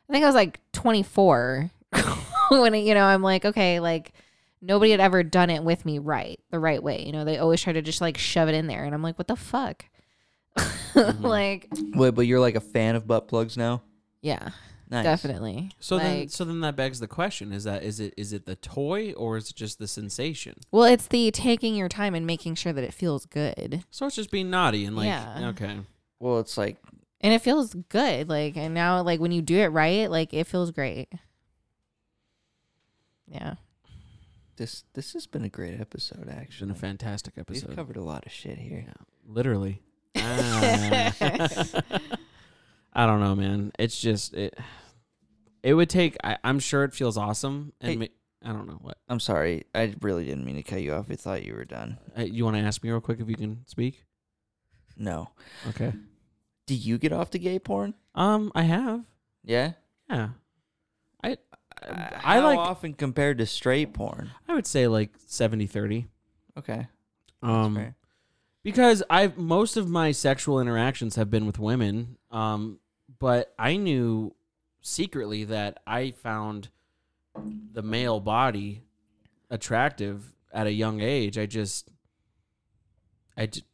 I think I was like 24 when it, you know I'm like okay like nobody had ever done it with me right the right way you know they always try to just like shove it in there and i'm like what the fuck like Wait, but you're like a fan of butt plugs now? yeah Nice. definitely So then, Like- so then that begs the question: Is that is it is it the toy or is it just the sensation? well it's the taking your time and making sure that it feels good So it's just being naughty and like, Yeah. okay, Well, it's like and it feels good like and now like when you do it right like it feels great yeah this. This has been a great episode, it's been actually. a fantastic episode. We've covered a lot of shit here. Literally. Ah. I don't know, man. It's just it. It would take. I, I'm sure it feels awesome, and Hey. ma- I don't know what I'm sorry. I really didn't mean to cut you off. I thought you were done. uh, you want to ask me real quick if you can speak. No. Okay. Do you get off to gay porn? Um, I have. Yeah. Yeah. I. I, Uh, I how like. often compared to straight porn. I would say like 70 30. Okay. that's Um, fair. because I've most of my sexual interactions have been with women. Um, but I knew secretly that I found the male body attractive at a young age. I just, I just,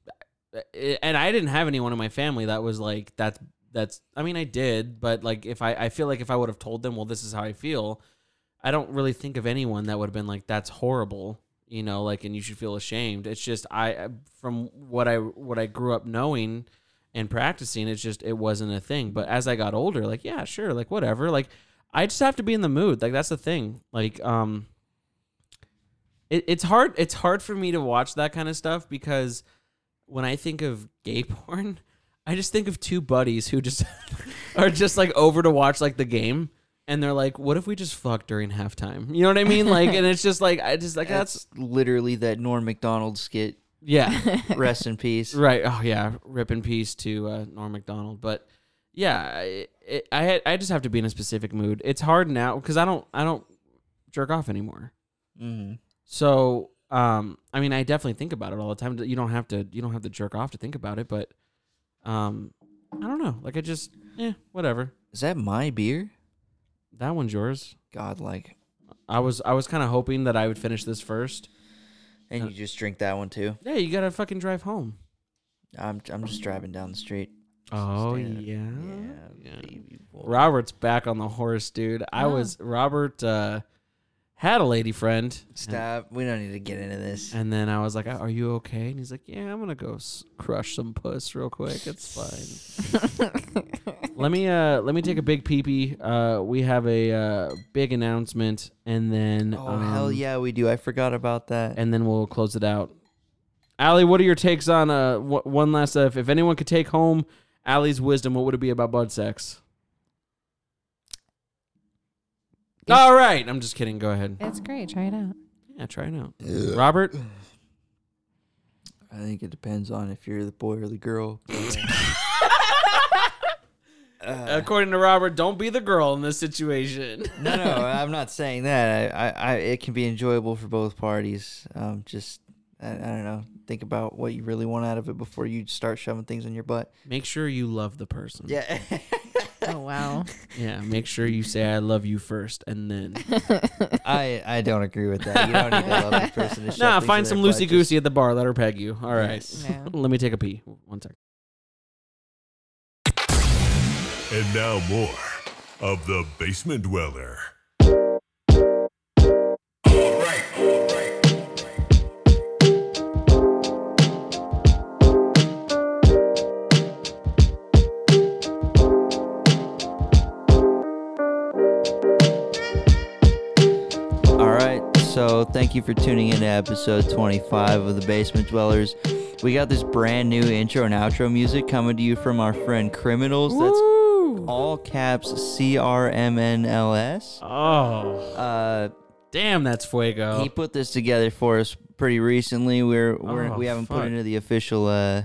and I didn't have anyone in my family that was like that's that's. I mean, I did, but like if I, I feel like if I would have told them, well, this is how I feel. I don't really think of anyone that would have been like that's horrible you know like and you should feel ashamed it's just i from what i what i grew up knowing and practicing it's just it wasn't a thing but as i got older like yeah sure like whatever like i just have to be in the mood like that's the thing like um it, it's hard it's hard for me to watch that kind of stuff because when i think of gay porn i just think of two buddies who just are just like over to watch like the game and they're like what if we just fuck during halftime you know what i mean like and it's just like i just like that's That's literally that Norm Macdonald skit. yeah. Rest in peace. right. Oh yeah. Rip in peace to uh, Norm Macdonald. But yeah, I, it, I had- I just have to be in a specific mood. It's hard now because I don't I don't jerk off anymore. hmm So um, I mean, I definitely think about it all the time. You don't have to you don't have to jerk off to think about it, but um, I don't know. Like I just eh, whatever. Is that my beer? That one's yours. God, like, I was I was kind of hoping that I would finish this first. Uh, and you just drink that one too. Yeah, you gotta fucking drive home. I'm I'm just driving down the street. Oh Stand- yeah. yeah, baby boy. Robert's back on the horse, dude. I was Robert uh, had a lady friend, Stop. We don't need to get into this. and then I was like, "Uh, "Are you okay?" And he's like, "Yeah, I'm gonna go s- crush some puss real quick. It's fine." let me uh, let me take a big pee pee. Uh, we have a uh, big announcement, and then Oh hell um, yeah, we do. I forgot about that. and then we'll close it out. Allie, what are your takes on uh, wh- one last uh, if, if anyone could take home Allie's wisdom, what would it be about bud sex? All right, I'm just kidding. Go ahead. it's great try it out Yeah, try it out, Robert. Uh, I think it depends on if you're the boy or the girl. According to Robert, don't be the girl in this situation. no, no, I'm not saying that. I, I, I it can be enjoyable for both parties. Um, just I, I don't know. Think about what you really want out of it before you start shoving things in your butt. Make sure you love the person. Yeah. oh wow yeah. Make sure you say "I love you" first, and then I, I don't agree with that. You don't need to love this person to shove nah. things Find in some their butt, loosey goosey at the bar. Let her peg you. All right. Yes. Yeah. Let me take a pee. One sec. And now more of the basement dweller. All right, so thank you for tuning in to episode 25 of The Basement Dwellers. We got this brand new intro and outro music coming to you from our friend Criminals. That's all caps C R M N L S. Oh, Uh, damn, that's fuego. he put this together for us pretty recently. We're, we're Oh, we haven't fuck. put it into the official uh,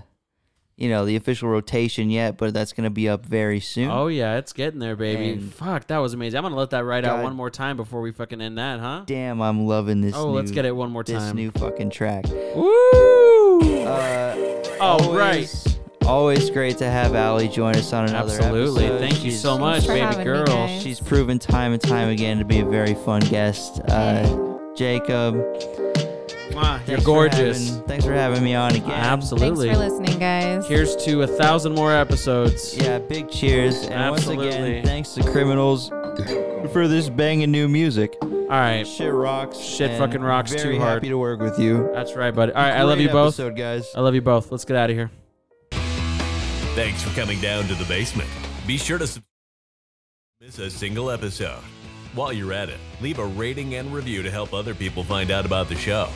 you know, the official rotation yet, but that's gonna be up very soon. oh yeah, it's getting there, baby. And- Fuck, that was amazing. I'm gonna let that ride out God. one more time before we fucking end that, huh? Damn, I'm loving this. Oh, new, let's get it one more This time. new fucking track. Woo! Uh, All always, right. Always great to have Allie join us on another Absolutely. episode. Thank you She's- so much, for baby having me, girl. guys. She's proven time and time again to be a very fun guest. Uh, Jacob, Mwah, You're thanks for gorgeous. having- thanks for having me on again. Absolutely. Thanks for listening, guys. Here's to a thousand more episodes. Yeah, big cheers. And once Absolutely. again, thanks to Criminals for this banging new music. All right. Shit rocks. Shit and fucking rocks very too hard. happy to work with you. That's right, buddy. All right. I love you Great both. episode, guys. I love you both. Let's get out of here. Thanks for coming down to the basement. Be sure to sub- miss a single episode. While you're at it, leave a rating and review to help other people find out about the show.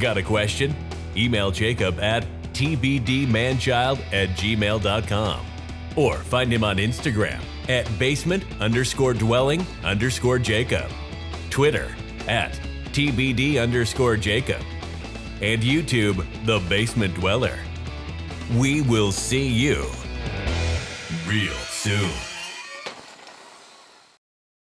Got a question? Email Jacob at tbdmanchild at gmail.com or find him on Instagram at basement underscore dwelling underscore Jacob, Twitter at tbd underscore Jacob, and YouTube, The Basement Dweller. We will see you real soon.